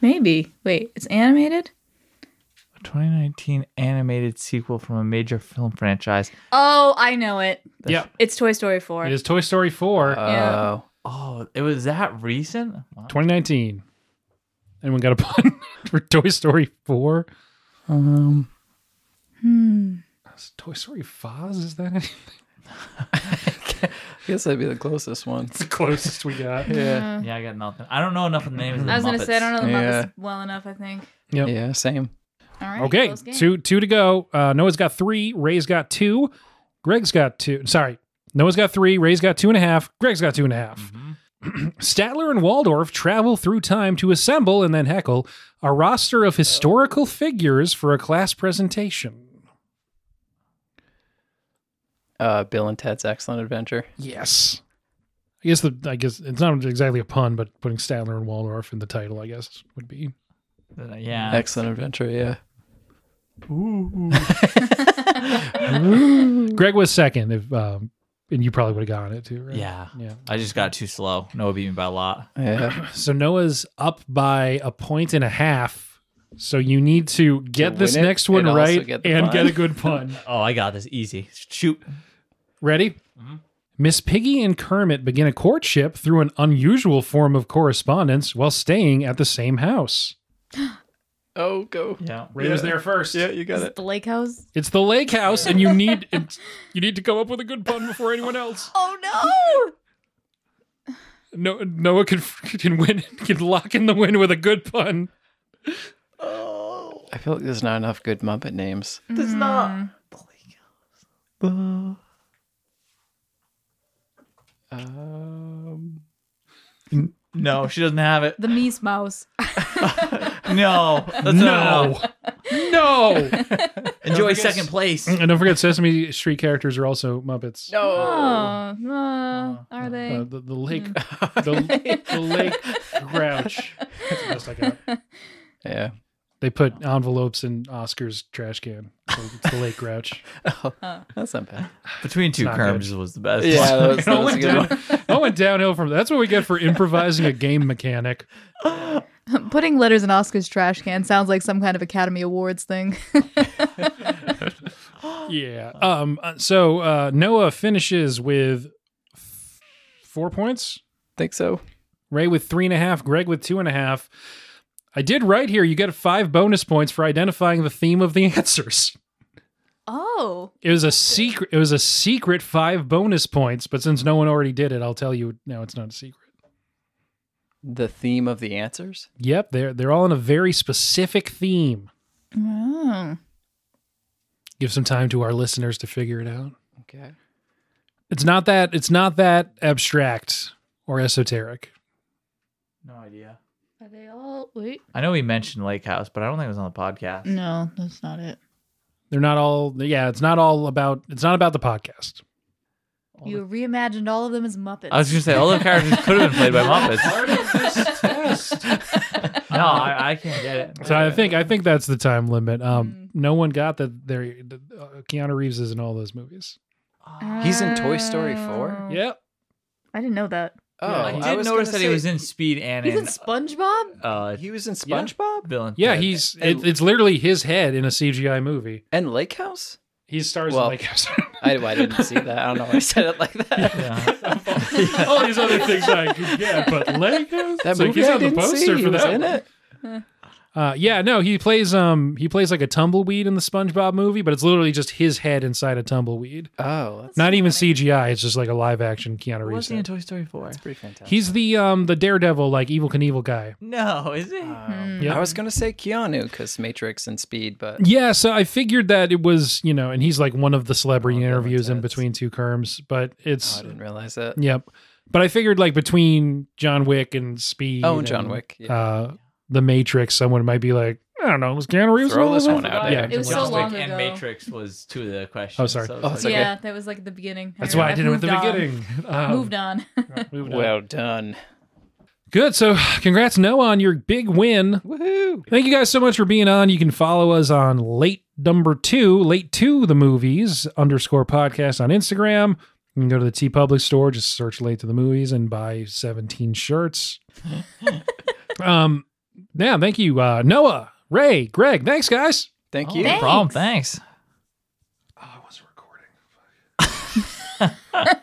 maybe. Wait, it's animated.
A 2019 animated sequel from a major film franchise.
Oh, I know it.
(laughs) Yeah.
It's Toy Story 4.
It is Toy Story 4,
Yeah.
Oh,
Oh, it was that recent? Wow.
2019. Anyone got a pun (laughs) for Toy Story 4?
um,
Hmm.
Is Toy Story Foz? Is that it?
I guess that'd be the closest one.
It's the closest we
(laughs)
got?
Yeah.
Uh,
(laughs) Yeah, I got nothing. I don't know enough of the names. Of the
I was gonna say I don't know the
Yeah.
Muppets well enough. I think.
Yep.
Yeah, same.
All right.
Okay,
close game.
two two to go. Uh, Noah's got three. Ray's got two. Greg's got two. Sorry, Noah's got three. Ray's got two and a half. Greg's got two and a half. Mm-hmm. (clears throat) Statler and Waldorf travel through time to assemble and then heckle a roster of historical figures for a class presentation.
Uh, Bill and Ted's Excellent Adventure.
Yes. I guess the I guess it's not exactly a pun, but putting Statler and Waldorf in the title, I guess, would be
know. Uh, Yeah.
Excellent Adventure. Yeah.
Greg was second, if um, and you probably would have gotten it too, right?
Yeah.
Yeah.
I just got too slow. Noah beat me by a lot.
(coughs)
Yeah.
So Noah's up by a point and a half. So you need to get
To
this
win it
next one
and also
right
get the
and
pun.
get a good
(laughs)
pun.
Oh, I got this easy. Shoot.
Ready?
Mm-hmm.
Miss Piggy and Kermit begin a courtship through an unusual form of correspondence while staying at the same house.
Oh, go.
Yeah.
Ray was there first.
Yeah, you got
Is it
it.
the lake house?
It's the lake house, and you need it's- you need to come up with a good pun before anyone else.
Oh no!
No, Noah can can win can lock in the win with a good pun.
I feel like there's not enough good Muppet names.
It's
Hmm.
not.
Um,
No, she doesn't have it.
The Meese Mouse.
No. That's not enough.
No, no.
Enjoy second place.
And don't forget, Sesame Street characters are also Muppets.
Oh, uh,
Oh,
are they?
Uh, the, the lake, the, the lake grouch. That's the best I got.
(laughs) Yeah.
They put envelopes in Oscar's trash can. So it's the late grouch.
That's not bad.
Between two
not
kerms was the best. (laughs)
Yeah, that was,
I
that (laughs) was a
went
good one.
down- I went downhill from that's what we get for improvising a game mechanic.
(laughs) Putting letters in Oscar's trash can sounds like some kind of Academy Awards thing. (laughs)
Yeah. Um. uh, So uh, Noah finishes with f- four points.
Think so?
Ray with three and a half, Greg with two and a half. I did right here. You get five bonus points for identifying the theme of the (laughs) answers.
oh,
It was a secret. It was a secret five bonus points, but since no one already did it, I'll tell you now. It's not a secret.
The theme of the answers?
Yep, they're they're all in a very specific theme.
oh.
Give some time to our listeners to figure it out.
Okay.
It's not that it's not that abstract or esoteric.
No idea.
Are they all? Wait,
I know we mentioned Lake House, but I don't think it was on the podcast.
no, that's not it.
They're not all yeah, it's not all about it's not about the podcast.
You reimagined all of them as Muppets.
I was gonna say all the characters could have been played
(laughs)
by Muppets. no, I, I can't get it.
So I think I think that's the time limit. Um
Mm.
no one got that there uh, Keanu Reeves is in all those movies.
He's in Toy Story
Ah.
4?
Yep.
I didn't know that.
Oh,
I did
was
notice that
gonna
he
say-
was in Speed and
He's
in,
in SpongeBob.
uh,
He was in
yeah,
SpongeBob
Bill and
Yeah,
Ted.
he's
And-
it, it's literally his head in a CGI movie.
and Lake House.
He stars
Well-
in
(laughs)
like (laughs)
I, I didn't see that. I don't know why I said it like that. (laughs)
Yeah.
all these other things I could get, but Legos.
That
It's like,
movie
he's
I
on the
didn't
poster
see.
for
he was
that.
in
one.
it.
Uh, yeah, no, he plays um he plays like a tumbleweed in the SpongeBob movie, but it's literally just his head inside a tumbleweed.
Oh, that's,
Not even CGI. It's just like a live action Keanu
was
Reeves.
he
thing.
in Toy Story Four?
that's pretty fantastic.
He's the um the daredevil like evil Knievel guy.
No, is he?
Yeah.
I was gonna say Keanu because Matrix and Speed, but
Yeah, so I figured that it was you know, and he's like one of the celebrity
Oh,
interviews in
that's-
between two kerms, but
oh,
it's
I didn't realize that.
yep. But I figured like between John Wick and Speed.
Oh, and John Wick. Yeah.
uh, the Matrix, someone might be like, I don't know, was Keanu Reeves
Throw
in all
this
of
one
them?
out
Yeah,
there.
It was so
John Wick
long
and
ago.
Matrix was two of the questions.
Oh, sorry.
so
Oh,
it's
it's
like-
okay.
Yeah, that was like the beginning.
That's why I
I've
did it with the
moved on.
beginning. Um,
Moved on.
moved on.
Well done.
Good. So, congrats, Noah, on your big win.
Woohoo!
Thank you guys so much for being on. You can follow us on late number two, late two, the movies underscore podcast on Instagram. You can go to the T Public store, just search late to the movies and buy 17 shirts. um, yeah, thank you, uh, Noah, Ray, Greg. Thanks, guys.
Thank
Oh,
you.
No problem. Thanks.
Oh, I was recording.